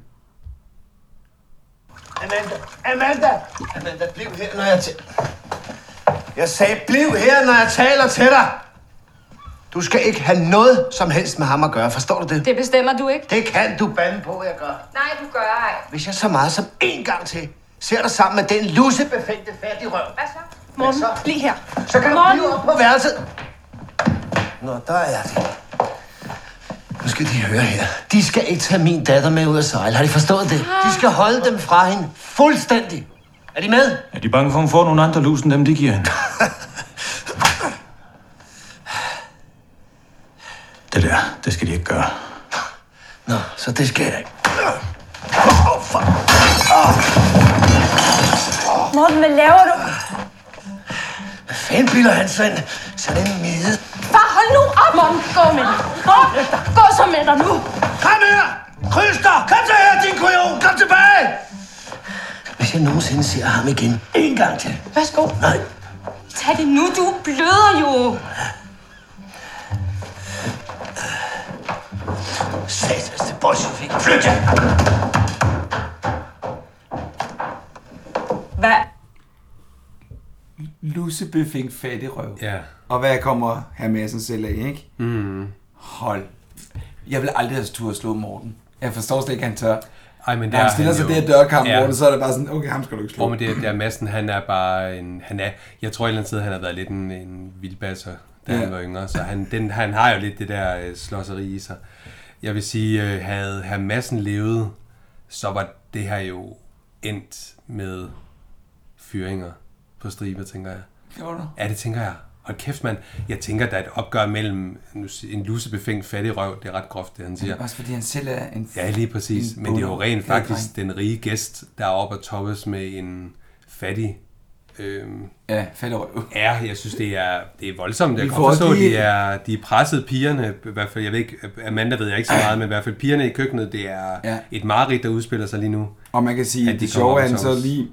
Speaker 6: Amanda! Amanda! Amanda, bliv her, når jeg tæ- Jeg sagde, bliv her, når jeg taler til dig! Du skal ikke have noget som helst med ham at gøre, forstår du det?
Speaker 8: Det bestemmer du ikke.
Speaker 6: Det kan du bande på, jeg gør.
Speaker 8: Nej, du gør ej.
Speaker 6: Hvis jeg så meget som én gang til ser dig sammen med den lussebefængte fat i røven,
Speaker 8: Hvad så? Morten,
Speaker 6: Hvad så?
Speaker 8: bliv her.
Speaker 6: så kan du
Speaker 8: Morten!
Speaker 6: blive op på værelset. Nå, der er det. Nu skal de høre her. De skal ikke tage min datter med ud at sejle. Har de forstået det? De skal holde dem fra hende fuldstændig. Er de med?
Speaker 3: Er de bange for, at hun får nogle andre lus, end dem, de giver
Speaker 6: [laughs]
Speaker 3: hende? det der, det skal de ikke gøre.
Speaker 6: Nå, så det skal jeg ikke.
Speaker 8: Morten, hvad laver du?
Speaker 6: Hvad fanden bilder han sig ind? Så er det en mide.
Speaker 8: Far, hold nu op! Morten, gå med dig. Morten, gå så med dig nu.
Speaker 6: Kom her! Kryds dig! Kom så her, din kujon! Kom tilbage! Hvis jeg nogensinde ser ham igen, en gang til.
Speaker 8: Værsgo,
Speaker 6: Nej,
Speaker 8: tag det nu. Du bløder jo.
Speaker 6: satans, det bolsjevik. Flyt jer!
Speaker 8: Hvad?
Speaker 1: lussebøffing fattigrøv.
Speaker 2: Ja.
Speaker 1: Og hvad kommer herr Madsen selv af, ikke? Mm. Hold. Jeg vil aldrig have tur at slå Morten. Jeg forstår slet ikke, at han tør.
Speaker 2: Ej, men
Speaker 1: Når han stiller sig der i dørkampen,
Speaker 2: Ja.
Speaker 1: ja. så er det bare sådan, okay, ham skal du ikke slå.
Speaker 2: Hvor med det, at der Madsen, han er bare en... Han er, jeg tror et eller andet sted, han har været lidt en, en vildbasser, da ja.
Speaker 1: Ja.
Speaker 2: han var yngre. Så han, den, han har jo lidt det der øh, slåseri i sig. Jeg vil sige, øh, havde herr Madsen levet, så var det her jo endt med fyringer på stribe, tænker jeg.
Speaker 1: Gjorde du?
Speaker 2: Ja, det tænker jeg. Hold kæft, mand. Jeg tænker, der er et opgør mellem nu s- en lussebefængt fattig røv. Det er ret groft, det han siger.
Speaker 1: Også fordi han selv er en...
Speaker 2: Ja, lige præcis.
Speaker 1: en
Speaker 2: Men det er jo
Speaker 1: bonde-
Speaker 2: rent faktisk
Speaker 1: dreng.
Speaker 2: den rige gæst, der er oppe og toppes med en fattig... Øhm,
Speaker 1: Ja, fattigrøv.
Speaker 2: ja, jeg synes, det er, det er voldsomt. Jeg
Speaker 1: Vi
Speaker 2: kan
Speaker 1: får
Speaker 2: godt forstå, at
Speaker 1: de-
Speaker 2: de er, de er pressede pigerne. I hvert fald, jeg ved ikke, Amanda ved jeg ikke så meget, men i hvert fald pigerne i køkkenet, det er
Speaker 1: Ja.
Speaker 2: et mareridt, der udspiller sig lige nu.
Speaker 1: Og man kan sige,
Speaker 2: At
Speaker 1: at
Speaker 2: de
Speaker 1: det sjove er,
Speaker 2: kommer
Speaker 1: at han
Speaker 2: op
Speaker 1: så
Speaker 2: til os.
Speaker 1: lige,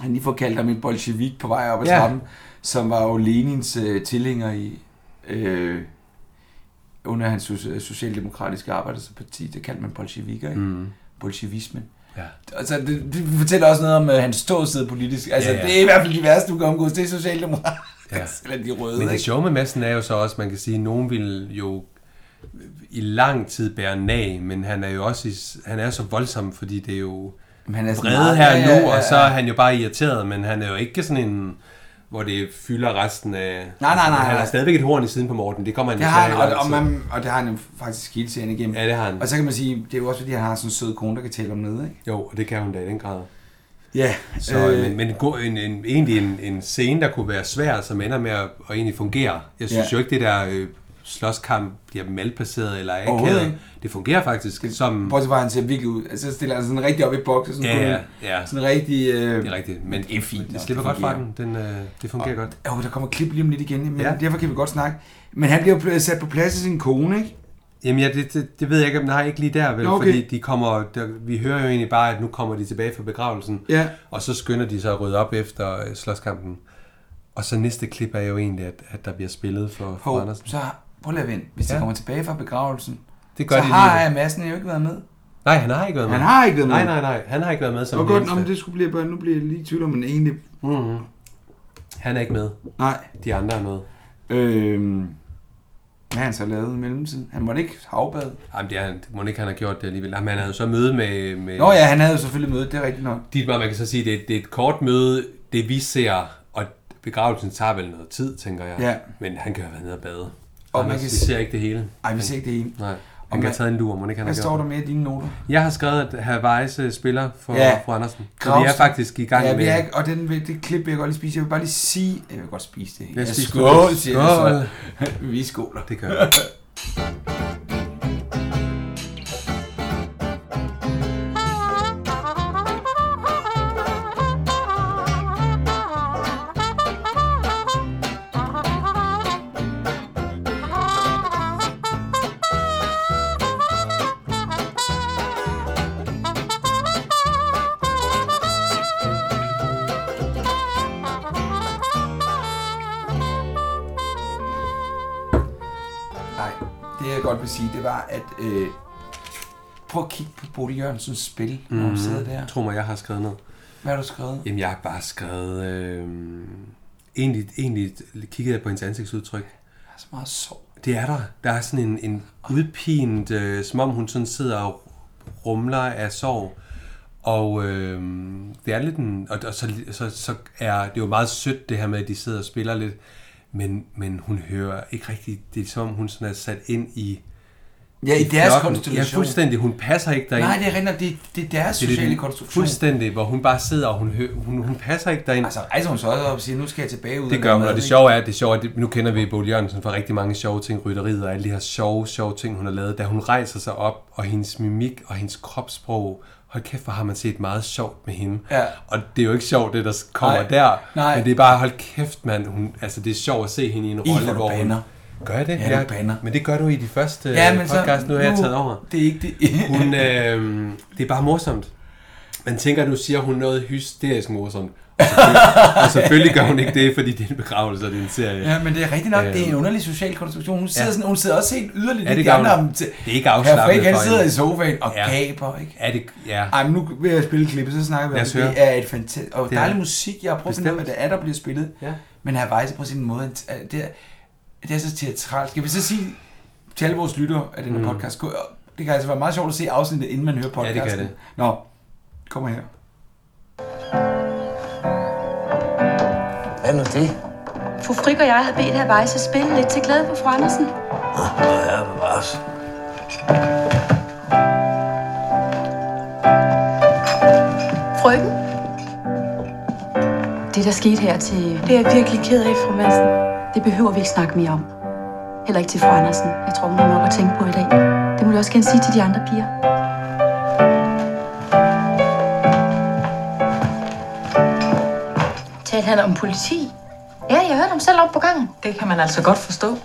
Speaker 1: han lige får kaldt ham en bolsjevik på vej op ad
Speaker 2: Ja.
Speaker 1: ja. trappen, som var jo Lenins øh, tilhænger i, øh, under hans so- øh, socialdemokratiske arbejderparti, det kaldte man bolsjevikker, ikke? Mm. Bolsjevismen.
Speaker 2: Ja.
Speaker 1: Altså, det, det, fortæller også noget om øh, hans ståsted politisk. Altså,
Speaker 2: Ja,
Speaker 1: ja,
Speaker 2: ja.
Speaker 1: ja. det er i hvert fald de værste, du kan omgås. Det er socialdemokrater.
Speaker 2: Ja.
Speaker 1: [laughs] Ja. Eller de røde,
Speaker 2: Men det
Speaker 1: ikke?
Speaker 2: sjove med Madsen er jo så også, man kan sige, at nogen vil jo i lang tid bære nag, men han er jo også i, han er så voldsom, fordi det er jo
Speaker 1: Men han er sådan
Speaker 2: vrede
Speaker 1: meget-
Speaker 2: her
Speaker 1: ja,
Speaker 2: nu,
Speaker 1: ja, ja,
Speaker 2: og så
Speaker 1: ja.
Speaker 2: er han jo bare irriteret, men han er jo ikke sådan en, hvor det fylder resten af... Altså,
Speaker 1: nej, nej,
Speaker 2: Han har
Speaker 1: nej.
Speaker 2: stadigvæk et horn i siden på Morten, det kommer han
Speaker 1: Det
Speaker 2: jo
Speaker 1: har
Speaker 2: til
Speaker 1: han,
Speaker 2: i
Speaker 1: og,
Speaker 2: lang
Speaker 1: og,
Speaker 2: tid.
Speaker 1: man, og det har han jo faktisk hele serien igennem.
Speaker 2: Ja, det har han.
Speaker 1: Og så kan man sige, det er jo også fordi, han har sådan en sød kone, der kan tale om noget, ikke?
Speaker 2: Jo, og det kan hun da i den grad.
Speaker 1: Ja.
Speaker 2: Så, øh, men, men god- en, en, egentlig en, en scene, der kunne være svær, som ender med at, at egentlig fungere. Jeg synes
Speaker 1: Ja.
Speaker 2: jo ikke, det der øh, slåskamp bliver malplaceret eller
Speaker 1: Overhovedet
Speaker 2: akavet.
Speaker 1: ikke.
Speaker 2: Det fungerer faktisk det, som...
Speaker 1: Bortset fra, at han ser virkelig ud. Altså, så stiller han sådan rigtig op i boks. og Sådan,
Speaker 2: Ja, ja,
Speaker 1: kun-
Speaker 2: ja.
Speaker 1: Sådan rigtig... Øh...
Speaker 2: Det er rigtigt, men
Speaker 1: Det er fint
Speaker 2: Det
Speaker 1: nok,
Speaker 2: slipper
Speaker 1: det
Speaker 2: godt fra den.
Speaker 1: fungerer.
Speaker 2: den øh, det fungerer godt.
Speaker 1: Jo, der kommer et klip lige om lidt igen, men
Speaker 2: Ja.
Speaker 1: ja. derfor kan vi godt snakke. Men han bliver jo sat på plads af sin kone, ikke?
Speaker 2: Jamen ja, det, det, det ved jeg ikke, om nej, ikke lige der, vel?
Speaker 1: Nå, okay.
Speaker 2: Fordi de kommer, der, vi hører jo egentlig bare, at nu kommer de tilbage fra begravelsen,
Speaker 1: Ja.
Speaker 2: og så skynder de sig at rydde op efter øh, slåskampen. Og så næste klip er jo egentlig, at, at der bliver spillet for, for
Speaker 1: Hov,
Speaker 2: Andersen.
Speaker 1: så prøv lige at vente. Hvis ja.
Speaker 2: Ja.
Speaker 1: de kommer tilbage fra begravelsen,
Speaker 2: Det
Speaker 1: så
Speaker 2: gør de
Speaker 1: har
Speaker 2: lige.
Speaker 1: jeg Madsen jo ikke været med.
Speaker 2: Nej, han har ikke været med.
Speaker 1: Han har ikke været med.
Speaker 2: Nej, nej, nej. Han har ikke været med som
Speaker 1: Og
Speaker 2: den
Speaker 1: godt, om
Speaker 2: eneste.
Speaker 1: det skulle blive bare, nu bliver jeg lige i tvivl om, men egentlig...
Speaker 2: Mm-hmm. Han er ikke med.
Speaker 1: Nej.
Speaker 2: De andre er med.
Speaker 1: Øhm... Hvad har han så lavet i mellemtiden? Han måtte ikke havbade.
Speaker 2: Jamen, det, er, det må ikke, han har gjort det alligevel. Jamen, han havde jo så møde med... med
Speaker 1: Nå ja, han havde jo selvfølgelig mødet, det er rigtigt nok.
Speaker 2: Dietmar, man kan så sige, det, er- det er et kort møde, det vi ser, og begravelsen tager vel noget tid, tænker jeg.
Speaker 1: Ja.
Speaker 2: Men han kan jo være nede og bade. Og
Speaker 1: Og
Speaker 2: Anders,
Speaker 1: man kan
Speaker 2: vi
Speaker 1: s-
Speaker 2: ser ikke det hele.
Speaker 1: Ej, vi ser ikke det hele.
Speaker 2: Nej.
Speaker 1: Og
Speaker 2: Han kan
Speaker 1: man-
Speaker 2: have taget en lur, må ikke han
Speaker 1: Hvad
Speaker 2: har
Speaker 1: står der
Speaker 2: gjort.
Speaker 1: mere i dine noter?
Speaker 2: det? Jeg har skrevet, at Havajs øh, spiller for ja.
Speaker 1: Ja.
Speaker 2: fru Andersen. Så vi
Speaker 1: Gravsten.
Speaker 2: er faktisk i gang
Speaker 1: Ja,
Speaker 2: med...
Speaker 1: vi er, ikke- og den, vil- det klip vil jeg godt lige spise. Jeg vil bare lige sige... Jeg vil godt spise det.
Speaker 2: Lad os
Speaker 1: Ja,
Speaker 2: spise
Speaker 1: skål,
Speaker 2: det.
Speaker 1: siger jeg så. [laughs] Vi skåler.
Speaker 2: Det gør jeg.
Speaker 1: Nej, det jeg godt vil sige, det var, at... Øh, prøv at kigge på Bodil Jørgensens spil, når
Speaker 2: Mhm.
Speaker 1: hun sidder der.
Speaker 2: Tro mig, jeg har skrevet noget.
Speaker 1: Hvad har du skrevet?
Speaker 2: Jamen, jeg har bare skrevet... Øh, egentlig, egentlig kiggede jeg på hendes ansigtsudtryk.
Speaker 1: Jeg er så meget sorg.
Speaker 2: Det er der. Der er sådan en, en udpint, øh, som om hun sådan sidder og rumler af sorg. Og øh, det er lidt en... Og, og så, så, så er det er jo meget sødt, det her med, at de sidder og spiller lidt. Men, men hun hører ikke rigtig... Det er som om, hun sådan er sat ind i...
Speaker 1: Ja, i deres
Speaker 2: flokken. Ja,
Speaker 1: konstellation.
Speaker 2: fuldstændig. Hun passer ikke derind.
Speaker 1: Nej, det er rent nok, det, det er deres
Speaker 2: det er
Speaker 1: sociale
Speaker 2: den
Speaker 1: konstruktion.
Speaker 2: Fuldstændig, hvor hun bare sidder, og hun, hø- hun, hun passer ikke derind.
Speaker 1: Altså, rejser hun så også op og siger, nu skal jeg tilbage ud.
Speaker 2: Det
Speaker 1: og
Speaker 2: gør
Speaker 1: lave
Speaker 2: hun,
Speaker 1: mad,
Speaker 2: og det
Speaker 1: ikke?
Speaker 2: sjove er, det sjove er, at nu kender vi Bo Jørgensen for rigtig mange sjove ting, rytteriet og alle de her sjove, sjove ting, hun har lavet. Da hun rejser sig op, og hendes mimik og hendes kropssprog, hold kæft, hvor har man set meget sjovt med hende.
Speaker 1: Ja.
Speaker 2: Og det er jo ikke sjovt, det der kommer
Speaker 1: Nej.
Speaker 2: der,
Speaker 1: Nej.
Speaker 2: men det er bare, hold kæft, mand, hun, altså det er sjovt at se hende i en
Speaker 1: I,
Speaker 2: rolle,
Speaker 1: hvor du bander.
Speaker 2: Gør jeg det?
Speaker 1: Ja, du bander.
Speaker 2: Men det gør du i de første
Speaker 1: Ja,
Speaker 2: ja,
Speaker 1: men
Speaker 2: Øh, podcast,
Speaker 1: så,
Speaker 2: nu har jeg taget over.
Speaker 1: Det er ikke det.
Speaker 2: Hun, øh, det er bare morsomt. Man tænker, at nu siger hun noget hysterisk morsomt. Og selvfølgelig, og selvfølgelig gør hun ikke det, fordi det er en begravelse, og det er en serie.
Speaker 1: Ja, men det er rigtigt nok,
Speaker 2: Øhm.
Speaker 1: det er en underlig social konstruktion. Hun sidder,
Speaker 2: Ja.
Speaker 1: ja. sådan, hun sidder også helt yderligt
Speaker 2: Ja,
Speaker 1: ja,
Speaker 2: det
Speaker 1: det i
Speaker 2: gør
Speaker 1: de andre.
Speaker 2: hun.
Speaker 1: om til-
Speaker 2: Det er ikke afslappet
Speaker 1: Herr Frink, han
Speaker 2: for
Speaker 1: sidder
Speaker 2: hende.
Speaker 1: i sofaen og
Speaker 2: Ja.
Speaker 1: ja. gaber, ikke?
Speaker 2: Er det, ja.
Speaker 1: Ej, men nu vil jeg spille klippet, så snakker vi
Speaker 2: Lad
Speaker 1: om
Speaker 2: os
Speaker 1: det.
Speaker 2: høre.
Speaker 1: Det er et fantastisk... Og
Speaker 2: Det er
Speaker 1: dejlig
Speaker 2: det.
Speaker 1: musik, jeg har prøvet at finde ud af, hvad
Speaker 2: Bestemt.
Speaker 1: det er, der bliver spillet.
Speaker 2: Ja.
Speaker 1: men Havajse på sin måde, øh, det er, det er så teatralt. Skal vi så sige til alle vores lyttere af denne mm. podcast, gå- det kan altså være meget sjovt at se afsnittet, inden man hører
Speaker 2: det
Speaker 1: podcasten.
Speaker 2: kan det.
Speaker 1: Nå, kommer her.
Speaker 6: Hvad nu det?
Speaker 8: Fru Frik og jeg havde bedt her Weisse spille lidt til glæde for fru Andersen.
Speaker 6: Ja, bevares.
Speaker 8: Frøken? Det, der skete her til... Det er jeg virkelig ked af, fru Madsen. Det behøver vi ikke snakke mere om. Heller ikke til fru Andersen. Jeg tror, hun har nok at tænke på i dag. Det må du også gerne sige til de andre piger.
Speaker 9: Talte han om politi?
Speaker 8: Ja, jeg hørte ham selv op på gangen.
Speaker 9: Det kan man altså godt forstå.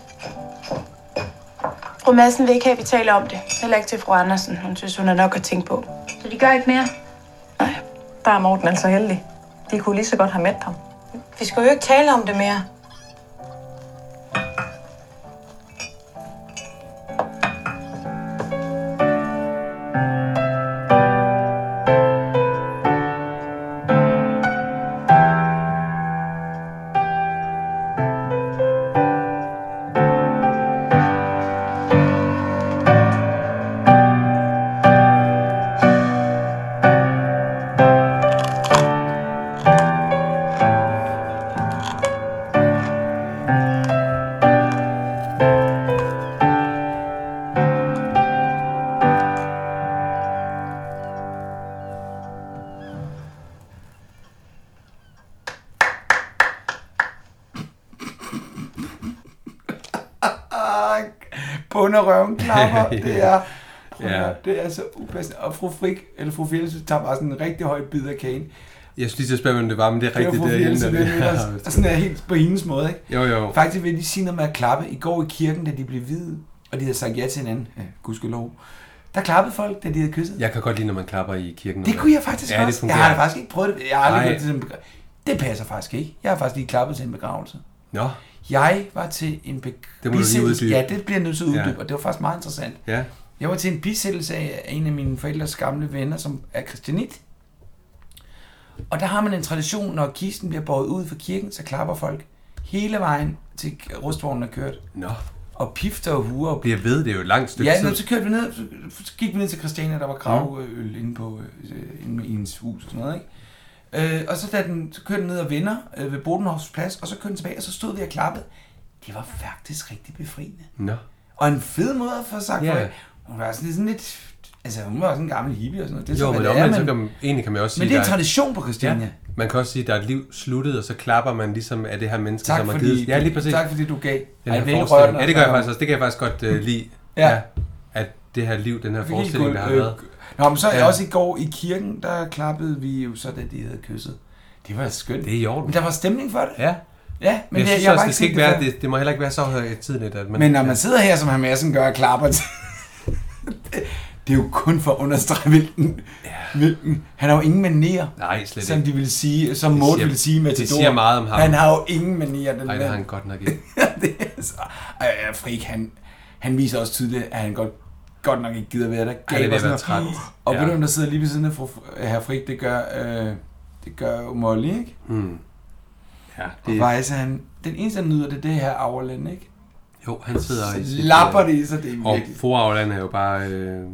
Speaker 10: Fru Madsen vil ikke have, at vi taler om det. Heller ikke til fru Andersen. Hun synes, hun er nok at tænke på.
Speaker 9: Så de gør ikke mere?
Speaker 10: Der er Morten altså heldig. De kunne lige så godt have mødt ham.
Speaker 9: Vi skal jo ikke tale om det mere.
Speaker 1: Ah, bunderøven
Speaker 2: [laughs]
Speaker 1: klapper. Det er, prøv at
Speaker 2: Ja.
Speaker 1: høre, det er så upassende. Og fru Frik, eller fru Fjeldsø, tager bare sådan en rigtig høj bid af kagen.
Speaker 2: Jeg skulle lige til at spørge, hvem det var, men det er
Speaker 1: Det var
Speaker 2: rigtigt.
Speaker 1: fru
Speaker 2: Det er hende,
Speaker 1: Fjeldsø,
Speaker 2: der
Speaker 1: det er
Speaker 2: [laughs]
Speaker 1: ellers- og sådan er helt på hendes måde, ikke?
Speaker 2: Jo, jo.
Speaker 1: Faktisk vil de sige noget med at klappe. I går i kirken, da de blev hvide, og de havde sagt ja til hinanden, ja, gudskelov, der klappede folk, da de havde kysset.
Speaker 2: Jeg kan godt lide, når man klapper i kirken.
Speaker 1: Det kunne jeg faktisk
Speaker 2: ja,
Speaker 1: også.
Speaker 2: Det
Speaker 1: jeg har
Speaker 2: det
Speaker 1: faktisk ikke prøvet det. Jeg har aldrig
Speaker 2: Nej.
Speaker 1: hørt det. som begra- Det passer faktisk ikke. Jeg har faktisk lige klappet til en begravelse.
Speaker 2: Nå,
Speaker 1: Jeg var til en be-
Speaker 2: Det må du lige
Speaker 1: bisættelse.
Speaker 2: uddybe.
Speaker 1: Ja, det bliver jeg nødt til at
Speaker 2: Ja.
Speaker 1: uddybe, og det var faktisk meget interessant.
Speaker 2: ja.
Speaker 1: Jeg var til en bisættelse af en af mine forældres gamle venner, som er kristianit. Og der har man en tradition, når kisten bliver båret ud fra kirken, så klapper folk hele vejen til rustvognen er kørt.
Speaker 2: Nå,
Speaker 1: Og pifter og huer. Og
Speaker 2: bliver ved, det er jo et langt stykke
Speaker 1: ja,
Speaker 2: tid.
Speaker 1: når så kørte vi ned, så så gik vi ned til Christiania, der var gravøl inde på øh, inde i hendes hus og sådan noget, ikke? Øh, og så, da den, så kørte den ned og vender øh, ved Bodenhofs plads, og så kørte den tilbage, og så stod vi og klappede. Det var faktisk rigtig befriende.
Speaker 2: Nå.
Speaker 1: Og en fed måde at få sagt
Speaker 2: Ja.
Speaker 1: yeah. Hun var sådan lidt, sådan lidt... Altså, hun var sådan en gammel hippie og sådan noget. Det er
Speaker 2: Jo,
Speaker 1: så,
Speaker 2: men
Speaker 1: hvad det er,
Speaker 2: omvendt, så
Speaker 1: men,
Speaker 2: kan man, egentlig kan man også sige,
Speaker 1: men det er en
Speaker 2: der
Speaker 1: tradition på Christiania.
Speaker 2: Ja. Man kan også sige, at der er et liv sluttet, og så klapper man ligesom af det her menneske,
Speaker 1: Tak,
Speaker 2: som har
Speaker 1: fordi,
Speaker 2: givet... Ja, lige præcis.
Speaker 1: tak fordi du gav.
Speaker 2: Den her
Speaker 1: vil ikke røre den,
Speaker 2: forestilling. Ja, det gør jeg
Speaker 1: altså.
Speaker 2: faktisk også. Det kan jeg faktisk godt uh, lide.
Speaker 1: Ja.
Speaker 2: At det her liv, den her
Speaker 1: Vi kan ikke
Speaker 2: forestilling,
Speaker 1: gå-
Speaker 2: der har
Speaker 1: øh,
Speaker 2: været.
Speaker 1: Nå, men så
Speaker 2: Ja.
Speaker 1: ja. også i går i kirken, der klappede vi jo så, da de havde kysset. Det var skønt.
Speaker 2: Det er i orden.
Speaker 1: Men der var stemning for det.
Speaker 2: Ja.
Speaker 1: Ja, det,
Speaker 2: Men jeg, jeg synes også,
Speaker 1: har
Speaker 2: det,
Speaker 1: ikke
Speaker 2: skal
Speaker 1: set
Speaker 2: ikke være,
Speaker 1: før.
Speaker 2: det, det må heller ikke være så højt tidligt, at man...
Speaker 1: Men når man sidder her, som herr Madsen gør, og klapper til... [laughs] det er jo kun for at understrege, hvilken... hvilken han har jo ingen manerer.
Speaker 2: Nej, slet
Speaker 1: Som
Speaker 2: ikke.
Speaker 1: de vil sige, som Morten
Speaker 2: siger-
Speaker 1: ville sige med
Speaker 2: det siger meget om ham.
Speaker 1: Han har jo ingen manerer, den
Speaker 2: Nej, det
Speaker 1: mand.
Speaker 2: har han godt nok ikke.
Speaker 1: [laughs] det er så... Ej, ja, Frik, han, han viser også tydeligt, at han godt, godt nok ikke gider være der.
Speaker 2: er ved
Speaker 1: Gaber
Speaker 2: at
Speaker 1: sådan
Speaker 2: være træt.
Speaker 1: noget. Og
Speaker 2: Ja.
Speaker 1: ved du, hvem der sidder lige ved siden af fru, herr Frik, det gør, øh, det gør jo Molly, ikke?
Speaker 2: Hmm. Ja,
Speaker 1: Og
Speaker 2: det,
Speaker 1: Weisse, han, den eneste, der nyder det, det er her Auerland, ikke?
Speaker 2: jo, han sidder i
Speaker 1: Så
Speaker 2: sit...
Speaker 1: lapper
Speaker 2: øh,
Speaker 1: det i sig, det er
Speaker 2: Og
Speaker 1: virkelig.
Speaker 2: Forauland er jo bare øh,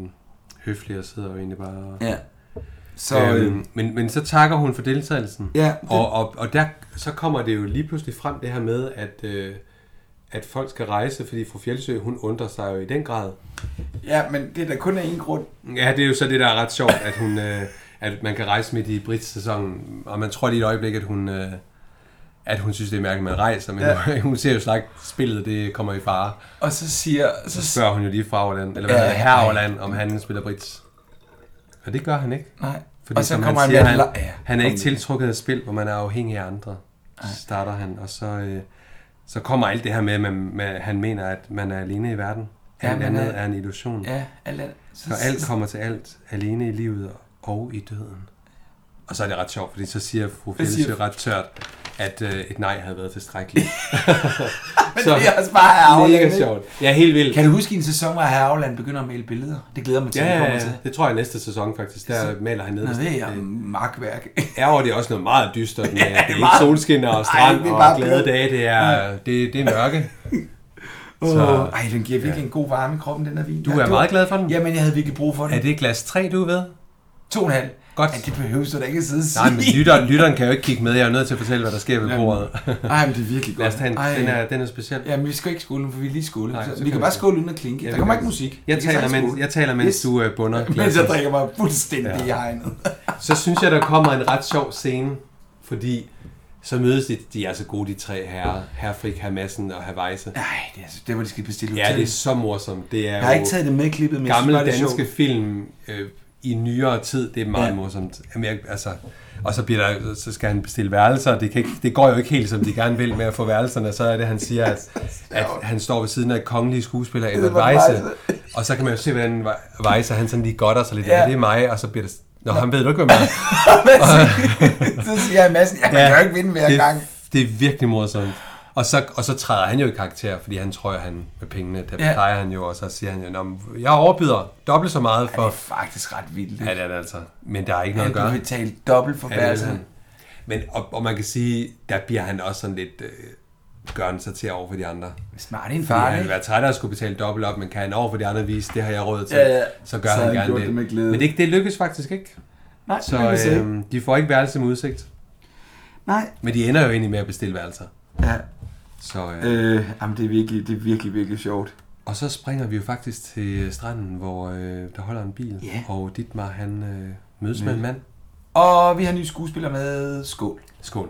Speaker 2: høflig og sidder jo egentlig bare...
Speaker 1: Ja. Så,
Speaker 2: Så,
Speaker 1: øh,
Speaker 2: øhm, men, men så takker hun for deltagelsen.
Speaker 1: Ja, det-
Speaker 2: Og, og, og der, så kommer det jo lige pludselig frem det her med, at, øh, at folk skal rejse, fordi fru Fjeldsø, hun undrer sig jo i den grad.
Speaker 1: ja, men det er der kun af en grund.
Speaker 2: Ja, det er jo så det, der er ret sjovt, at, hun, øh, at man kan rejse midt i britsæsonen, og man tror lige et øjeblik, at hun, øh, at hun synes, det er mærkeligt, at man rejser, men ja. [laughs] hun ser jo slags spillet, det kommer i fare.
Speaker 1: Og så siger... Så, så
Speaker 2: Spørger hun jo lige fra Orland, eller hvad
Speaker 1: Ja,
Speaker 2: ja,
Speaker 1: nej.
Speaker 2: her Orland, om han spiller brits. Og det gør han ikke.
Speaker 1: nej.
Speaker 2: Fordi
Speaker 1: og så
Speaker 2: som
Speaker 1: kommer
Speaker 2: han,
Speaker 1: han
Speaker 2: siger,
Speaker 1: med...
Speaker 2: han,
Speaker 1: la- ja,
Speaker 2: han er ikke
Speaker 1: kom-
Speaker 2: tiltrukket af spil, hvor man er afhængig af andre. Så starter han, og så, øh, så kommer alt det her med, at man, man, han mener, at man er alene i verden.
Speaker 1: Ja,
Speaker 2: Alt ja,
Speaker 1: man
Speaker 2: andet
Speaker 1: er-
Speaker 2: er, en illusion. Ja,
Speaker 1: Ja, alt, andet.
Speaker 2: så alt kommer til alt, alene i livet og i døden. Og så er det ret sjovt, fordi så siger fru
Speaker 1: siger-
Speaker 2: Fjeldsø ret tørt, at øh, et nej havde været
Speaker 1: [laughs]
Speaker 2: tilstrækkeligt. [laughs]
Speaker 1: Men [laughs] det er også bare Herreland,
Speaker 2: Mega
Speaker 1: ikke?
Speaker 2: sjovt. Ja, helt vildt.
Speaker 1: Kan du huske en sæson, hvor Herreland begynder at male billeder? Det glæder jeg mig til,
Speaker 2: ja,
Speaker 1: at vi
Speaker 2: ja,
Speaker 1: kommer
Speaker 2: ja.
Speaker 1: til.
Speaker 2: Det tror jeg næste sæson faktisk. Der maler han ned.
Speaker 1: Nå, det er
Speaker 2: [laughs]
Speaker 1: magtværk.
Speaker 2: Ja, og det er også noget meget
Speaker 1: [laughs]
Speaker 2: dystert med, ja, det er ikke
Speaker 1: meget-
Speaker 2: solskin og
Speaker 1: Ej,
Speaker 2: strand
Speaker 1: det er
Speaker 2: og
Speaker 1: bare
Speaker 2: glade
Speaker 1: blevet-
Speaker 2: dage. Det er, det, det er mørke.
Speaker 1: Så, ej, den giver virkelig ja. en god varme i kroppen, den der vin.
Speaker 2: Du er meget glad for den?
Speaker 1: Jamen, jeg havde virkelig brug for den.
Speaker 2: Er det glas 3, du er ved?
Speaker 1: To og en halv.
Speaker 2: Godt.
Speaker 1: Ja, det behøver så da ikke at sidde og sige.
Speaker 2: Nej, men lytteren, lytteren kan jo ikke kigge med. Jeg er jo nødt til at fortælle, hvad der sker ved bordet.
Speaker 1: [laughs]
Speaker 2: [laughs]
Speaker 1: Ej, men det er virkelig godt.
Speaker 2: Lad os tage en.
Speaker 1: Ej.
Speaker 2: Den er, den er speciel.
Speaker 1: Jamen, vi skal ikke skåle, for vi er lige skåle.
Speaker 2: Nej,
Speaker 1: Nej,
Speaker 2: så
Speaker 1: så vi
Speaker 2: kan
Speaker 1: kan
Speaker 2: vi
Speaker 1: bare
Speaker 2: så.
Speaker 1: skåle uden at klinke.
Speaker 2: Ja,
Speaker 1: Ja,
Speaker 2: vi
Speaker 1: der kommer
Speaker 2: kan.
Speaker 1: ikke musik.
Speaker 2: Jeg
Speaker 1: Vi kan
Speaker 2: taler
Speaker 1: sagtens
Speaker 2: mens-
Speaker 1: skåle.
Speaker 2: jeg taler,
Speaker 1: [laughs]
Speaker 2: mens du, øh, bunder
Speaker 1: Mens
Speaker 2: glasset.
Speaker 1: jeg drikker mig fuldstændig
Speaker 2: Ja.
Speaker 1: i hegnet.
Speaker 2: Så synes jeg, der kommer en ret sjov scene, fordi så mødes de, de er så gode, de tre herrer. Herr Frik, herr Madsen og herr Weisse.
Speaker 1: Nej, det er, altså- det var de skal bestille
Speaker 2: Ja,
Speaker 1: hotel.
Speaker 2: det er så morsomt. Det er
Speaker 1: Jeg har ikke taget det med i klippet, men jeg
Speaker 2: Gamle
Speaker 1: synes bare, det er
Speaker 2: danske
Speaker 1: sjovt.
Speaker 2: film øh, i nyere tid, det er meget
Speaker 1: Ja.
Speaker 2: ja. morsomt. Jamen, jeg, altså, og så, bliver der, så skal han bestille værelser, og det, kan ikke, det går jo ikke helt, som de gerne vil med at få værelserne. Så er det, han siger,
Speaker 1: [laughs]
Speaker 2: at, at han står ved siden af kongelige skuespiller Edvard
Speaker 1: Edvard
Speaker 2: Weisse.
Speaker 1: Weisse.
Speaker 2: Og så kan man jo se, hvordan Wa- Weisse, han sådan lige godter sig lidt.
Speaker 1: Ja.
Speaker 2: Ja. Det er mig, og så bliver det... Nå, han ved du ikke, hvad man
Speaker 1: [laughs] så siger jeg massen, jeg kan jo ikke vinde hver
Speaker 2: det,
Speaker 1: gang.
Speaker 2: Det er virkelig morsomt. Og så, og så træder han jo i karakter, fordi han tror, at han med pengene, der
Speaker 1: Ja.
Speaker 2: ja. plejer han jo, og så siger han jo, "Nå, men jeg overbyder dobbelt så meget for...
Speaker 1: Det er faktisk ret vildt.
Speaker 2: Ja, det er det altså. Men der er ikke noget
Speaker 1: Han
Speaker 2: at gøre.
Speaker 1: kunne betale dobbelt for
Speaker 2: Ja, det er
Speaker 1: værelserne.
Speaker 2: han. Men, og, og man kan sige, der bliver han også sådan lidt... Øh, gør han sig til over for de andre.
Speaker 1: Smart i en
Speaker 2: Fordi
Speaker 1: fart,
Speaker 2: han
Speaker 1: ikke?
Speaker 2: ville være træt af at skulle betale dobbelt op, men kan han over for de andre vise, det har jeg råd til,
Speaker 1: Ja, ja.
Speaker 2: så gør
Speaker 1: Så har
Speaker 2: så han
Speaker 1: han
Speaker 2: gerne
Speaker 1: gjort
Speaker 2: det.
Speaker 1: det med glæde.
Speaker 2: Men det, det lykkes faktisk ikke.
Speaker 1: Nej, det
Speaker 2: så
Speaker 1: lykkes ikke.
Speaker 2: øhm, de får ikke værelse med udsigt.
Speaker 1: Nej.
Speaker 2: Men de ender jo egentlig med at bestille værelser.
Speaker 1: Ja.
Speaker 2: Så, øh,
Speaker 1: Øh, jamen, det er virkelig, det er virkelig, virkelig sjovt.
Speaker 2: Og så springer vi jo faktisk til stranden, hvor øh, der holder en bil,
Speaker 1: Ja.
Speaker 2: og Ditmar han øh, mødes med en mand.
Speaker 1: Og vi har nye skuespiller med. Skål.
Speaker 2: Skål.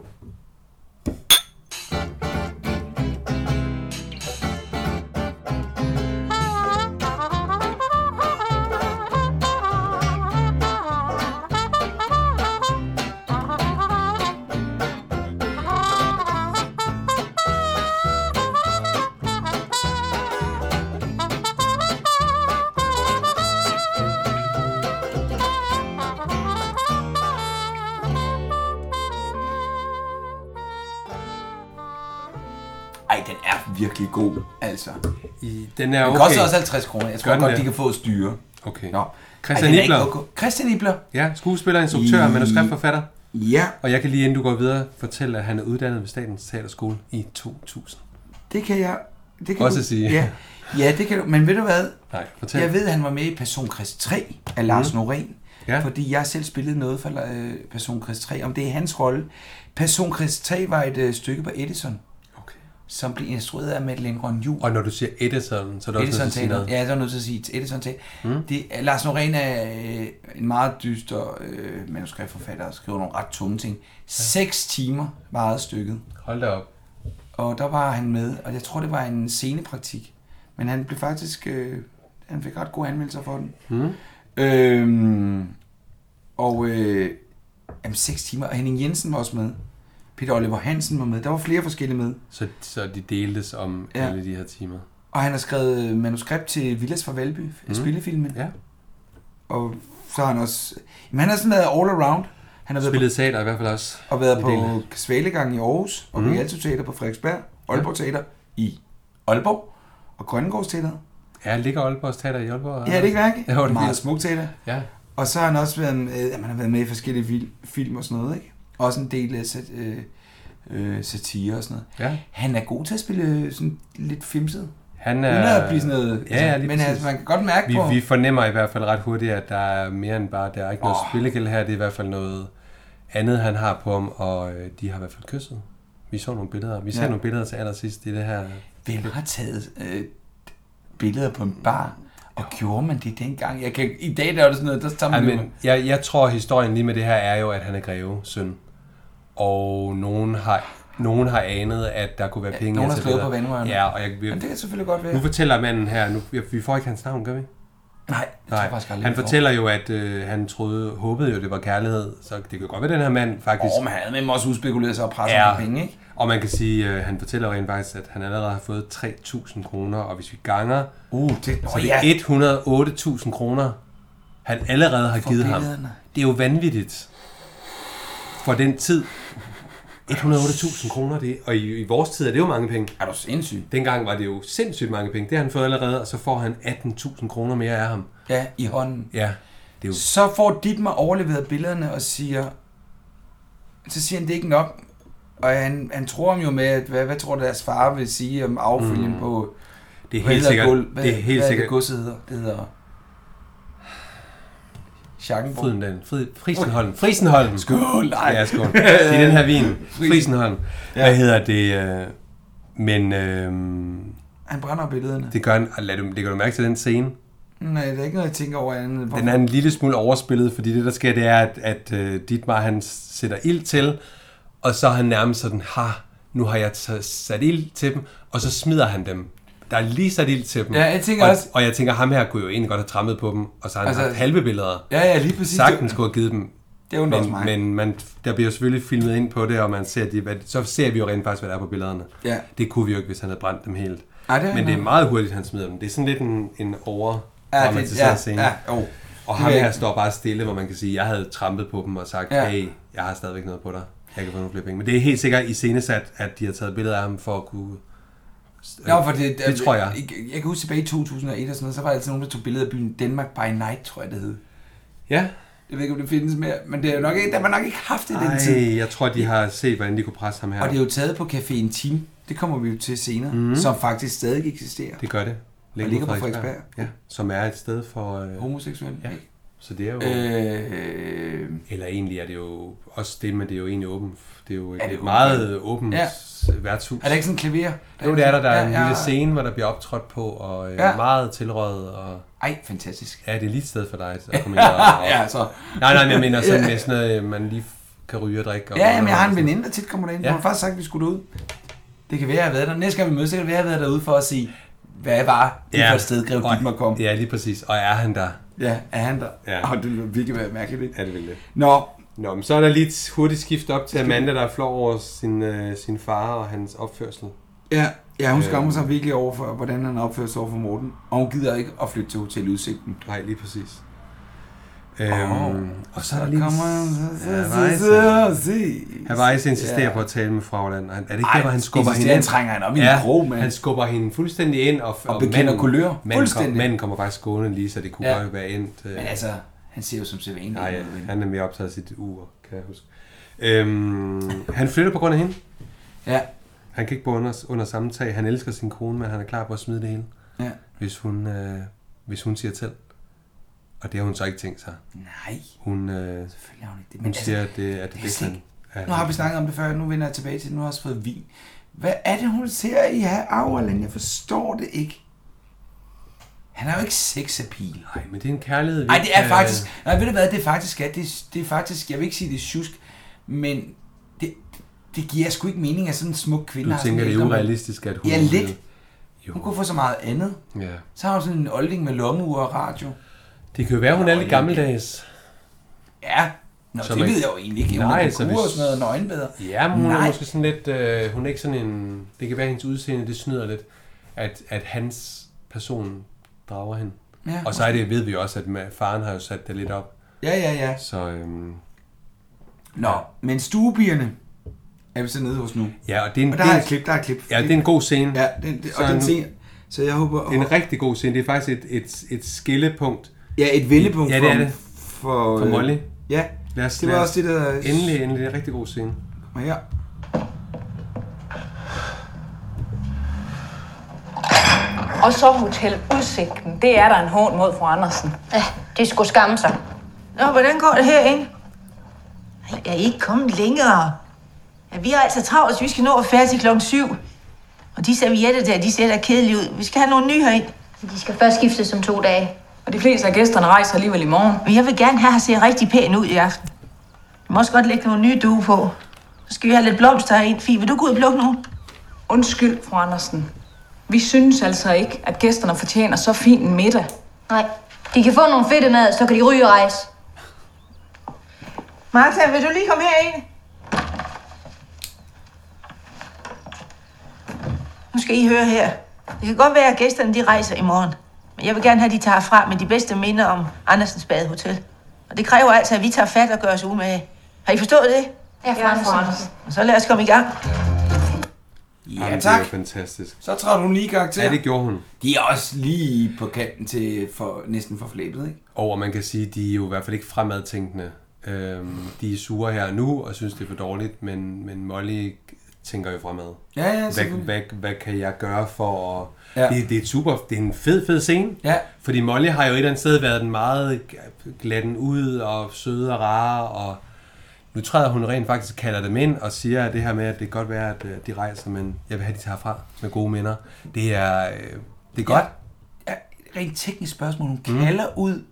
Speaker 1: Ej, den er virkelig god, altså.
Speaker 2: I, den er
Speaker 1: Den
Speaker 2: okay.
Speaker 1: koster også 50 kroner. Jeg tror
Speaker 2: Gør den
Speaker 1: godt,
Speaker 2: det?
Speaker 1: de kan få at styre.
Speaker 2: Okay.
Speaker 1: Nå.
Speaker 2: Christian
Speaker 1: Ej, den er
Speaker 2: Ibler.
Speaker 1: ikke okay. Christian Ibler.
Speaker 2: Ja, skuespiller, instruktør,
Speaker 1: I-
Speaker 2: manuskriptforfatter.
Speaker 1: Ja,
Speaker 2: Og jeg kan lige, inden du går videre, fortælle, at han er uddannet ved Statens Teaterskole i 2000.
Speaker 1: det kan jeg. Det kan
Speaker 2: Også
Speaker 1: du.
Speaker 2: sige.
Speaker 1: Ja. ja, det kan du. Men ved du hvad?
Speaker 2: Nej, fortæl.
Speaker 1: Jeg ved, at han var med i Person Kreds 3 af Lars mm. Norén.
Speaker 2: Ja.
Speaker 1: Fordi jeg selv spillede noget for øh, Person Kreds 3. Om det er hans rolle. Person Kreds 3 var et øh, stykke på Edison.
Speaker 2: Okay.
Speaker 1: Som blev instrueret af Madeleine Grønjul.
Speaker 2: Og når du siger Edison, så er du også nødt til
Speaker 1: Edison
Speaker 2: at sige
Speaker 1: taler.
Speaker 2: noget.
Speaker 1: Ja, så er jeg nødt til at sige til Edison taler. Mm. Det, Lars Norén er øh, en meget dyster øh, manuskriptforfatter og skriver nogle ret tunge ting. Seks timer varede stykket,
Speaker 2: Hold da op.
Speaker 1: og der var han med, og jeg tror, det var en scenepraktik. Men han blev faktisk... Øh, han fik ret gode anmeldelser for den.
Speaker 2: Mm.
Speaker 1: Øhm, og øh, jamen, seks timer, og Henning Jensen var også med. Peter Oliver Hansen var med. Der var flere forskellige med.
Speaker 2: Så, så de deltes om
Speaker 1: Ja.
Speaker 2: ja. alle de her timer.
Speaker 1: Og han har skrevet øh, manuskript til Villas fra Valby, mm. spillefilmen.
Speaker 2: Ja.
Speaker 1: Og så har han også... Jamen, han har sådan været all around. Han har været
Speaker 2: Spillet teater i hvert fald også.
Speaker 1: på, og været
Speaker 2: en
Speaker 1: på
Speaker 2: del.
Speaker 1: Svalegangen i Aarhus, og mm.
Speaker 2: Mhm.
Speaker 1: Rialto Teater på Frederiksberg, Aalborg Teater i Aalborg, og Grønnegårds Teater.
Speaker 2: Ja, ligger Aalborgs Teater i Aalborg?
Speaker 1: Ja, det er ikke værk.
Speaker 2: Jo, det er
Speaker 1: Meget
Speaker 2: fint.
Speaker 1: smukt teater.
Speaker 2: Ja.
Speaker 1: Og så har han også været med, jamen, han har været med i forskellige vil- film og sådan noget, ikke? Også en del af sat, øh, øh, satire og sådan noget.
Speaker 2: Ja.
Speaker 1: Han er god til at spille øh, sådan lidt fimset.
Speaker 2: Han
Speaker 1: Uden
Speaker 2: er...
Speaker 1: at blive sådan noget...
Speaker 2: Ja, ja lige
Speaker 1: Men
Speaker 2: præcis.
Speaker 1: altså, man kan godt mærke
Speaker 2: vi,
Speaker 1: på...
Speaker 2: vi fornemmer i hvert fald ret hurtigt, at der er mere end bare... Der er ikke noget
Speaker 1: Åh.
Speaker 2: oh. spillegæld her. Det er i hvert fald noget andet, han har på ham, og øh, de har i hvert fald kysset. Vi så nogle billeder. Vi ser
Speaker 1: Ja.
Speaker 2: nogle billeder til allersidst i det her...
Speaker 1: Hvem har taget øh, billeder på en bar? Og gjorde man det dengang? Jeg kan, I dag der er det sådan noget, der tager
Speaker 2: Ej,
Speaker 1: man jo-
Speaker 2: men jeg, jeg tror, historien lige med det her er jo, at han er greve, søn. Og nogen har, nogen har anet, at der kunne være penge... i
Speaker 1: nogen
Speaker 2: at
Speaker 1: har
Speaker 2: tage
Speaker 1: slået
Speaker 2: billeder.
Speaker 1: på vandrørene.
Speaker 2: Ja, og jeg, vi,
Speaker 1: Jamen, det kan selvfølgelig godt være.
Speaker 2: nu fortæller manden her... Nu, vi får ikke hans navn, gør vi?
Speaker 1: Nej, det tror jeg faktisk aldrig.
Speaker 2: han
Speaker 1: vi får.
Speaker 2: fortæller jo, at øh, han troede, håbede jo, det var kærlighed. Så det kan godt være, at den her mand faktisk...
Speaker 1: Åh, men han havde med mig også udspekuleret sig og presset
Speaker 2: Ja.
Speaker 1: ja. penge, ikke?
Speaker 2: Og man kan sige, øh, han fortæller rent faktisk, at han allerede har fået 3.000 kroner, og hvis vi ganger,
Speaker 1: Uh, det,
Speaker 2: så er det 108.000 kroner, han allerede har
Speaker 1: For
Speaker 2: givet ham.
Speaker 1: billederne.
Speaker 2: Det er jo vanvittigt. For den tid. 108.000 kroner, det, og i, i vores tid er det jo mange penge.
Speaker 1: Er du sindssyg?
Speaker 2: Dengang var det jo sindssygt mange penge. Det har han fået allerede, og så får han 18.000 kroner mere af ham.
Speaker 1: Ja, i hånden.
Speaker 2: Ja, det er jo...
Speaker 1: Så får Dietmar overleveret billederne og siger, så siger han, det er ikke nok. Og han, han tror ham jo med, at hvad, hvad tror du, deres far vil sige om affølgen
Speaker 2: Mm.
Speaker 1: mm. på
Speaker 2: Det er
Speaker 1: på
Speaker 2: helt
Speaker 1: Hellergulv?
Speaker 2: sikkert-
Speaker 1: Hvad,
Speaker 2: det er helt
Speaker 1: hvad Er
Speaker 2: sikkert-
Speaker 1: det godset hedder? Det hedder... Schackenborg.
Speaker 2: Frydendal. Frid, Frisenholm. Frisenholm.
Speaker 1: Skål, nej.
Speaker 2: Ja, skål. I den her vin. Frisenholm.
Speaker 1: Ja.
Speaker 2: Hvad hedder det? øh, Men øh,
Speaker 1: Han brænder billederne. Mm,
Speaker 2: det gør han... Lad du, det gør du mærke til den scene.
Speaker 1: Nej, det er ikke noget, jeg tænker over andet. end-
Speaker 2: Den er en lille smule overspillet, fordi det, der sker, det er, at, at øh, Dietmar, han sætter ild til, og så er han nærmest sådan, ha, nu har jeg t- sat ild til dem, og så smider han dem. Der er lige sat ild til dem.
Speaker 1: Ja, jeg tænker
Speaker 2: og,
Speaker 1: også-
Speaker 2: Og jeg tænker, ham her kunne jo egentlig godt have trammet på dem, og så har han altså,
Speaker 1: Altså-
Speaker 2: haft halve billeder.
Speaker 1: Ja, ja, lige præcis.
Speaker 2: Sagtens kunne have givet dem.
Speaker 1: Det undrer også
Speaker 2: men,
Speaker 1: mig.
Speaker 2: men man, der bliver jo selvfølgelig filmet ind på det, og man ser de, hvad, så ser vi jo rent faktisk, hvad der er på billederne.
Speaker 1: Ja.
Speaker 2: Det kunne vi jo ikke, hvis han havde brændt dem helt.
Speaker 1: Ej, det er
Speaker 2: men det er
Speaker 1: nok.
Speaker 2: meget hurtigt, han smider dem. Det er sådan lidt en, en over
Speaker 1: Ja, det-
Speaker 2: dramatiseret
Speaker 1: ja,
Speaker 2: scene.
Speaker 1: ja, jo.
Speaker 2: Og
Speaker 1: Det
Speaker 2: ham
Speaker 1: vil jeg
Speaker 2: her
Speaker 1: ikke-
Speaker 2: står bare stille, hvor man kan sige, jeg havde trampet på dem og sagt, ja.
Speaker 1: Ja.
Speaker 2: hey, jeg har stadigvæk noget på dig. Jeg kan få nogle flere penge. Men det er helt sikkert i scenesat, at de har taget billeder af ham for at kunne...
Speaker 1: Nå, for det,
Speaker 2: det tror jeg.
Speaker 1: jeg. Jeg kan huske tilbage i 2001 og sådan noget, så var der altid nogen, der tog billeder af byen Danmark by Night, tror jeg det hed.
Speaker 2: Ja.
Speaker 1: Jeg ved ikke, om det findes mere, men det er jo nok, ikke- der var nok ikke haft det i den tid.
Speaker 2: Ej, jeg tror, de har set, hvordan de kunne presse ham her.
Speaker 1: Og det er jo taget på Caféen Team, det kommer vi jo til senere,
Speaker 2: Mhm.
Speaker 1: mm. som faktisk stadig eksisterer.
Speaker 2: Det gør det.
Speaker 1: og ligger på Frederiksberg.
Speaker 2: Ja, som er et sted for... Øh,
Speaker 1: Homoseksuelle.
Speaker 2: Ja. Så det er jo...
Speaker 1: Øh,
Speaker 2: eller egentlig er det jo også det, men det er jo egentlig åbent. Det er jo et,
Speaker 1: det
Speaker 2: et
Speaker 1: åbent?
Speaker 2: meget åbent
Speaker 1: Ja.
Speaker 2: værtshus.
Speaker 1: Er der ikke sådan en klaver? Der
Speaker 2: Jo,
Speaker 1: er
Speaker 2: det er
Speaker 1: en-
Speaker 2: der. Der er
Speaker 1: ja,
Speaker 2: en
Speaker 1: ja.
Speaker 2: lille scene, hvor der bliver optrådt på, og øh, ja.
Speaker 1: Ja.
Speaker 2: meget tilrådet. Og...
Speaker 1: Ej, fantastisk.
Speaker 2: Ja, det er lige et sted for
Speaker 1: [laughs]
Speaker 2: dig at komme ind og...
Speaker 1: Ja, så.
Speaker 2: Nej, nej, men jeg mener sådan
Speaker 1: Ja.
Speaker 2: med sådan noget, øh, man lige f- kan ryge og drikke. Og
Speaker 1: Ja, jamen, jeg har en
Speaker 2: og sådan.
Speaker 1: veninde, der tit kommer derind.
Speaker 2: Ja.
Speaker 1: Ja. Hun har faktisk sagt, at vi skulle derud. Det kan være, at jeg har været der. Næste gang vi mødes, så kan det være, at jeg har været derude for at sige, hvad var det ja. for et sted, Grev
Speaker 2: og-
Speaker 1: Dietmar kom.
Speaker 2: Ja, lige præcis. Og er han der?
Speaker 1: Ja, er han der?
Speaker 2: Ja.
Speaker 1: Ja. det ville virkelig være mærkeligt, ikke?
Speaker 2: Ja, det ville det.
Speaker 1: Nå.
Speaker 2: Nå, men så er der lige et hurtigt skift op til Amanda, der flår over sin, øh, sin far og hans opførsel.
Speaker 1: Ja, ja hun
Speaker 2: Øh,
Speaker 1: skammer sig virkelig over, for, hvordan han opfører sig over for Morten. Og hun gider ikke at flytte til Hotel Udsigten.
Speaker 2: Nej, lige præcis. Øhm,
Speaker 1: Åh,
Speaker 2: og så er
Speaker 1: så
Speaker 2: der lige...
Speaker 1: kommer
Speaker 2: Ja,
Speaker 1: han-
Speaker 2: Weiss. Havajs insisterer
Speaker 1: Ja.
Speaker 2: på at tale med Fragland. og Han, er det ikke
Speaker 1: Ej,
Speaker 2: der, hvor han skubber hende
Speaker 1: insisterer, han trænger hende op i en krog, mand.
Speaker 2: Han skubber hende fuldstændig ind. Og,
Speaker 1: Og bekender kulør.
Speaker 2: Manden, kom,
Speaker 1: Fuldstændig.
Speaker 2: manden kommer faktisk gående lige, så det kunne ja.
Speaker 1: Ja.
Speaker 2: godt være endt. Øh,
Speaker 1: Men altså, han ser jo som sædvanligt.
Speaker 2: Nej, ja,
Speaker 1: ud, ikke?
Speaker 2: han er mere optaget af sit ur, kan jeg huske. Øhm, han flytter på grund af hende.
Speaker 1: Ja.
Speaker 2: Han kan ikke bo under, under samme tag. Han elsker sin kone, men han er klar på at smide det hele.
Speaker 1: Ja.
Speaker 2: Hvis hun, øh, hvis hun siger til. Og det har hun så ikke tænkt sig.
Speaker 1: Nej.
Speaker 2: Hun, øh,
Speaker 1: Selvfølgelig har hun ikke det.
Speaker 2: Hun siger, at det er det,
Speaker 1: kan
Speaker 2: det
Speaker 1: altså, jeg
Speaker 2: han...
Speaker 1: ikke- Nu har vi snakket om det før, nu vender jeg tilbage til det. Nu har jeg også fået vin. Hvad er det, hun ser i her Auerland? Jeg forstår det ikke. Han er jo ikke sexappeal.
Speaker 2: Nej, men det er en kærlighed. vi
Speaker 1: Nej, det er
Speaker 2: kan-
Speaker 1: faktisk... Nej, ved du hvad, det faktisk er... Det, det er faktisk... Jeg vil ikke sige, det er tjusk, men det, det giver sgu ikke mening, at sådan en smuk kvinde
Speaker 2: Du
Speaker 1: har sådan
Speaker 2: tænker,
Speaker 1: en
Speaker 2: det er
Speaker 1: ældre mand.
Speaker 2: urealistisk, at hun...
Speaker 1: Ja, lidt.
Speaker 2: Jo.
Speaker 1: Hun kunne få så meget andet.
Speaker 2: Ja.
Speaker 1: Så har hun sådan en olding med lommeur og radio.
Speaker 2: Det kan jo være, hun er lidt gammeldags.
Speaker 1: Ja, Nå,
Speaker 2: Så
Speaker 1: det
Speaker 2: man-
Speaker 1: ved jeg jo egentlig ikke. Hun
Speaker 2: Nej,
Speaker 1: Nej, er
Speaker 2: så
Speaker 1: så
Speaker 2: hvis-
Speaker 1: hvis... og sådan noget, nøgenbedre.
Speaker 2: Ja, men hun Nej. er
Speaker 1: Nej.
Speaker 2: måske sådan lidt... Øh, hun er ikke sådan en... Det kan være, at hendes udseende, det snyder lidt, at, at hans person drager hende.
Speaker 1: Ja,
Speaker 2: og så er det, ved vi også, at ma- faren har jo sat det lidt op.
Speaker 1: Ja, ja, ja.
Speaker 2: Så, øhm,
Speaker 1: Nå, men stuebierne er vi så nede hos nu.
Speaker 2: ja, og det er en...
Speaker 1: Og der
Speaker 2: det
Speaker 1: er
Speaker 2: en-
Speaker 1: et klip, der er et klip.
Speaker 2: Ja, det er en god scene.
Speaker 1: Ja, den, den,
Speaker 2: Så
Speaker 1: og
Speaker 2: nu-
Speaker 1: den scene. Så jeg håber...
Speaker 2: Det er en rigtig god scene. Det er faktisk et, et, et skillepunkt.
Speaker 1: Ja, et vendepunkt
Speaker 2: ja, det er
Speaker 1: for-
Speaker 2: det.
Speaker 1: for,
Speaker 2: for
Speaker 1: øh,
Speaker 2: Molly.
Speaker 1: ja.
Speaker 2: lad os,
Speaker 1: Det var
Speaker 2: lad os-
Speaker 1: også det, der-
Speaker 2: Endelig, endelig. Det er en rigtig god scene.
Speaker 1: Kom her.
Speaker 11: Og så Hotel Udsigten. Det er der en hån mod fru Andersen. Ja, det skulle skamme sig.
Speaker 9: Nå, hvordan går det herinde? Ej, jeg er ikke kommet længere. Ja, vi har altså travlt, så vi skal nå at færdig til klokken syv. Og de servietter der, de ser da kedelige ud. Vi skal have nogle nye herind. De skal først skiftes om to dage. Og de fleste af gæsterne rejser alligevel i morgen. Men jeg vil gerne have at se rigtig pæn ud i aften. Du må også godt lægge nogle nye due på. Så skal vi have lidt blomster herind. Fie, vil du gå ud og plukke nogle?
Speaker 11: Undskyld, fru Andersen. Vi synes altså ikke, at gæsterne fortjener så fin en middag.
Speaker 12: Nej, de kan få nogle fedte mad, så kan de ryge og rejse.
Speaker 9: Martha, vil du lige komme herind? Nu skal I høre her. Det kan godt være, at gæsterne de rejser i morgen. Men jeg vil gerne have, at de tager fra med de bedste minder om Andersens Badehotel. Og det kræver altså, at vi tager fat og gør os umage. Har I forstået det?
Speaker 12: Jeg er fra Andersen.
Speaker 9: Og så lad os komme i gang.
Speaker 2: Jamen,
Speaker 1: Ja,
Speaker 2: det er jo
Speaker 1: tak.
Speaker 2: fantastisk.
Speaker 1: Så trådte hun lige i karakter.
Speaker 2: Ja, det gjorde hun.
Speaker 1: De er også lige på kanten til for, næsten for flæbet, ikke?
Speaker 2: Og man kan sige, de er jo i hvert fald ikke fremadtænkende. Øhm, de er sure her og nu og synes, det er for dårligt, men, men Molly tænker jo fremad.
Speaker 1: Ja, ja,
Speaker 2: hvad,
Speaker 1: selvfølgelig.
Speaker 2: hvad, hvad kan jeg gøre for at...
Speaker 1: Ja.
Speaker 2: Ja. Det, det, er et super, det er en fed, fed scene.
Speaker 1: Ja.
Speaker 2: Fordi Molly har jo et eller andet sted været den meget glatten ud og søde og rare, og nu træder hun rent faktisk kalder dem ind og siger at det her med, at det kan godt være, at øh, de rejser, men jeg vil have, at de tager fra med gode minder. Det er, øh, det er godt. Mhm.
Speaker 1: Rent teknisk spørgsmål. Hun kalder ud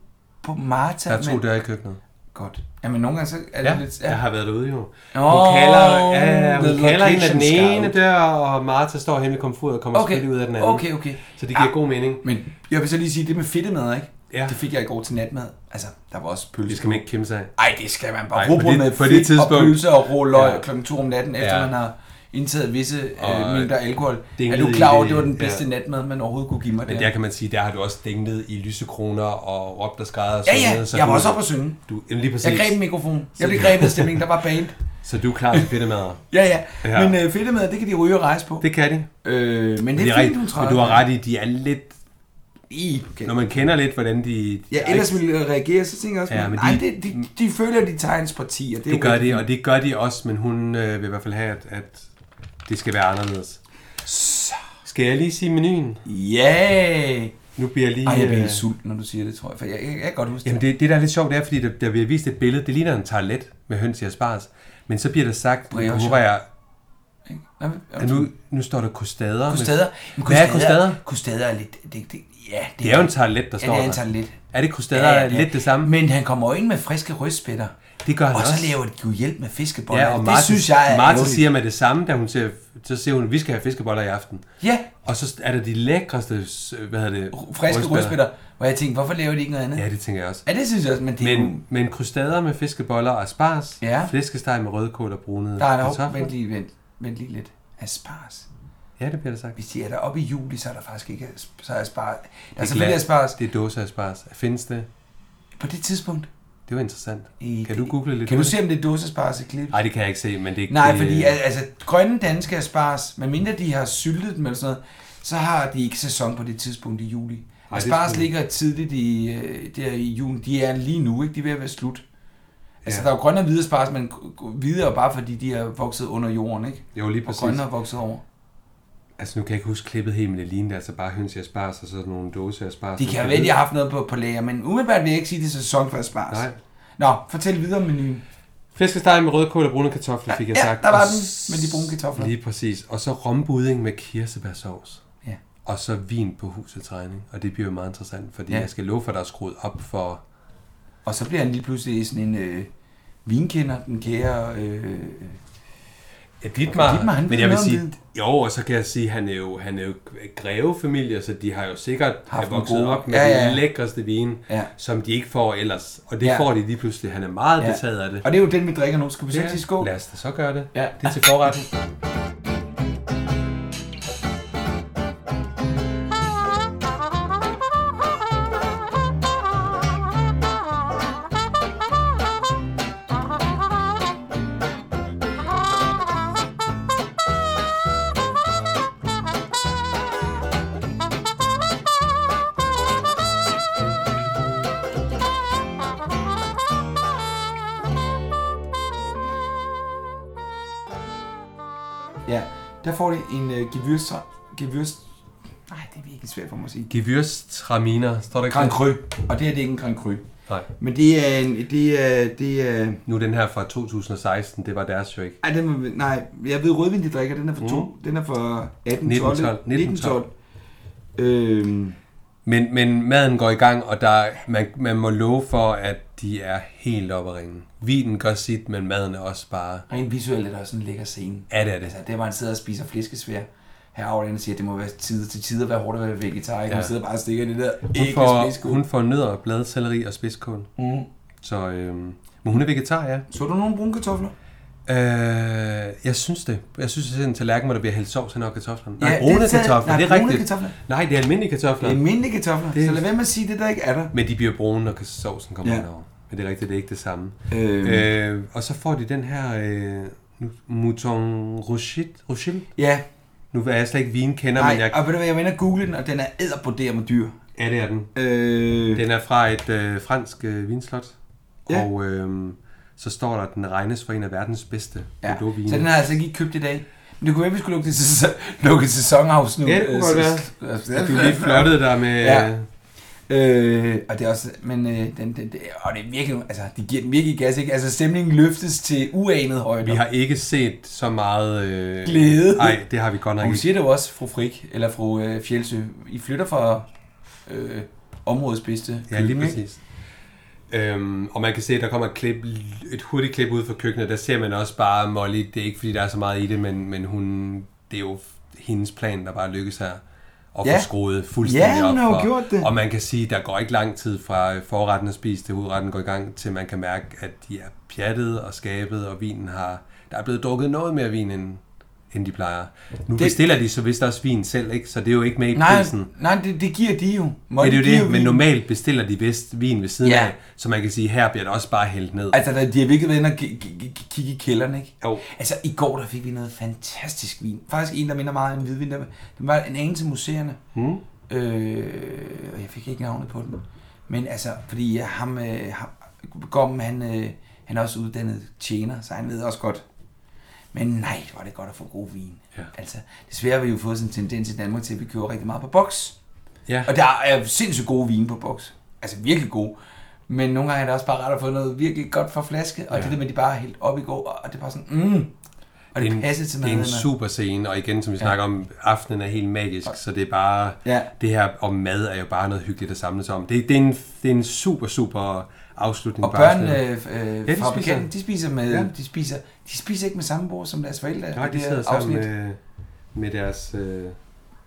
Speaker 1: på Martha,
Speaker 2: Der er to
Speaker 1: men...
Speaker 2: døre i køkkenet.
Speaker 1: Godt. Jamen, nogle gange så er det
Speaker 2: Ja,
Speaker 1: lidt...
Speaker 2: jeg har været derude jo. Hun
Speaker 1: Åh,
Speaker 2: kalder, ja, ja, hun
Speaker 1: the
Speaker 2: kalder en af
Speaker 1: location
Speaker 2: den
Speaker 1: scout.
Speaker 2: ene dør, og Martha står henne ved komfuret og kommer okay. selvfølgelig ud af den anden.
Speaker 1: Okay, okay.
Speaker 2: Så det giver god mening.
Speaker 1: Men jeg vil så lige sige, det med fedtemad, ikke?
Speaker 2: Ja.
Speaker 1: Det fik jeg i går til natmad. Altså, der var også pølse.
Speaker 2: Det skal man ikke kæmpe sig af.
Speaker 1: Ej, det skal man bare.
Speaker 2: Ej,
Speaker 1: Rugbrød med fedt og pølse og rå løg ja. kl. 2 om natten, efter
Speaker 2: Ja.
Speaker 1: man har indtaget visse øh,
Speaker 2: Og
Speaker 1: mængder alkohol. Er
Speaker 2: dinglet
Speaker 1: du
Speaker 2: i
Speaker 1: klar over, at
Speaker 2: det,
Speaker 1: det var den
Speaker 2: ja.
Speaker 1: bedste natmad, man overhovedet kunne give mig?
Speaker 2: Men
Speaker 1: der?
Speaker 2: der kan man sige, der har du også dinglet i lysekroner og råbt og skrædder. og
Speaker 1: Ja, ja,
Speaker 2: sunget,
Speaker 1: jeg var
Speaker 2: du-
Speaker 1: også oppe at synge.
Speaker 2: Du, jamen lige præcis.
Speaker 1: Jeg greb en mikrofon.
Speaker 2: Så-
Speaker 1: Jeg blev grebet af stemningen, der var band.
Speaker 2: Så du er klar til fedtemader.
Speaker 1: Ja, ja.
Speaker 2: Ja.
Speaker 1: Men øh, fedtemad, det kan de ryge og rejse på.
Speaker 2: Det kan de.
Speaker 1: Øh, men det
Speaker 2: de
Speaker 1: er fint,
Speaker 2: rigt-
Speaker 1: hun træder.
Speaker 2: Men du har ret i, de er lidt...
Speaker 1: I, okay.
Speaker 2: Når man kender lidt, hvordan de...
Speaker 1: Ja, ellers ville jeg reagere, så tænker jeg også,
Speaker 2: Ja,
Speaker 1: men
Speaker 2: men
Speaker 1: nej,
Speaker 2: de-
Speaker 1: det, de, de føler, de tager ens parti, og det,
Speaker 2: Det,
Speaker 1: er jo
Speaker 2: gør
Speaker 1: rigtig
Speaker 2: de,
Speaker 1: fint.
Speaker 2: og det gør de også, men hun øh, vil i hvert fald have, at, at det skal være anderledes.
Speaker 1: Så.
Speaker 2: Skal jeg lige sige menuen?
Speaker 1: Ja!
Speaker 2: Nu bliver jeg lige...
Speaker 1: Ej, jeg bliver
Speaker 2: øh,
Speaker 1: helt sulten, når du siger det, tror jeg. For jeg, jeg, jeg kan godt huske
Speaker 2: Jamen det, det, der er lidt sjovt, det er, fordi der, der bliver vist et billede, det ligner en tarlet med høns i asparges, men så bliver der sagt, nu
Speaker 1: Brioche.
Speaker 2: håber jeg,
Speaker 1: Nå,
Speaker 2: at nu, nu står der kostader. men-
Speaker 1: Kostader.
Speaker 2: Hvad er kostader?
Speaker 1: Kostader er lidt... Det, det, ja,
Speaker 2: Det er jo en tarlet, der står
Speaker 1: ja, det er en
Speaker 2: der.
Speaker 1: tarlet.
Speaker 2: Er det kostader? Er lidt det samme?
Speaker 1: Men han kommer jo ind med friske rødspætter.
Speaker 2: Det gør han
Speaker 1: og
Speaker 2: også.
Speaker 1: så laver de jo hjælp med fiskeboller.
Speaker 2: Ja, og
Speaker 1: det
Speaker 2: Martha,
Speaker 1: synes jeg er
Speaker 2: Martha
Speaker 1: ærgerligt.
Speaker 2: siger med det samme, da hun siger, så siger hun, vi skal have fiskeboller i aften.
Speaker 1: Ja.
Speaker 2: Og så er der de lækreste, øh, hvad hedder det?
Speaker 1: Friske rødspætter, hvor jeg tænkte, hvorfor laver de ikke noget andet?
Speaker 2: Ja, det tænker jeg også.
Speaker 1: Ja, det synes jeg også, men det er jo-
Speaker 2: men, men krystader med fiskeboller og spars,
Speaker 1: Ja.
Speaker 2: flæskesteg med rødkål og brunede
Speaker 1: Der er der
Speaker 2: kartofler.
Speaker 1: vent lige, vent, vent lige lidt. Aspars.
Speaker 2: Ja, det bliver der sagt.
Speaker 1: Hvis de er der oppe i juli, så er der faktisk ikke as- så er aspars. Der
Speaker 2: Det
Speaker 1: er
Speaker 2: er
Speaker 1: selvfølgelig
Speaker 2: glat.
Speaker 1: aspars.
Speaker 2: Altså, Det er dåseaspars. Findes det?
Speaker 1: På det tidspunkt?
Speaker 2: Det var interessant.
Speaker 1: I,
Speaker 2: kan du google lidt?
Speaker 1: Kan du se, om det er dåseaspars i klip?
Speaker 2: Nej, det kan jeg ikke se, men det er
Speaker 1: Nej,
Speaker 2: det- øh,
Speaker 1: fordi al- altså, grønne danske aspars, medmindre de har syltet dem eller sådan noget, så har de ikke sæson på det tidspunkt i juli.
Speaker 2: er
Speaker 1: Aspars
Speaker 2: selvfølgelig-
Speaker 1: ligger tidligt i, øh, der i juni. De er lige nu, ikke? De er ved at være slut. Altså,
Speaker 2: Ja.
Speaker 1: der er jo grønne og hvide aspars, men hvide er jo bare fordi, de er vokset under jorden, ikke?
Speaker 2: Jo, lige
Speaker 1: Og grønne
Speaker 2: præcis.
Speaker 1: er vokset over.
Speaker 2: Altså, nu kan jeg ikke huske klippet helt, men det lignede altså bare høns i asparges og så sådan nogle dåse asparges.
Speaker 1: De kan jo være, de har haft noget på, på lager, men umiddelbart vil jeg ikke sige, at det er sæson for aspars.
Speaker 2: Nej.
Speaker 1: Nå, fortæl videre om menuen.
Speaker 2: Flæskesteg med rødkål og brune kartofler, fik jeg
Speaker 1: Ja,
Speaker 2: sagt.
Speaker 1: der var
Speaker 2: Og
Speaker 1: den med de brune kartofler.
Speaker 2: Lige præcis. Og så rombudding med kirsebærsovs.
Speaker 1: Ja.
Speaker 2: Og så vin på husets regning. Og det bliver jo meget interessant, fordi
Speaker 1: Ja.
Speaker 2: ja. jeg skal love for, at der er skruet op for...
Speaker 1: Og så bliver han lige pludselig sådan en øh, vinkender, den kære... Øh,
Speaker 2: Ja, Dietmar,
Speaker 1: Dietmar, han ved
Speaker 2: men jeg vil
Speaker 1: noget om
Speaker 2: sige,
Speaker 1: det.
Speaker 2: jo, og så kan jeg sige, han er jo, han er jo grevefamilie, så de har jo sikkert
Speaker 1: Haft
Speaker 2: Haft
Speaker 1: nogle
Speaker 2: vokset
Speaker 1: gode-
Speaker 2: op med
Speaker 1: Ja,
Speaker 2: ja,
Speaker 1: ja.
Speaker 2: ja. den lækreste vin,
Speaker 1: Ja.
Speaker 2: ja. som de ikke får ellers. Og det
Speaker 1: Ja.
Speaker 2: ja. får de lige pludselig. Han er meget ja. betaget af det.
Speaker 1: Og det er jo den, vi drikker nu. Skal vi så
Speaker 2: Ja.
Speaker 1: ikke lige skål?
Speaker 2: Lad os da så gøre det.
Speaker 1: Ja.
Speaker 2: Det er til forretten.
Speaker 1: Ja, der får de en øh, gevyrst... gevyrst nej, det er virkelig svært for mig at sige.
Speaker 2: Gewürztraminer, står der ikke
Speaker 1: Grand
Speaker 2: det?
Speaker 1: Cru. Og det her, det er ikke en Grand Cru.
Speaker 2: Nej.
Speaker 1: Men det er en... Det er, det er,
Speaker 2: Nu er den her fra 2016, det var deres jo ikke.
Speaker 1: ej, den, var- nej, jeg ved, rødvin, de drikker, den er for to.
Speaker 2: Mm.
Speaker 1: Den er for 18, 12.
Speaker 2: 1912.
Speaker 1: 1912. Øhm.
Speaker 2: Men, men maden går i gang, og der, man, man må love for, at de er helt oppe at ringe. Vinen gør sit, men maden er også bare...
Speaker 1: Rent visuelt er der også en lækker scene.
Speaker 2: Ja, det er det.
Speaker 1: Altså, det var, han sidder og spiser flæskesvær. Herovre, siger, at det må være tid til tider være hårdt at være vegetar. Ja.
Speaker 2: Ja.
Speaker 1: Hun sidder bare og stikker i det der
Speaker 2: Hun
Speaker 1: ikke
Speaker 2: får,
Speaker 1: spidskål.
Speaker 2: hun får nødder, bladcelleri og spidskål.
Speaker 1: Mm.
Speaker 2: Så, øhm, men hun er vegetar, ja.
Speaker 1: Så du nogle brune kartofler?
Speaker 2: Øh, jeg synes det. Jeg synes, det er en tallerken, hvor der bliver hældt sovs hen over kartoflerne. Nej,
Speaker 1: Ja,
Speaker 2: brune
Speaker 1: det er taget-
Speaker 2: kartofler,
Speaker 1: nej,
Speaker 2: det er
Speaker 1: brune
Speaker 2: rigtigt.
Speaker 1: kartofler.
Speaker 2: Nej, det er almindelige kartofler.
Speaker 1: Det er almindelige kartofler.
Speaker 2: Det-
Speaker 1: Så lad være med at sige det, der ikke er der.
Speaker 2: Men de bliver brune, når sovsen kommer
Speaker 1: Ja.
Speaker 2: ja. henover. Men det er rigtigt, det er ikke det samme.
Speaker 1: Øhm.
Speaker 2: Øh, og så får de den her øh, Mouton Rochit. Rochil?
Speaker 1: Ja.
Speaker 2: Nu er jeg slet ikke vinkender,
Speaker 1: Nej,
Speaker 2: men jeg...
Speaker 1: og ved du hvad, jeg var inde og google den, og den er æderborderet med dyr.
Speaker 2: Ja, det er den.
Speaker 1: Øh...
Speaker 2: Den er fra et øh, fransk øh, vinslot.
Speaker 1: Ja.
Speaker 2: Og øh, så står der, at den regnes for en af verdens bedste
Speaker 1: Ja.
Speaker 2: Bordeaux-vine.
Speaker 1: Så den har jeg altså ikke købt i dag. Men det kunne være, vi skulle lukke, det sæson, lukke øh, sæsonafs nu.
Speaker 2: Ja, det kunne godt være. At du lige flottede dig med-
Speaker 1: Ja. Øh, og det er også, men øh, den, den, det, og det er virkelig, altså, de giver den virkelig gas, ikke? Altså, stemningen løftes til uanet højder.
Speaker 2: Vi har ikke set så meget... Øh,
Speaker 1: Glæde.
Speaker 2: Nej, det har vi godt nok
Speaker 1: Og hun
Speaker 2: ikke.
Speaker 1: siger det jo også, fru Frik, eller fru øh, Fjeldsø, I flytter fra øh, områdets bedste.
Speaker 2: Ja, lige
Speaker 1: køkken, ikke?
Speaker 2: præcis. Øhm, og man kan se, at der kommer et, klip, et hurtigt klip ud fra køkkenet. Der ser man også bare Molly. Det er ikke, fordi der er så meget i det, men, men hun, det er jo hendes plan, der bare lykkes her. Og ja.
Speaker 1: Ja.
Speaker 2: få skruet fuldstændig
Speaker 1: Ja,
Speaker 2: op.
Speaker 1: hun har jo
Speaker 2: for-
Speaker 1: gjort det.
Speaker 2: Og man kan sige, at der går ikke lang tid fra øh, forretten er spist til hovedretten går i gang, til man kan mærke, at de er pjattet og skabet, og vinen har... Der er blevet drukket noget mere vin, end, end de plejer. Nu
Speaker 1: Det-
Speaker 2: bestiller de så vist også vin selv, ikke? Så det er jo ikke med i
Speaker 1: Nej,
Speaker 2: prisen.
Speaker 1: nej det, det giver de jo.
Speaker 2: Molly ja, det er
Speaker 1: giver
Speaker 2: jo det, men
Speaker 1: vinen.
Speaker 2: normalt bestiller de vist vin ved siden ja.
Speaker 1: Ja.
Speaker 2: af, så man kan sige, her bliver det også bare hældt ned.
Speaker 1: Altså, der, de har virkelig været inde og ki- ki- ki- kigge i kælderen, ikke?
Speaker 2: Jo.
Speaker 1: Altså, i går der fik vi noget fantastisk vin. Faktisk en, der minder meget om en hvidvin. Der, den var en anelse museerne.
Speaker 2: Mm.
Speaker 1: Øh, og jeg fik ikke navnet på den. Men altså, fordi ja, ham, øh, ham Gommen, han, øh, han er også uddannet tjener, så han ved også godt. Men nej, var det godt at få god vin.
Speaker 2: Ja.
Speaker 1: Altså, desværre har vi jo fået sådan en tendens i Danmark til, at vi køber rigtig meget på boks.
Speaker 2: Ja.
Speaker 1: Og der er sindssygt gode vine på boks. Altså virkelig gode. Men nogle gange er det også bare rart at få noget virkelig godt fra flaske, og
Speaker 2: Ja.
Speaker 1: ja. det der med, at de bare er hældt op i går, og det er bare sådan, mm, og det,
Speaker 2: en,
Speaker 1: det passer til
Speaker 2: det er en
Speaker 1: maden, og-
Speaker 2: super scene, og igen, som vi
Speaker 1: Ja.
Speaker 2: ja. snakker om, aftenen er helt magisk, så det er bare,
Speaker 1: Ja.
Speaker 2: det her om mad er jo bare noget hyggeligt at samle sig om. Det, det, er, en, det er en super, super afslutning.
Speaker 1: Og
Speaker 2: på
Speaker 1: børn
Speaker 2: aftenen.
Speaker 1: øh, øh,
Speaker 2: Ja,
Speaker 1: fra bekendten, de spiser med,
Speaker 2: Ja.
Speaker 1: ja. de spiser, de spiser ikke med samme bord som deres forældre.
Speaker 2: Nej,
Speaker 1: i
Speaker 2: de
Speaker 1: det her
Speaker 2: sidder sammen
Speaker 1: afsnit.
Speaker 2: med, med deres... Øh,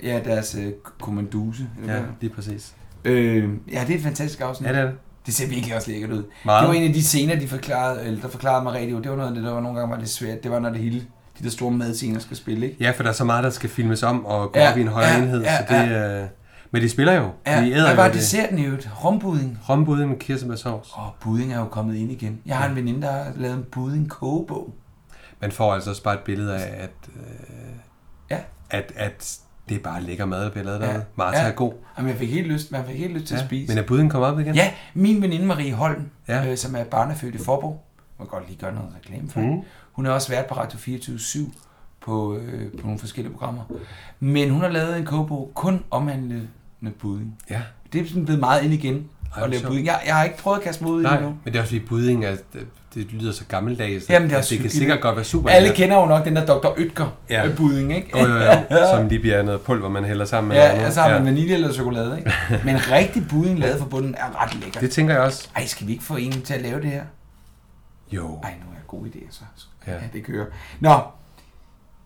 Speaker 1: Ja, deres øh, kommanduse. eller
Speaker 2: Ja,
Speaker 1: hvad?
Speaker 2: lige præcis.
Speaker 1: Øh, ja, det er et fantastisk afsnit.
Speaker 2: Ja, det er det.
Speaker 1: Det ser virkelig også lækkert ud.
Speaker 2: Meget.
Speaker 1: Det var en af de scener, de forklarede, eller der forklarede mig rigtig, det var noget af det, der var nogle gange var lidt svært. Det var, når det hele, de der store madscener skal spille, ikke?
Speaker 2: ja, for der er så meget, der skal filmes om og gå ja,
Speaker 1: Ja,
Speaker 2: op i en højere
Speaker 1: ja,
Speaker 2: enhed,
Speaker 1: ja,
Speaker 2: så det... Øh, men de spiller jo.
Speaker 1: Ja,
Speaker 2: de æder øh.
Speaker 1: hvad
Speaker 2: jo
Speaker 1: var
Speaker 2: det.
Speaker 1: desserten i øvrigt? Rombudding?
Speaker 2: Rombudding med kirsebærsovs.
Speaker 1: Åh, budding er jo kommet ind igen. Jeg har en veninde, der har lavet en budding kogebog.
Speaker 2: Man får altså også bare et billede af, at, øh,
Speaker 1: ja.
Speaker 2: at, at det er bare lækker mad, der bliver lavet
Speaker 1: Ja,
Speaker 2: ja. derude. Martha ja.
Speaker 1: ja.
Speaker 2: er god.
Speaker 1: Jamen, jeg fik helt lyst, man fik helt lyst til
Speaker 2: Ja,
Speaker 1: at spise.
Speaker 2: men er buden kommet op igen?
Speaker 1: Ja, min veninde Marie Holm,
Speaker 2: Ja.
Speaker 1: ja. øh, som er barnefødt i Forborg, må jeg godt lige gøre noget reklame for.
Speaker 2: Mhm.
Speaker 1: Mm. Hun har også været på Radio 24-7 på, øh, på nogle forskellige programmer. Men hun har lavet en kogebog kun omhandlende budding.
Speaker 2: Ja.
Speaker 1: Det er sådan blevet meget ind igen
Speaker 2: Ej,
Speaker 1: at lave
Speaker 2: så-
Speaker 1: budding. Jeg, jeg har ikke prøvet at kaste mig ud i det
Speaker 2: Nej,
Speaker 1: endnu.
Speaker 2: men det er også fordi budding, er, det, det lyder så gammeldags.
Speaker 1: Jamen, det er
Speaker 2: at
Speaker 1: også
Speaker 2: det kan
Speaker 1: hyggeligt.
Speaker 2: sikkert godt være super.
Speaker 1: Alle kender jo nok den der Dr. Ytger budding, ikke?
Speaker 2: Jo, jo,
Speaker 1: [laughs]
Speaker 2: jo, som lige bliver noget pulver, man hælder sammen med. noget
Speaker 1: ja,
Speaker 2: andet.
Speaker 1: og så har man vanilje eller chokolade, ikke?
Speaker 2: [laughs]
Speaker 1: Men rigtig budding lavet fra bunden er ret lækker.
Speaker 2: Det tænker jeg også.
Speaker 1: Ej, skal vi ikke få en til at lave det her?
Speaker 2: Jo.
Speaker 1: Ej, nu er jeg god idé, så.
Speaker 2: Ja.
Speaker 1: Ja. ja, det kører. Nå,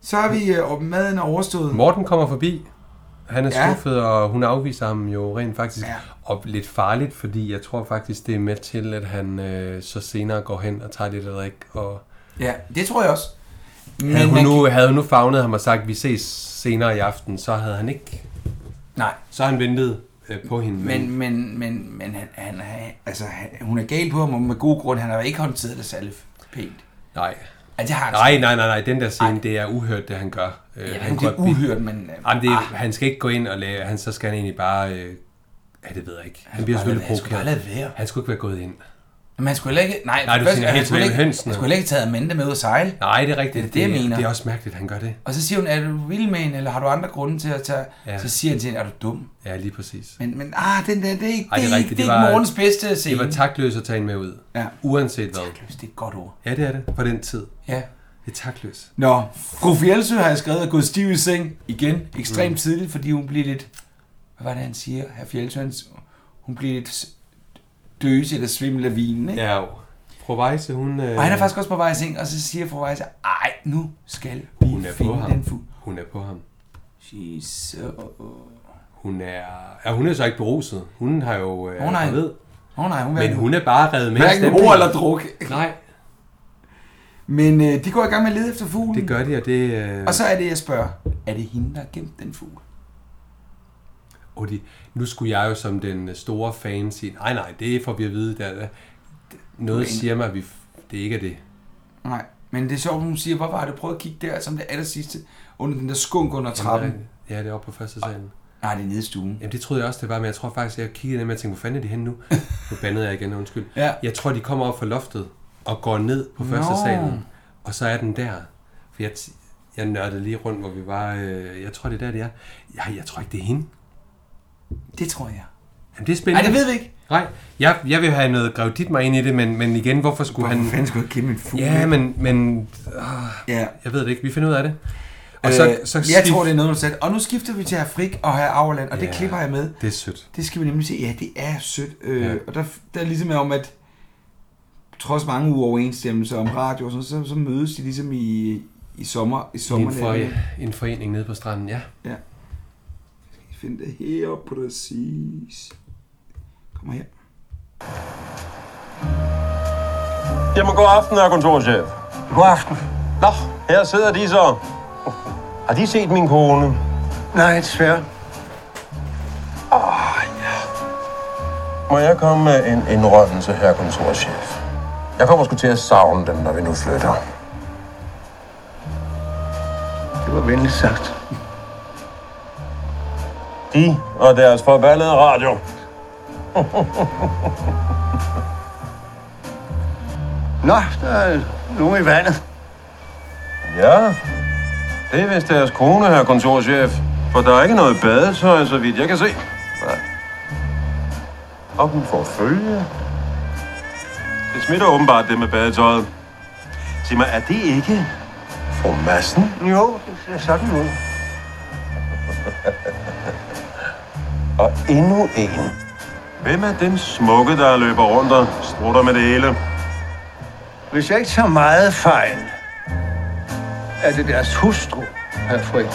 Speaker 1: så har vi øh, maden er overstået.
Speaker 2: Morten kommer forbi. Han er
Speaker 1: Ja.
Speaker 2: skuffet, og hun afviser ham jo rent faktisk. Ja. Og lidt farligt, fordi jeg tror faktisk, det er med til, at han øh, så senere går hen og tager lidt at drikke. Og
Speaker 1: Ja, det tror jeg også.
Speaker 2: Men havde, hun
Speaker 1: man
Speaker 2: nu,
Speaker 1: kan-
Speaker 2: havde hun nu fagnet ham og sagt, vi ses senere i aften, så havde han ikke...
Speaker 1: Nej.
Speaker 2: Så havde han ventet øh, på hende.
Speaker 1: Men, men, men, men han, han, er, altså, han, hun er gal på ham, og med god grund, han har ikke håndteret det særlig pænt.
Speaker 2: Nej.
Speaker 1: Altså, det har han
Speaker 2: nej, nej, nej, nej. Den der scene, Ej. det er uhørt, det han gør. Øh,
Speaker 1: Jamen,
Speaker 2: han
Speaker 1: det er
Speaker 2: går-
Speaker 1: uhørt, men, øh,
Speaker 2: Jamen, det er, han skal ikke gå ind og lave... Han, så skal han egentlig bare... Øh, ja, det ved jeg ikke. Han,
Speaker 1: skulle
Speaker 2: bliver
Speaker 1: bare
Speaker 2: selvfølgelig
Speaker 1: lade være. Han skulle
Speaker 2: provokeret.
Speaker 1: bare lade være.
Speaker 2: Han skulle ikke være gået ind.
Speaker 1: Men han skulle heller ikke... Nej,
Speaker 2: Nej, du
Speaker 1: for først-
Speaker 2: tænker
Speaker 1: han
Speaker 2: helt
Speaker 1: skulle
Speaker 2: tilbage
Speaker 1: ikke,
Speaker 2: ved hønsene.
Speaker 1: Han skulle heller ikke tage Amanda med ud at sejle.
Speaker 2: Nej, det er rigtigt.
Speaker 1: Det er det, jeg mener.
Speaker 2: Det er også mærkeligt, at han gør det.
Speaker 1: Og så siger hun, er du vild med hende, eller har du andre grunde til at tage...
Speaker 2: Ja.
Speaker 1: Ja. Så siger han til hende, er du dum?
Speaker 2: Ja, lige præcis.
Speaker 1: Men, men ah, den der, det er ikke,
Speaker 2: Ej, det er,
Speaker 1: ikke,
Speaker 2: rigtigt.
Speaker 1: det er ikke morgens bedste scene.
Speaker 2: Det var taktløst at tage en med ud.
Speaker 1: Ja.
Speaker 2: Uanset hvad. Taktløst,
Speaker 1: det er et godt ord.
Speaker 2: Ja, det er det. På den tid.
Speaker 1: Ja.
Speaker 2: Det er taktløst.
Speaker 1: Nå, fru Fjeldsø har jeg skrevet at gå stiv i seng igen, ekstremt mm. tidligt, fordi hun bliver lidt, hvad var det han siger, herr Fjeldsø, han s- hun bliver lidt s- døse eller svimmel af vinen, ikke?
Speaker 2: Ja, jo. Fru Weisse, hun... Øh,
Speaker 1: Og han er faktisk også på vej i seng, og så siger fru Weisse, ej, nu skal vi
Speaker 2: Hun er
Speaker 1: finde
Speaker 2: på ham.
Speaker 1: den fugl.
Speaker 2: Hun er på ham.
Speaker 1: She's so...
Speaker 2: Hun er... Ja, hun er så ikke beruset. Hun har jo... Øh,
Speaker 1: Åh, nej.
Speaker 2: ved.
Speaker 1: Åh, nej, hun vil-
Speaker 2: Men hun er bare reddet med. i
Speaker 1: Hverken
Speaker 2: stemningen.
Speaker 1: ord eller druk.
Speaker 2: Nej.
Speaker 1: Men øh, de går i gang med at lede efter fuglen.
Speaker 2: Det gør de, og det... Øh...
Speaker 1: Og så er det, jeg spørger, er det hende, der har gemt den fugl?
Speaker 2: øh, Og de, nu skulle jeg jo som den store fan sige, nej, nej, det får vi at vide. Der, der. Noget siger mig, at vi f- det ikke er det.
Speaker 1: Nej, men det er sjovt, hun siger, hvorfor har du prøvet at kigge der som det aller sidste, under den der skunk under trappen?
Speaker 2: Jamen, Ja, det er oppe på første salen.
Speaker 1: Nej, det er nede i stuen.
Speaker 2: Jamen, det troede jeg også, det var, men jeg tror faktisk, jeg kiggede ned og tænkte, hvor fanden er de henne nu? Nu bandede jeg igen, undskyld.
Speaker 1: Ja.
Speaker 2: Jeg tror, de kommer op fra loftet og går ned på første
Speaker 1: Nå.
Speaker 2: salen, og så er den der. For jeg, t- jeg nørdede lige rundt, hvor vi var. Øh, jeg tror, det er der, det er. Ja, jeg tror ikke, det er hende.
Speaker 1: Det tror jeg.
Speaker 2: Jamen, det er spændende.
Speaker 1: Ej, det ved vi ikke.
Speaker 2: Nej, jeg, jeg vil have noget gravdit mig ind i det, men, men igen, hvorfor skulle
Speaker 1: Hvorfor
Speaker 2: han...
Speaker 1: fanden skulle jeg gemme en fugl?
Speaker 2: Ja, men... men øh,
Speaker 1: ja.
Speaker 2: Jeg ved det ikke, vi finder ud af det. Og
Speaker 1: øh,
Speaker 2: så, så
Speaker 1: jeg
Speaker 2: skift-
Speaker 1: tror, det er noget, du sagde. Og nu skifter vi til herr Frik og herr Auerland, og det
Speaker 2: Ja,
Speaker 1: klipper jeg med.
Speaker 2: Det er sødt.
Speaker 1: Det skal vi nemlig se. Ja, det er sødt. Øh,
Speaker 2: Ja.
Speaker 1: Og der, der er ligesom om, at trods mange uoverensstemmelser om radio, og sådan, så, så mødes de ligesom i, i sommer. I sommer
Speaker 2: En, for, en forening nede på stranden, ja.
Speaker 1: Ja. Skal I finde det her præcis? Kom her.
Speaker 3: Jamen, god aften, herre kontorchef.
Speaker 6: God aften.
Speaker 3: Nå, her sidder de så. Har de set min kone?
Speaker 6: Nej, desværre.
Speaker 3: Må jeg komme med en indrømmelse, herre kontorchef? Jeg kommer sgu til at savne dem, når vi nu flytter.
Speaker 6: Det var venligt sagt.
Speaker 3: De og deres forbandede radio.
Speaker 6: Nå, der er nogen i vandet.
Speaker 3: Ja, det er vist deres kone, herre kontorchef. For der er ikke noget badetøj, så vidt jeg kan se. Nej. Og hun får følge. Det smitter åbenbart, det med badetøjet. Sig mig, er det ikke fru Madsen?
Speaker 6: Jo, det ser sådan ud.
Speaker 3: [laughs] Og endnu en. Hvem er den smukke, der løber rundt og strutter med det hele?
Speaker 6: Hvis jeg ikke tager meget fejl, er det deres hustru, herr Frick.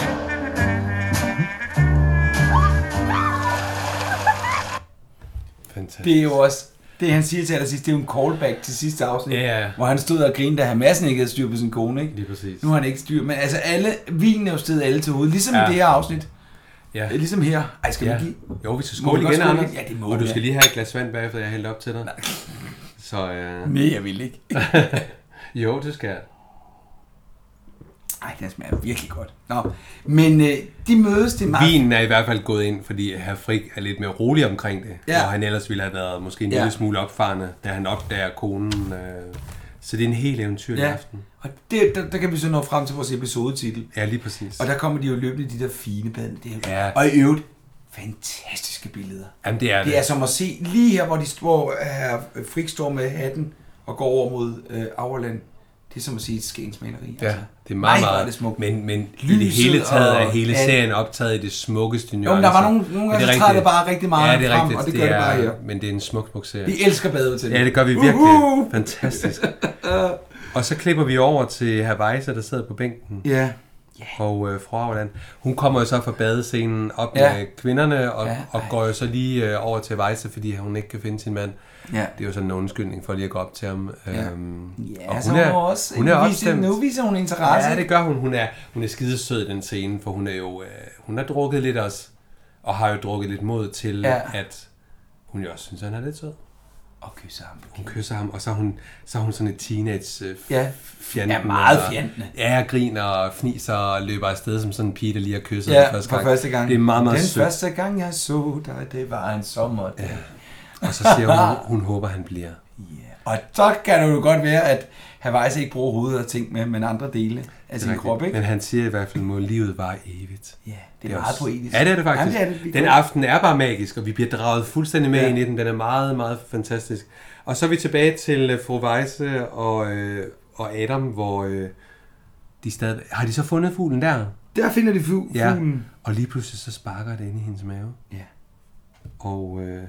Speaker 2: Fantastisk.
Speaker 1: Det er jo også... Det han siger til allersidst, det er jo en callback til sidste afsnit,
Speaker 2: Ja, ja.
Speaker 1: hvor han stod og grinede, da han massen ikke havde styr på sin kone. Ikke?
Speaker 2: Lige præcis.
Speaker 1: Nu har han ikke styr, men altså alle, vinen er jo stedet alle til hovedet, ligesom ja.
Speaker 2: Ja.
Speaker 1: i det her afsnit.
Speaker 2: Ja.
Speaker 1: Ligesom her. Ej, skal
Speaker 2: ja.
Speaker 1: vi give...
Speaker 2: Jo, vi skal
Speaker 1: Må vi
Speaker 2: skåle
Speaker 1: godt
Speaker 2: igen,
Speaker 1: skåle
Speaker 2: Anders.
Speaker 1: igen? Ja, det må
Speaker 2: Og
Speaker 1: vi,
Speaker 2: du
Speaker 1: ja.
Speaker 2: skal lige have et glas vand bagefter, jeg hælder op til dig. Så, øh...
Speaker 1: Nej, jeg vil ikke.
Speaker 2: jo, det skal jeg.
Speaker 1: Ej, den smager virkelig godt. Nå, men øh, de mødes, det er meget...
Speaker 2: Vinen er i hvert fald gået ind, fordi herr Frik er lidt mere rolig omkring det,
Speaker 1: Ja.
Speaker 2: ja. og han ellers ville have været måske en
Speaker 1: Ja.
Speaker 2: ja. lille smule opfarende, da han opdager konen. Øh... Så det er en helt eventyrlig
Speaker 1: Ja,
Speaker 2: aften.
Speaker 1: og det, der, der, kan vi så nå frem til vores episodetitel.
Speaker 2: Ja, lige præcis.
Speaker 1: Og der kommer de jo løbende, de der fine bad. Det er,
Speaker 2: Ja.
Speaker 1: Og i øvrigt, fantastiske billeder.
Speaker 2: Jamen, det er
Speaker 1: det
Speaker 2: det.
Speaker 1: er som at se lige her, hvor de står, her Frik står med hatten og går over mod øh, Auerland. Det er som at se et skænsmaleri.
Speaker 2: Ja,
Speaker 1: altså.
Speaker 2: det er
Speaker 1: Nej,
Speaker 2: meget,
Speaker 1: hvor
Speaker 2: meget
Speaker 1: er det smukt.
Speaker 2: Men, men i det
Speaker 1: Lyset
Speaker 2: hele taget er
Speaker 1: og
Speaker 2: hele
Speaker 1: alt.
Speaker 2: serien optaget i det smukkeste
Speaker 1: men
Speaker 2: nuancer.
Speaker 1: der var nogle- nogle
Speaker 2: Men
Speaker 1: gange,
Speaker 2: er
Speaker 1: så træder
Speaker 2: rigtigt.
Speaker 1: det bare rigtig meget
Speaker 2: ja, det er
Speaker 1: frem,
Speaker 2: rigtigt.
Speaker 1: og det gør det bare
Speaker 2: er-
Speaker 1: her.
Speaker 2: Men det er en smuk, smuk serie.
Speaker 1: Vi elsker badehotellet.
Speaker 2: Ja, det gør vi virkelig.
Speaker 1: Uhuh! [laughs]
Speaker 2: Fantastisk. og så klipper vi over til herr Weiser, der sidder på bænken.
Speaker 1: Ja.
Speaker 2: Og øh, fru Auerland, hun kommer jo så fra badescenen op
Speaker 1: Ja.
Speaker 2: ja. med kvinderne, og,
Speaker 1: Ja,
Speaker 2: ja, og går jo så lige øh, over til Weiser, fordi hun ikke kan finde sin mand.
Speaker 1: Ja.
Speaker 2: Det er jo sådan en undskyldning for lige at gå op til ham.
Speaker 1: Ja.
Speaker 2: Øhm,
Speaker 1: Ja, så hun er også-
Speaker 2: hun er
Speaker 1: nu viser-
Speaker 2: opstemt.
Speaker 1: nu viser hun interesse.
Speaker 2: Ja, det gør hun. Hun er, hun er skidesød i den scene, for hun er jo øh, hun har drukket lidt også, og har jo drukket lidt mod til,
Speaker 1: Ja.
Speaker 2: ja. at hun jo også synes, at han er lidt sød.
Speaker 1: Og kysser ham.
Speaker 2: Hun kysser ham, og så er hun, så er hun sådan et teenage øh, f-
Speaker 1: Ja.
Speaker 2: fjanden.
Speaker 1: Ja, meget
Speaker 2: og-
Speaker 1: fjandende.
Speaker 2: Ja, og griner og fniser og løber afsted som sådan en pige, der lige har kysset
Speaker 1: Ja,
Speaker 2: den første
Speaker 1: for
Speaker 2: gang.
Speaker 1: første gang.
Speaker 2: Det er meget, meget
Speaker 1: Den
Speaker 2: sødt.
Speaker 1: første gang, jeg så dig, det var en sommerdag. Ja.
Speaker 2: Og så siger hun,
Speaker 1: [laughs]
Speaker 2: hun håber, han bliver.
Speaker 1: Og så kan det jo godt være, at Havajs ikke bruger hovedet og ting med, men andre dele af
Speaker 2: Det er
Speaker 1: sin
Speaker 2: rigtigt.
Speaker 1: krop, ikke?
Speaker 2: Men han siger i hvert fald, må livet var evigt.
Speaker 1: Ja, det er meget poetisk.
Speaker 2: Ja, det er det faktisk.
Speaker 1: Jamen, det er det.
Speaker 2: Den aften er bare magisk, og vi bliver draget fuldstændig med
Speaker 1: Ja.
Speaker 2: ja. ind i den. Den er meget, meget fantastisk. Og så er vi tilbage til øh, fru Weisse og, øh, og Adam, hvor øh, de stadig... Har de så fundet fuglen der?
Speaker 1: Der finder de fu-
Speaker 2: Ja,
Speaker 1: fuglen.
Speaker 2: og lige pludselig så sparker det ind i hendes mave.
Speaker 1: Ja.
Speaker 2: Og øh,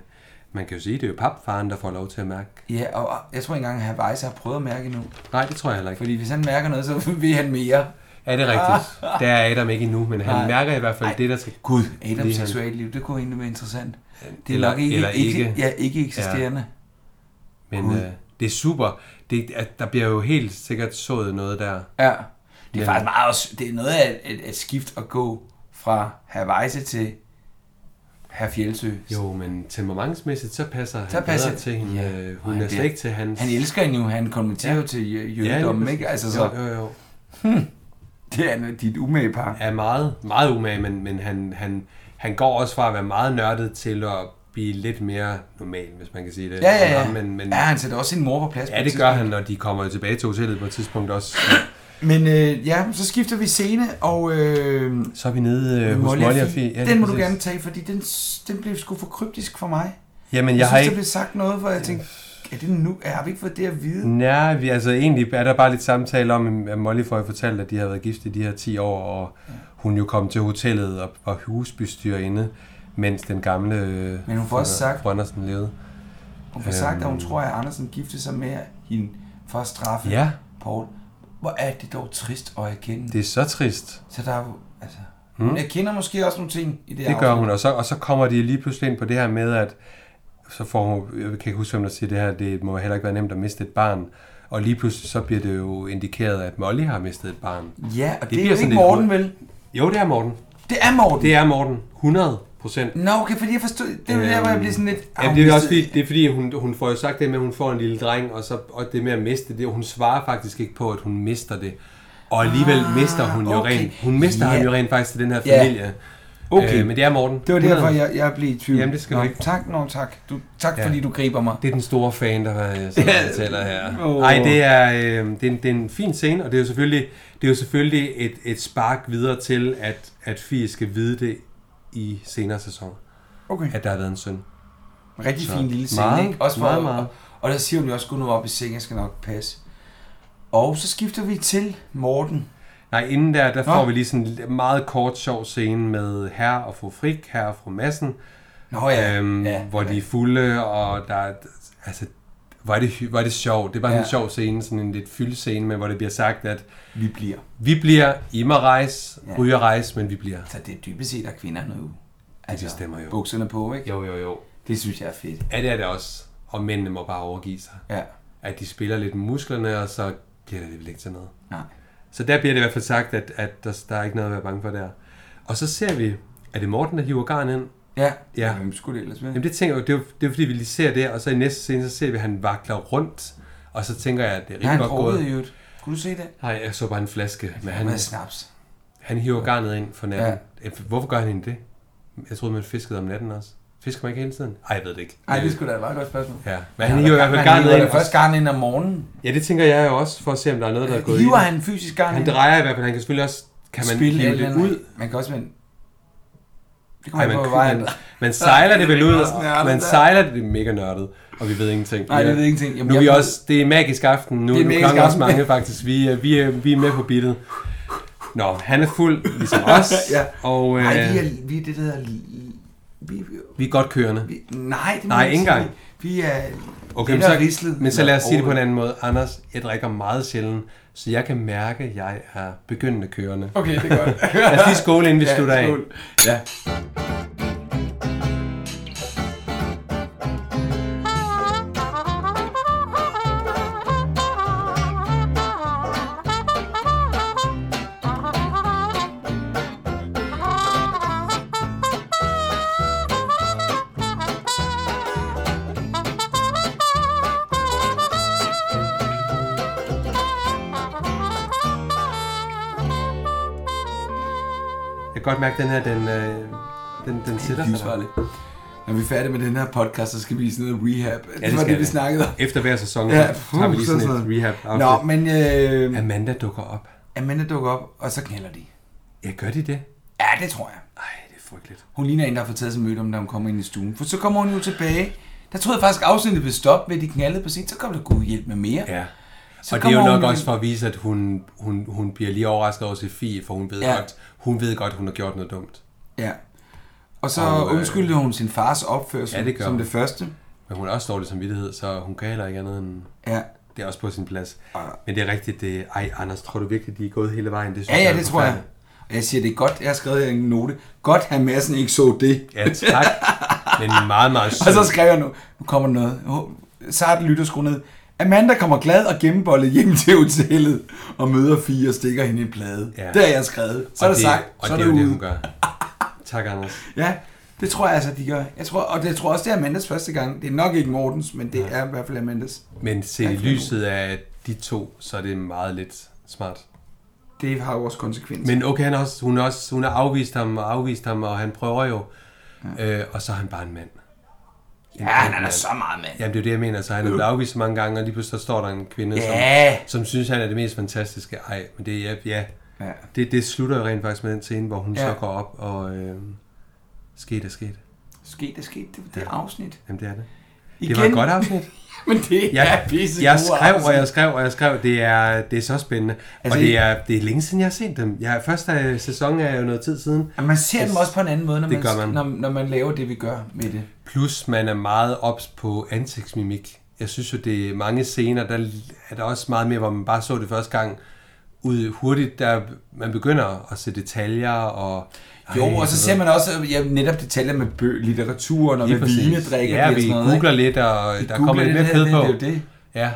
Speaker 2: man kan jo sige, det er jo papfaren, der får lov til at mærke.
Speaker 1: Ja, og jeg tror ikke engang, at Havajs har prøvet at mærke nu.
Speaker 2: Nej, det tror jeg heller ikke.
Speaker 1: Fordi hvis han mærker noget, så [laughs] vil han mere.
Speaker 2: Ja, det er rigtigt. Der er Adam ikke endnu, men han
Speaker 1: Ah. Nej.
Speaker 2: mærker i hvert fald
Speaker 1: Ej,
Speaker 2: det, der skal...
Speaker 1: Gud,
Speaker 2: Lige
Speaker 1: Adams
Speaker 2: han-
Speaker 1: seksuelle liv, det kunne egentlig være interessant. Det er
Speaker 2: Eller-
Speaker 1: nok ikke,
Speaker 2: eller
Speaker 1: ikke,
Speaker 2: ikke.
Speaker 1: ja, ikke eksisterende.
Speaker 2: Men
Speaker 1: Gud.
Speaker 2: øh, det er super. Det, at der bliver jo helt sikkert sået noget der.
Speaker 1: Ja. Det er
Speaker 2: Men-
Speaker 1: faktisk meget, det er noget af et, et, et skift at gå fra Hawaii til Herr Fjeldsø.
Speaker 2: Jo, men temperamentsmæssigt, så passer han
Speaker 1: Så passer-
Speaker 2: bedre til hende. Ja.
Speaker 1: Og
Speaker 2: Hun
Speaker 1: han
Speaker 2: er slet
Speaker 1: bliver-
Speaker 2: ikke til hans...
Speaker 1: Han elsker hende jo, han konverterer jo til jø- jødedommen,
Speaker 2: lige
Speaker 1: ikke?
Speaker 2: præcis.
Speaker 1: Altså, så-
Speaker 2: Jo, jo, jo.
Speaker 1: Hmm. Det er dit umage par.
Speaker 2: Er meget, meget umage, men, men han, han, han går også fra at være meget nørdet til at blive lidt mere normal, hvis man kan sige det.
Speaker 1: Ja, ja, ja.
Speaker 2: Ham, Men, men,
Speaker 1: Ja, han sætter også sin mor på plads på
Speaker 2: Ja,
Speaker 1: et
Speaker 2: det gør
Speaker 1: tidspunkt.
Speaker 2: han, når de kommer tilbage til hotellet på et tidspunkt også.
Speaker 1: Men øh, ja, så skifter vi scene, og... Øh,
Speaker 2: Så er vi nede øh, hos
Speaker 1: Molly og Fie.
Speaker 2: Fie. Ja,
Speaker 1: den
Speaker 2: lige
Speaker 1: må du
Speaker 2: præcis.
Speaker 1: gerne tage, fordi den, den blev sgu for kryptisk for mig.
Speaker 2: Jamen, jeg
Speaker 1: jeg
Speaker 2: har
Speaker 1: synes,
Speaker 2: ikke-
Speaker 1: der blev sagt noget, hvor jeg tænkte, er det nu? Har vi ikke fået det at vide?
Speaker 2: Nej, vi, altså egentlig er der bare lidt samtale om, at Molly får jo fortalt, at de har været gift i de her 10 år, og hun jo kom til hotellet og var husbestyrerinde, mens den gamle øh,
Speaker 1: Men hun får også sagt-
Speaker 2: Brøndersen levede.
Speaker 1: Hun
Speaker 2: Øhm.
Speaker 1: får sagt, at hun tror, at Andersen giftede sig med hende for at straffe
Speaker 2: Ja.
Speaker 1: Paul. Hvor er det dog trist at erkende.
Speaker 2: Det er så trist.
Speaker 1: Så der er jo, altså...
Speaker 2: Mm.
Speaker 1: Hun erkender måske også nogle ting i det
Speaker 2: Det,
Speaker 1: her
Speaker 2: det gør
Speaker 1: afsnit.
Speaker 2: hun, og så, og så kommer de lige pludselig ind på det her med, at så får hun, jeg kan ikke huske, hvem der siger det her, det må heller ikke være nemt at miste et barn. Og lige pludselig så bliver det jo indikeret, at Molly har mistet et barn.
Speaker 1: Ja, og det, det er
Speaker 2: bliver
Speaker 1: jo
Speaker 2: sådan
Speaker 1: ikke
Speaker 2: lidt-
Speaker 1: Morten, vel?
Speaker 2: Jo, det er Morten.
Speaker 1: Det er Morten?
Speaker 2: Det er Morten. 100 procent.
Speaker 1: Nå, okay, fordi jeg forstod... Det er jo der, hvor jeg blev sådan lidt...
Speaker 2: Øhm, Jamen, det er også fordi, det er fordi hun, hun får jo sagt det med, at hun får en lille dreng, og, så, og det med at miste det, hun svarer faktisk ikke på, at hun mister det. Og alligevel
Speaker 1: Ah,
Speaker 2: mister hun jo
Speaker 1: okay.
Speaker 2: rent, hun mister
Speaker 1: Ja.
Speaker 2: ham jo rent faktisk til den her
Speaker 1: Ja.
Speaker 2: familie.
Speaker 1: Okay.
Speaker 2: Øh, men det er Morten.
Speaker 1: Det var derfor,
Speaker 2: 100.
Speaker 1: jeg, jeg blev i tvivl.
Speaker 2: Jamen, det skal
Speaker 1: nå,
Speaker 2: du ikke.
Speaker 1: Tak, nå, tak. Du, tak
Speaker 2: Ja.
Speaker 1: ja. fordi du griber mig.
Speaker 2: Det er den store fan, der øh, sidder og fortæller her.
Speaker 1: Åh.
Speaker 2: Nej, det er, øh, det, er en, det er en fin scene, og det er jo selvfølgelig, det er jo selvfølgelig et, et spark videre til, at, at Fie skal vide det i senere sæsoner.
Speaker 1: Okay.
Speaker 2: At der har været en søn.
Speaker 1: Rigtig
Speaker 2: Så
Speaker 1: fin lille scene,
Speaker 2: meget,
Speaker 1: ikke? Også for,
Speaker 2: meget, meget.
Speaker 1: Og der siger hun jo også, gå nu op i seng, jeg skal nok passe. Og så skifter vi til Morten.
Speaker 2: Nej, inden der, der
Speaker 1: Nå.
Speaker 2: får vi lige sådan en meget kort, sjov scene med herr og fru Frik, herr og fru Madsen.
Speaker 1: Nå ja,
Speaker 2: Øhm, ja hvor de er fulde, og der er- altså, hvor er det, hy- hvor er det sjovt. Det er bare sådan en
Speaker 1: Ja.
Speaker 2: sjov scene, sådan en lidt fyldt scene, men hvor det bliver sagt, at
Speaker 1: vi bliver.
Speaker 2: Vi bliver, I må rejse,
Speaker 1: Ja.
Speaker 2: ja. ryger rejse, men vi bliver.
Speaker 1: Så det er dybest set, at kvinderne jo
Speaker 2: Altså, det stemmer jo.
Speaker 1: bukserne på, ikke?
Speaker 2: Jo, jo, jo.
Speaker 1: Det synes jeg er fedt.
Speaker 2: Ja, det er det også. Og mændene må bare overgive sig.
Speaker 1: Ja.
Speaker 2: At de spiller lidt med musklerne, og så bliver det vel ikke til noget.
Speaker 1: Nej.
Speaker 2: Så der bliver det i hvert fald sagt, at, at der, der er ikke noget at være bange for der. Og så ser vi, er det Morten, der hiver garn ind?
Speaker 1: Ja,
Speaker 2: ja.
Speaker 1: hvem skulle det ellers være?
Speaker 2: Jamen det tænker jeg, jo, det er, jo, det er jo fordi, vi lige ser det, og så i næste scene, så ser vi, at han vakler rundt. Og så tænker jeg, at det er
Speaker 1: Ja, han
Speaker 2: rigtig godt
Speaker 1: drukket
Speaker 2: gået.
Speaker 1: i øvrigt. Kunne du se det?
Speaker 2: Nej, jeg så bare en flaske. Men han,
Speaker 1: Hvad snaps?
Speaker 2: han hiver garnet ind for natten. Ja. Hvorfor gør han egentlig det? Jeg troede, man fiskede om natten også. Fisker man ikke hele tiden? Nej, jeg ved det ikke. Øh,
Speaker 1: Ej, det skulle da være et meget godt spørgsmål.
Speaker 2: Ja, men han hiver i hvert fald
Speaker 1: Han
Speaker 2: garnet
Speaker 1: hiver
Speaker 2: ind.
Speaker 1: det først garnet ind om morgenen.
Speaker 2: Ja, det tænker jeg jo også, for at se, om der er noget, der er gået
Speaker 1: Hiver
Speaker 2: i.
Speaker 1: han fysisk garnet
Speaker 2: Han
Speaker 1: ind?
Speaker 2: drejer i hvert fald. Han kan selvfølgelig også... Kan man Spil hive
Speaker 1: alt
Speaker 2: det
Speaker 1: andet.
Speaker 2: ud?
Speaker 1: Man kan også vende... Det
Speaker 2: Ej,
Speaker 1: kommer
Speaker 2: man,
Speaker 1: man, på, hvor
Speaker 2: man,
Speaker 1: vejen.
Speaker 2: man sejler det vel ud,
Speaker 1: [laughs] Det er også nørdet,
Speaker 2: man
Speaker 1: der.
Speaker 2: sejler det, det er mega nørdet, og vi ved ingenting.
Speaker 1: Nej,
Speaker 2: Vi er-
Speaker 1: vi ved ingenting. Jamen,
Speaker 2: nu er vi
Speaker 1: jeg-
Speaker 2: også, det er magisk aften, nu,
Speaker 1: Det
Speaker 2: det
Speaker 1: er
Speaker 2: er nu
Speaker 1: magisk
Speaker 2: klokken også
Speaker 1: aften.
Speaker 2: mange faktisk, vi, er- vi, er, vi er med på bittet. Nå, han er fuld,
Speaker 1: [laughs]
Speaker 2: ligesom os,
Speaker 1: ja.
Speaker 2: og øh,
Speaker 1: Nej, vi er, vi er det, der hedder... li- Vi,
Speaker 2: vi er godt kørende.
Speaker 1: vi, nej, det må
Speaker 2: Nej,
Speaker 1: jeg
Speaker 2: ikke
Speaker 1: sige.
Speaker 2: engang.
Speaker 1: Vi er...
Speaker 2: Okay, men
Speaker 1: lettere
Speaker 2: så,
Speaker 1: rislet.
Speaker 2: men så lad os sige det på en
Speaker 1: Overhovedet.
Speaker 2: anden måde. Anders, jeg drikker meget sjældent, så jeg kan mærke, at jeg er begyndende kørende.
Speaker 1: Okay, det er godt.
Speaker 2: [laughs] lad os lige skåle, inden vi
Speaker 1: Ja,
Speaker 2: slutter af.
Speaker 1: skål. Ja.
Speaker 2: Jeg kan godt mærke, at den her, den, øh, den, den sidder sig der.
Speaker 1: livsfarligt. Når vi er færdige med den her podcast, så skal vi i sådan noget rehab. Ja, det,
Speaker 2: skal
Speaker 1: var det, vi
Speaker 2: vi.
Speaker 1: snakkede om.
Speaker 2: Efter hver sæson, uh, så tager vi lige sådan et rehab-outfit.
Speaker 1: Nå, men... Øh,
Speaker 2: Amanda dukker op.
Speaker 1: Amanda dukker op, og så knælder de.
Speaker 2: Ja, gør de det?
Speaker 1: Ja, det tror jeg. Ej, det
Speaker 2: er frygteligt.
Speaker 1: Hun ligner en, der har fået taget sig møde om, da hun kommer ind i stuen. For så kommer hun jo tilbage. Der troede jeg faktisk, afsnittet blev stoppet ved, at de knaldede på scenen. Så kom der god hjælp med mere.
Speaker 2: Ja.
Speaker 1: Så
Speaker 2: og det er jo
Speaker 1: kommer
Speaker 2: nok
Speaker 1: hun-
Speaker 2: også for at vise, at hun, hun, hun bliver lige overrasket over Sofie, for hun ved,
Speaker 1: Ja.
Speaker 2: ja. godt, hun ved godt, hun har gjort noget dumt.
Speaker 1: Ja. Og så
Speaker 2: Og,
Speaker 1: og,
Speaker 2: øh,
Speaker 1: undskyldte hun sin fars opførsel
Speaker 2: Ja, det gør
Speaker 1: som
Speaker 2: hun.
Speaker 1: det første.
Speaker 2: Men hun har også dårlig samvittighed, så hun kan heller ikke andet end...
Speaker 1: Ja.
Speaker 2: Det er også på sin plads.
Speaker 1: Ah.
Speaker 2: Men det er rigtigt, det Ej, Anders, tror du virkelig, de er gået hele vejen? Det synes
Speaker 1: Ja,
Speaker 2: jeg
Speaker 1: ja,
Speaker 2: er
Speaker 1: det tror jeg. Og jeg siger, det er godt, jeg har skrevet en note. Godt, at Madsen ikke så det.
Speaker 2: Ja,
Speaker 1: [laughs]
Speaker 2: tak. Men meget, meget sød.
Speaker 1: og så skrev jeg nu, nu kommer der noget. Hå- Sart lytter skru ned. Amanda kommer glad og gennembollet hjem til hotellet og møder fire og stikker hende en plade. Ja. Det har jeg skrevet. Så
Speaker 2: Og
Speaker 1: er det sagt.
Speaker 2: Og
Speaker 1: så [laughs]
Speaker 2: det er
Speaker 1: det
Speaker 2: jo det,
Speaker 1: ude.
Speaker 2: hun gør. Tak, Anders.
Speaker 1: Ja, Det tror jeg altså, de gør. Jeg tror, og det, jeg tror også, det er Amandas første gang. Det er nok ikke Mortens, men det er i hvert fald Amandas.
Speaker 2: Men set i lyset af de to, så er det meget lidt smart.
Speaker 1: Det har jo også konsekvenser.
Speaker 2: Men okay, han er også, hun, er også, hun har afvist ham og afvist ham, og han prøver jo. Ja. Øh, og så er han bare en mand.
Speaker 1: Ja, han er da så meget mand.
Speaker 2: Jamen, det er jo det, jeg mener. Så han er
Speaker 1: Jo.
Speaker 2: blevet afvist så mange gange, og lige pludselig så står der en kvinde,
Speaker 1: Ja.
Speaker 2: som, som synes, han er det mest fantastiske. Ej, men det, ja, ja.
Speaker 1: ja.
Speaker 2: Det, det slutter jo rent faktisk med den scene, hvor hun
Speaker 1: Ja.
Speaker 2: så går op og... Øh, sket er sket.
Speaker 1: Sket er sket. Det, det er afsnit.
Speaker 2: Jamen, det er det. Det var
Speaker 1: Igen.
Speaker 2: et godt afsnit.
Speaker 1: [laughs] Men det
Speaker 2: jeg,
Speaker 1: er pisse
Speaker 2: jeg
Speaker 1: gode
Speaker 2: skrev, og
Speaker 1: afsnit.
Speaker 2: jeg skrev, og jeg skrev. Det er, det er så spændende. Altså,
Speaker 1: Altså,
Speaker 2: og det er, det er længe siden, jeg har set dem. Jeg, første øh, sæson er jo noget tid siden.
Speaker 1: Man ser dem
Speaker 2: Jeg-
Speaker 1: også på en anden måde, når
Speaker 2: det
Speaker 1: man,
Speaker 2: gør man.
Speaker 1: Når, når man laver det, vi gør med det.
Speaker 2: Plus man er meget ops på ansigtsmimik. Jeg synes jo, det er mange scener, der er der også meget mere, hvor man bare så det første gang ud hurtigt, der man begynder at se detaljer og...
Speaker 1: Jo,
Speaker 2: Ej, altså,
Speaker 1: og så
Speaker 2: du
Speaker 1: ser
Speaker 2: ved.
Speaker 1: man også ja, netop detaljer med bø, litteraturen og
Speaker 2: Lige
Speaker 1: med
Speaker 2: præcis.
Speaker 1: vinedrikker.
Speaker 2: Ja,
Speaker 1: og
Speaker 2: vi
Speaker 1: sådan noget,
Speaker 2: googler
Speaker 1: ikke?
Speaker 2: lidt, og
Speaker 1: Vi
Speaker 2: der
Speaker 1: googler
Speaker 2: kommer lidt
Speaker 1: lidt
Speaker 2: mere kød
Speaker 1: her,
Speaker 2: på.
Speaker 1: Det er jo det.
Speaker 2: Ja.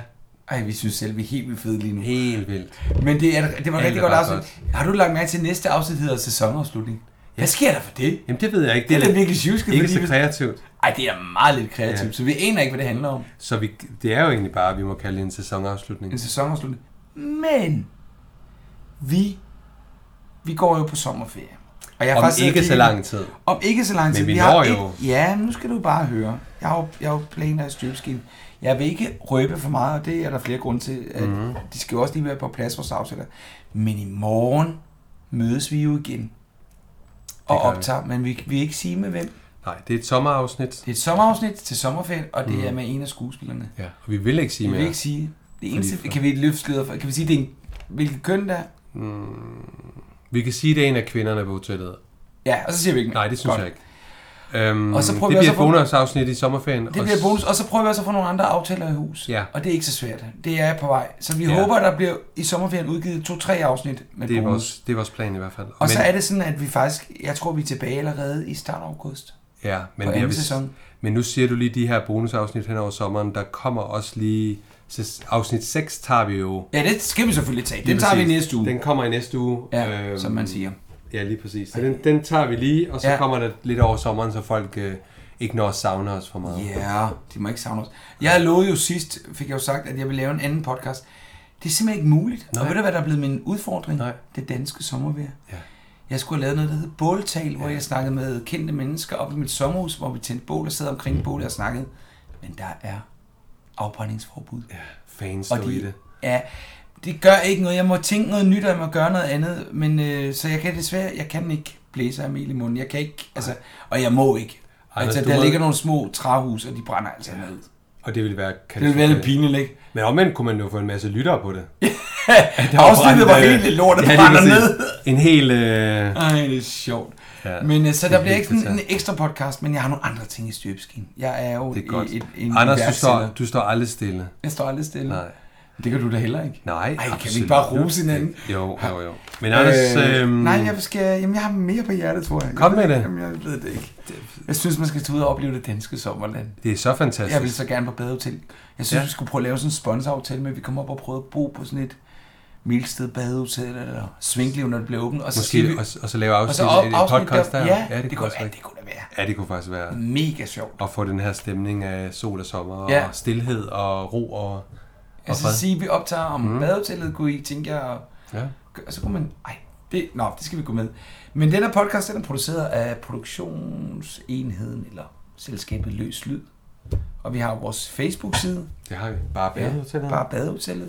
Speaker 1: Ej, vi synes selv, vi er helt vildt fede lige nu.
Speaker 2: Helt vildt.
Speaker 1: Men det, er, det var
Speaker 2: Alt
Speaker 1: rigtig
Speaker 2: er
Speaker 1: godt
Speaker 2: bare
Speaker 1: afsnit. Har du lagt mærke til, at næste afsnit hedder sæsonafslutning? Hvad sker der for det?
Speaker 2: Jamen, det ved jeg ikke.
Speaker 1: Det er da
Speaker 2: lidt-
Speaker 1: virkelig sjusket.
Speaker 2: Ikke
Speaker 1: fordi
Speaker 2: så
Speaker 1: hvis-
Speaker 2: kreativt.
Speaker 1: Ej, det er meget lidt kreativt, så vi aner ikke, hvad det handler om.
Speaker 2: Så vi, det er jo egentlig bare, at vi må kalde det en sæsonafslutning. En
Speaker 1: sæsonafslutning. Men vi, vi går jo på sommerferie. har
Speaker 2: Om
Speaker 1: faktisk siddet
Speaker 2: ikke
Speaker 1: og
Speaker 2: så
Speaker 1: kigget-
Speaker 2: lang tid.
Speaker 1: Om ikke så lang
Speaker 2: Men
Speaker 1: tid.
Speaker 2: vi
Speaker 1: har
Speaker 2: når
Speaker 1: ikke-
Speaker 2: jo-
Speaker 1: Ja, men nu skal du bare høre. Jeg har jo, jeg har jo planer i støbeskeen. Jeg vil ikke røbe for meget, og det er der flere grunde til. At
Speaker 2: Mhm.
Speaker 1: De skal jo også lige være på plads, vores aftaler. Men i morgen mødes vi jo igen. Og
Speaker 2: gør vi.
Speaker 1: optager, men vi vil ikke sige med hvem.
Speaker 2: Nej, det er et sommerafsnit. Det
Speaker 1: er et sommerafsnit til sommerferien, og det
Speaker 2: Mhm.
Speaker 1: er med en af skuespillerne.
Speaker 2: Ja, og vi vil ikke sige
Speaker 1: Vi
Speaker 2: mere.
Speaker 1: vil ikke sige. Det eneste,
Speaker 2: Fordi-
Speaker 1: kan vi løfte sløret for, kan vi sige, det er en, hvilket køn der?
Speaker 2: Mm, vi kan sige, at det er en af kvinderne på hotellet.
Speaker 1: Ja, og så siger vi ikke mere.
Speaker 2: Nej, det synes
Speaker 1: Godt.
Speaker 2: jeg ikke. Øhm,
Speaker 1: Og så prøver
Speaker 2: det
Speaker 1: vi
Speaker 2: bliver et
Speaker 1: også at få-
Speaker 2: bonusafsnit i sommerferien.
Speaker 1: Det bliver bonus, og så prøver vi også at få nogle andre aftaler i hus.
Speaker 2: Ja.
Speaker 1: Og det er ikke så svært. Det er jeg på vej. Så vi
Speaker 2: Ja.
Speaker 1: håber, der bliver i sommerferien udgivet to-tre afsnit med
Speaker 2: det, er
Speaker 1: bonus.
Speaker 2: vores, det er vores plan i hvert fald.
Speaker 1: Og så er det sådan, at vi faktisk, jeg tror, vi er tilbage allerede i start af august.
Speaker 2: Ja, men,
Speaker 1: på
Speaker 2: vi er
Speaker 1: anden
Speaker 2: vist-
Speaker 1: sæson.
Speaker 2: men nu siger du lige de her bonusafsnit hen over sommeren. Der kommer også lige... sæs- Afsnit 6 tager vi jo...
Speaker 1: Ja, det skal vi selvfølgelig tage.
Speaker 2: Lige
Speaker 1: Den tager vi
Speaker 2: præcis.
Speaker 1: næste uge.
Speaker 2: Den Øhm, kommer i næste uge.
Speaker 1: Ja, som man siger.
Speaker 2: Ja, lige præcis. Så den, den tager vi lige, og så
Speaker 1: Ja.
Speaker 2: ja. kommer der lidt over sommeren, så folk øh, ikke når at savne os for meget.
Speaker 1: Ja, de må ikke savne os. Jeg lovede jo sidst, fik jeg jo sagt, at jeg ville lave en anden podcast. Det er simpelthen ikke muligt. Nej. Og ved du, hvad der er blevet min udfordring? Nej. Det danske sommervejr.
Speaker 2: Ja.
Speaker 1: Jeg skulle have lavet noget, der hed båltal, hvor jeg snakkede med kendte mennesker op i mit sommerhus, hvor vi tændte bål og sad omkring bålet og snakkede. Men der er afbrændingsforbud. Ja,
Speaker 2: fans
Speaker 1: og
Speaker 2: stod
Speaker 1: de,
Speaker 2: i det.
Speaker 1: Ja, det gør ikke noget. Jeg må tænke noget nyt, og jeg må gøre noget andet. Men øh, så jeg kan desværre, jeg kan ikke blæse af mel i munden. Jeg kan ikke, altså, og jeg må ikke.
Speaker 2: Anders,
Speaker 1: altså,
Speaker 2: du
Speaker 1: der
Speaker 2: må-
Speaker 1: ligger nogle små træhus, og de brænder altså ja. ned.
Speaker 2: Og det ville være
Speaker 1: ville være lidt pinligt, ikke?
Speaker 2: Men omvendt kunne man jo få en masse lyttere på det. [laughs]
Speaker 1: Der Afsnittet var helt lidt lort, der
Speaker 2: lige
Speaker 1: brænder
Speaker 2: præcis.
Speaker 1: ned.
Speaker 2: [laughs] En hel... Øh...
Speaker 1: Ej, det er sjovt.
Speaker 2: Ja,
Speaker 1: Men øh, så
Speaker 2: det er
Speaker 1: der bliver
Speaker 2: helt
Speaker 1: ikke sådan en
Speaker 2: fantastisk.
Speaker 1: ekstra podcast, men jeg har nogle andre ting i støbeskeen. Jeg er jo
Speaker 2: Det er godt.
Speaker 1: I, et,
Speaker 2: en Anders, du
Speaker 1: iværksætter.
Speaker 2: står, du står aldrig stille.
Speaker 1: Jeg står aldrig stille.
Speaker 2: Nej.
Speaker 1: Det kan du da heller ikke.
Speaker 2: Nej,
Speaker 1: Ej, kan vi
Speaker 2: absolut.
Speaker 1: ikke bare rose hinanden?
Speaker 2: Jo, jo, jo. Men Anders... Øh, øh,
Speaker 1: Nej, jeg, skal, jamen, jeg har mere på hjertet, tror jeg.
Speaker 2: Kom
Speaker 1: jeg ved
Speaker 2: med det.
Speaker 1: ikke, Jamen, jeg ved det ikke. Jeg synes, man skal tage ud og opleve det danske sommerland.
Speaker 2: Det er så fantastisk.
Speaker 1: Jeg vil så gerne på badehotel. Jeg synes,
Speaker 2: Ja.
Speaker 1: ja. vi skulle prøve at lave sådan en sponsoraftale med, at vi kommer op og prøver at bo på sådan et Milsted badehotel eller Svinkliv, når det bliver åbent. Og så
Speaker 2: Måske,
Speaker 1: siger vi,
Speaker 2: og, og så lave afsnit,
Speaker 1: og så op-
Speaker 2: af et
Speaker 1: afsnit
Speaker 2: podcast der.
Speaker 1: Ja,
Speaker 2: ja det, kunne,
Speaker 1: være-
Speaker 2: også
Speaker 1: det kunne da være.
Speaker 2: Ja, det kunne faktisk være.
Speaker 1: Mega sjovt.
Speaker 2: At få den her stemning af sol og sommer,
Speaker 1: Ja.
Speaker 2: og stillhed og ro og, og Mhm.
Speaker 1: Altså
Speaker 2: fred.
Speaker 1: sige, at vi optager om mm. badehotellet, kunne I tænke jer... Og,
Speaker 2: Ja.
Speaker 1: og så kunne man... Ej, det, nå, det skal vi gå med. Men den her podcast, den er produceret af produktionsenheden, eller selskabet Løs Lyd. Og vi har vores Facebook-side.
Speaker 2: Det har vi. Bare badehotellet.
Speaker 1: bare badehotellet.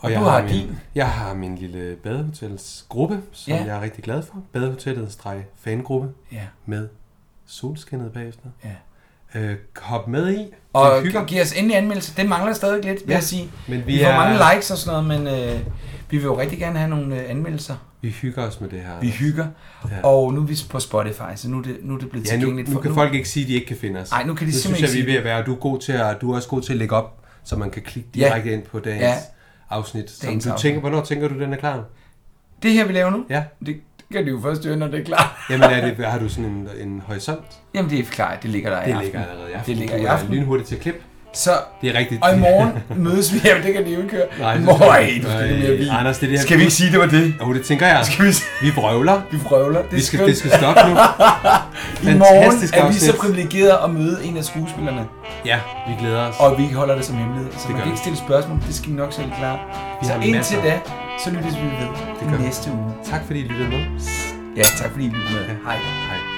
Speaker 1: Og,
Speaker 2: jeg
Speaker 1: du har,
Speaker 2: min,
Speaker 1: din.
Speaker 2: Jeg har min lille badehotelsgruppe, som
Speaker 1: Ja.
Speaker 2: ja. jeg er rigtig glad for. Badehotellet fangruppe
Speaker 1: Ja.
Speaker 2: med solskinnet bagefter.
Speaker 1: Ja.
Speaker 2: Øh, hop med i.
Speaker 1: Og
Speaker 2: det hygger.
Speaker 1: giv os endelig anmeldelse. Den mangler stadig lidt, vil
Speaker 2: Ja,
Speaker 1: jeg sige.
Speaker 2: men vi
Speaker 1: vi får
Speaker 2: er-
Speaker 1: mange likes og sådan noget, men øh, vi vil jo rigtig gerne have nogle øh, anmeldelser.
Speaker 2: Vi hygger os med det her.
Speaker 1: Vi hygger.
Speaker 2: Ja.
Speaker 1: Og nu er vi på Spotify, så nu er det, nu er det blevet
Speaker 2: Ja, nu,
Speaker 1: tilgængeligt.
Speaker 2: nu kan folk ikke sige, at de ikke kan finde os.
Speaker 1: Nej, nu kan de
Speaker 2: det
Speaker 1: simpelthen
Speaker 2: synes jeg,
Speaker 1: ikke
Speaker 2: vi er
Speaker 1: sige
Speaker 2: ved at være. Du er, god til at, du er også god til at lægge op, så man kan klikke
Speaker 1: Ja.
Speaker 2: direkte ind på dagens
Speaker 1: Ja.
Speaker 2: afsnit. Som
Speaker 1: Dagens
Speaker 2: du
Speaker 1: afsnit.
Speaker 2: tænker, hvornår tænker du, den er klar?
Speaker 1: Det her, vi laver nu,
Speaker 2: ja.
Speaker 1: det, det kan du jo først høre, når det er klar. [laughs]
Speaker 2: Jamen, er det, har du sådan en, en horisont?
Speaker 1: Jamen, det er klart. Det ligger der i
Speaker 2: Det
Speaker 1: aften.
Speaker 2: ligger allerede i aften.
Speaker 1: Det ligger
Speaker 2: Du
Speaker 1: i
Speaker 2: er
Speaker 1: aften.
Speaker 2: lynhurtigt til klip.
Speaker 1: Så,
Speaker 2: Det er rigtigt.
Speaker 1: og i morgen mødes vi. Jamen, det kan de jo ikke høre.
Speaker 2: Nej, det-
Speaker 1: Møj, du skal
Speaker 2: Nej,
Speaker 1: lidt mere vin.
Speaker 2: Anders, det er det her-
Speaker 1: Skal vi ikke sige, det var det?
Speaker 2: Jo, det tænker jeg.
Speaker 1: Skal vi...
Speaker 2: Vi vrøvler.
Speaker 1: Vi vrøvler. Det er
Speaker 2: vi skal,
Speaker 1: skønt.
Speaker 2: det skal stoppe nu.
Speaker 1: I morgen
Speaker 2: Fantastisk
Speaker 1: er vi så
Speaker 2: afsnit.
Speaker 1: privilegerede at møde en af skuespillerne.
Speaker 2: Ja, vi glæder os.
Speaker 1: Og vi holder det som hemmelighed. Så
Speaker 2: Det
Speaker 1: man
Speaker 2: gør
Speaker 1: kan
Speaker 2: vi.
Speaker 1: ikke stille spørgsmål, det skal vi nok selv klare.
Speaker 2: Vi
Speaker 1: Så
Speaker 2: har
Speaker 1: indtil
Speaker 2: masser.
Speaker 1: da, så lyttes vi ved
Speaker 2: Det gør vi.
Speaker 1: næste uge.
Speaker 2: Tak fordi I lyttede med.
Speaker 1: Ja, tak fordi I lyttede med. Hej.
Speaker 2: Hej.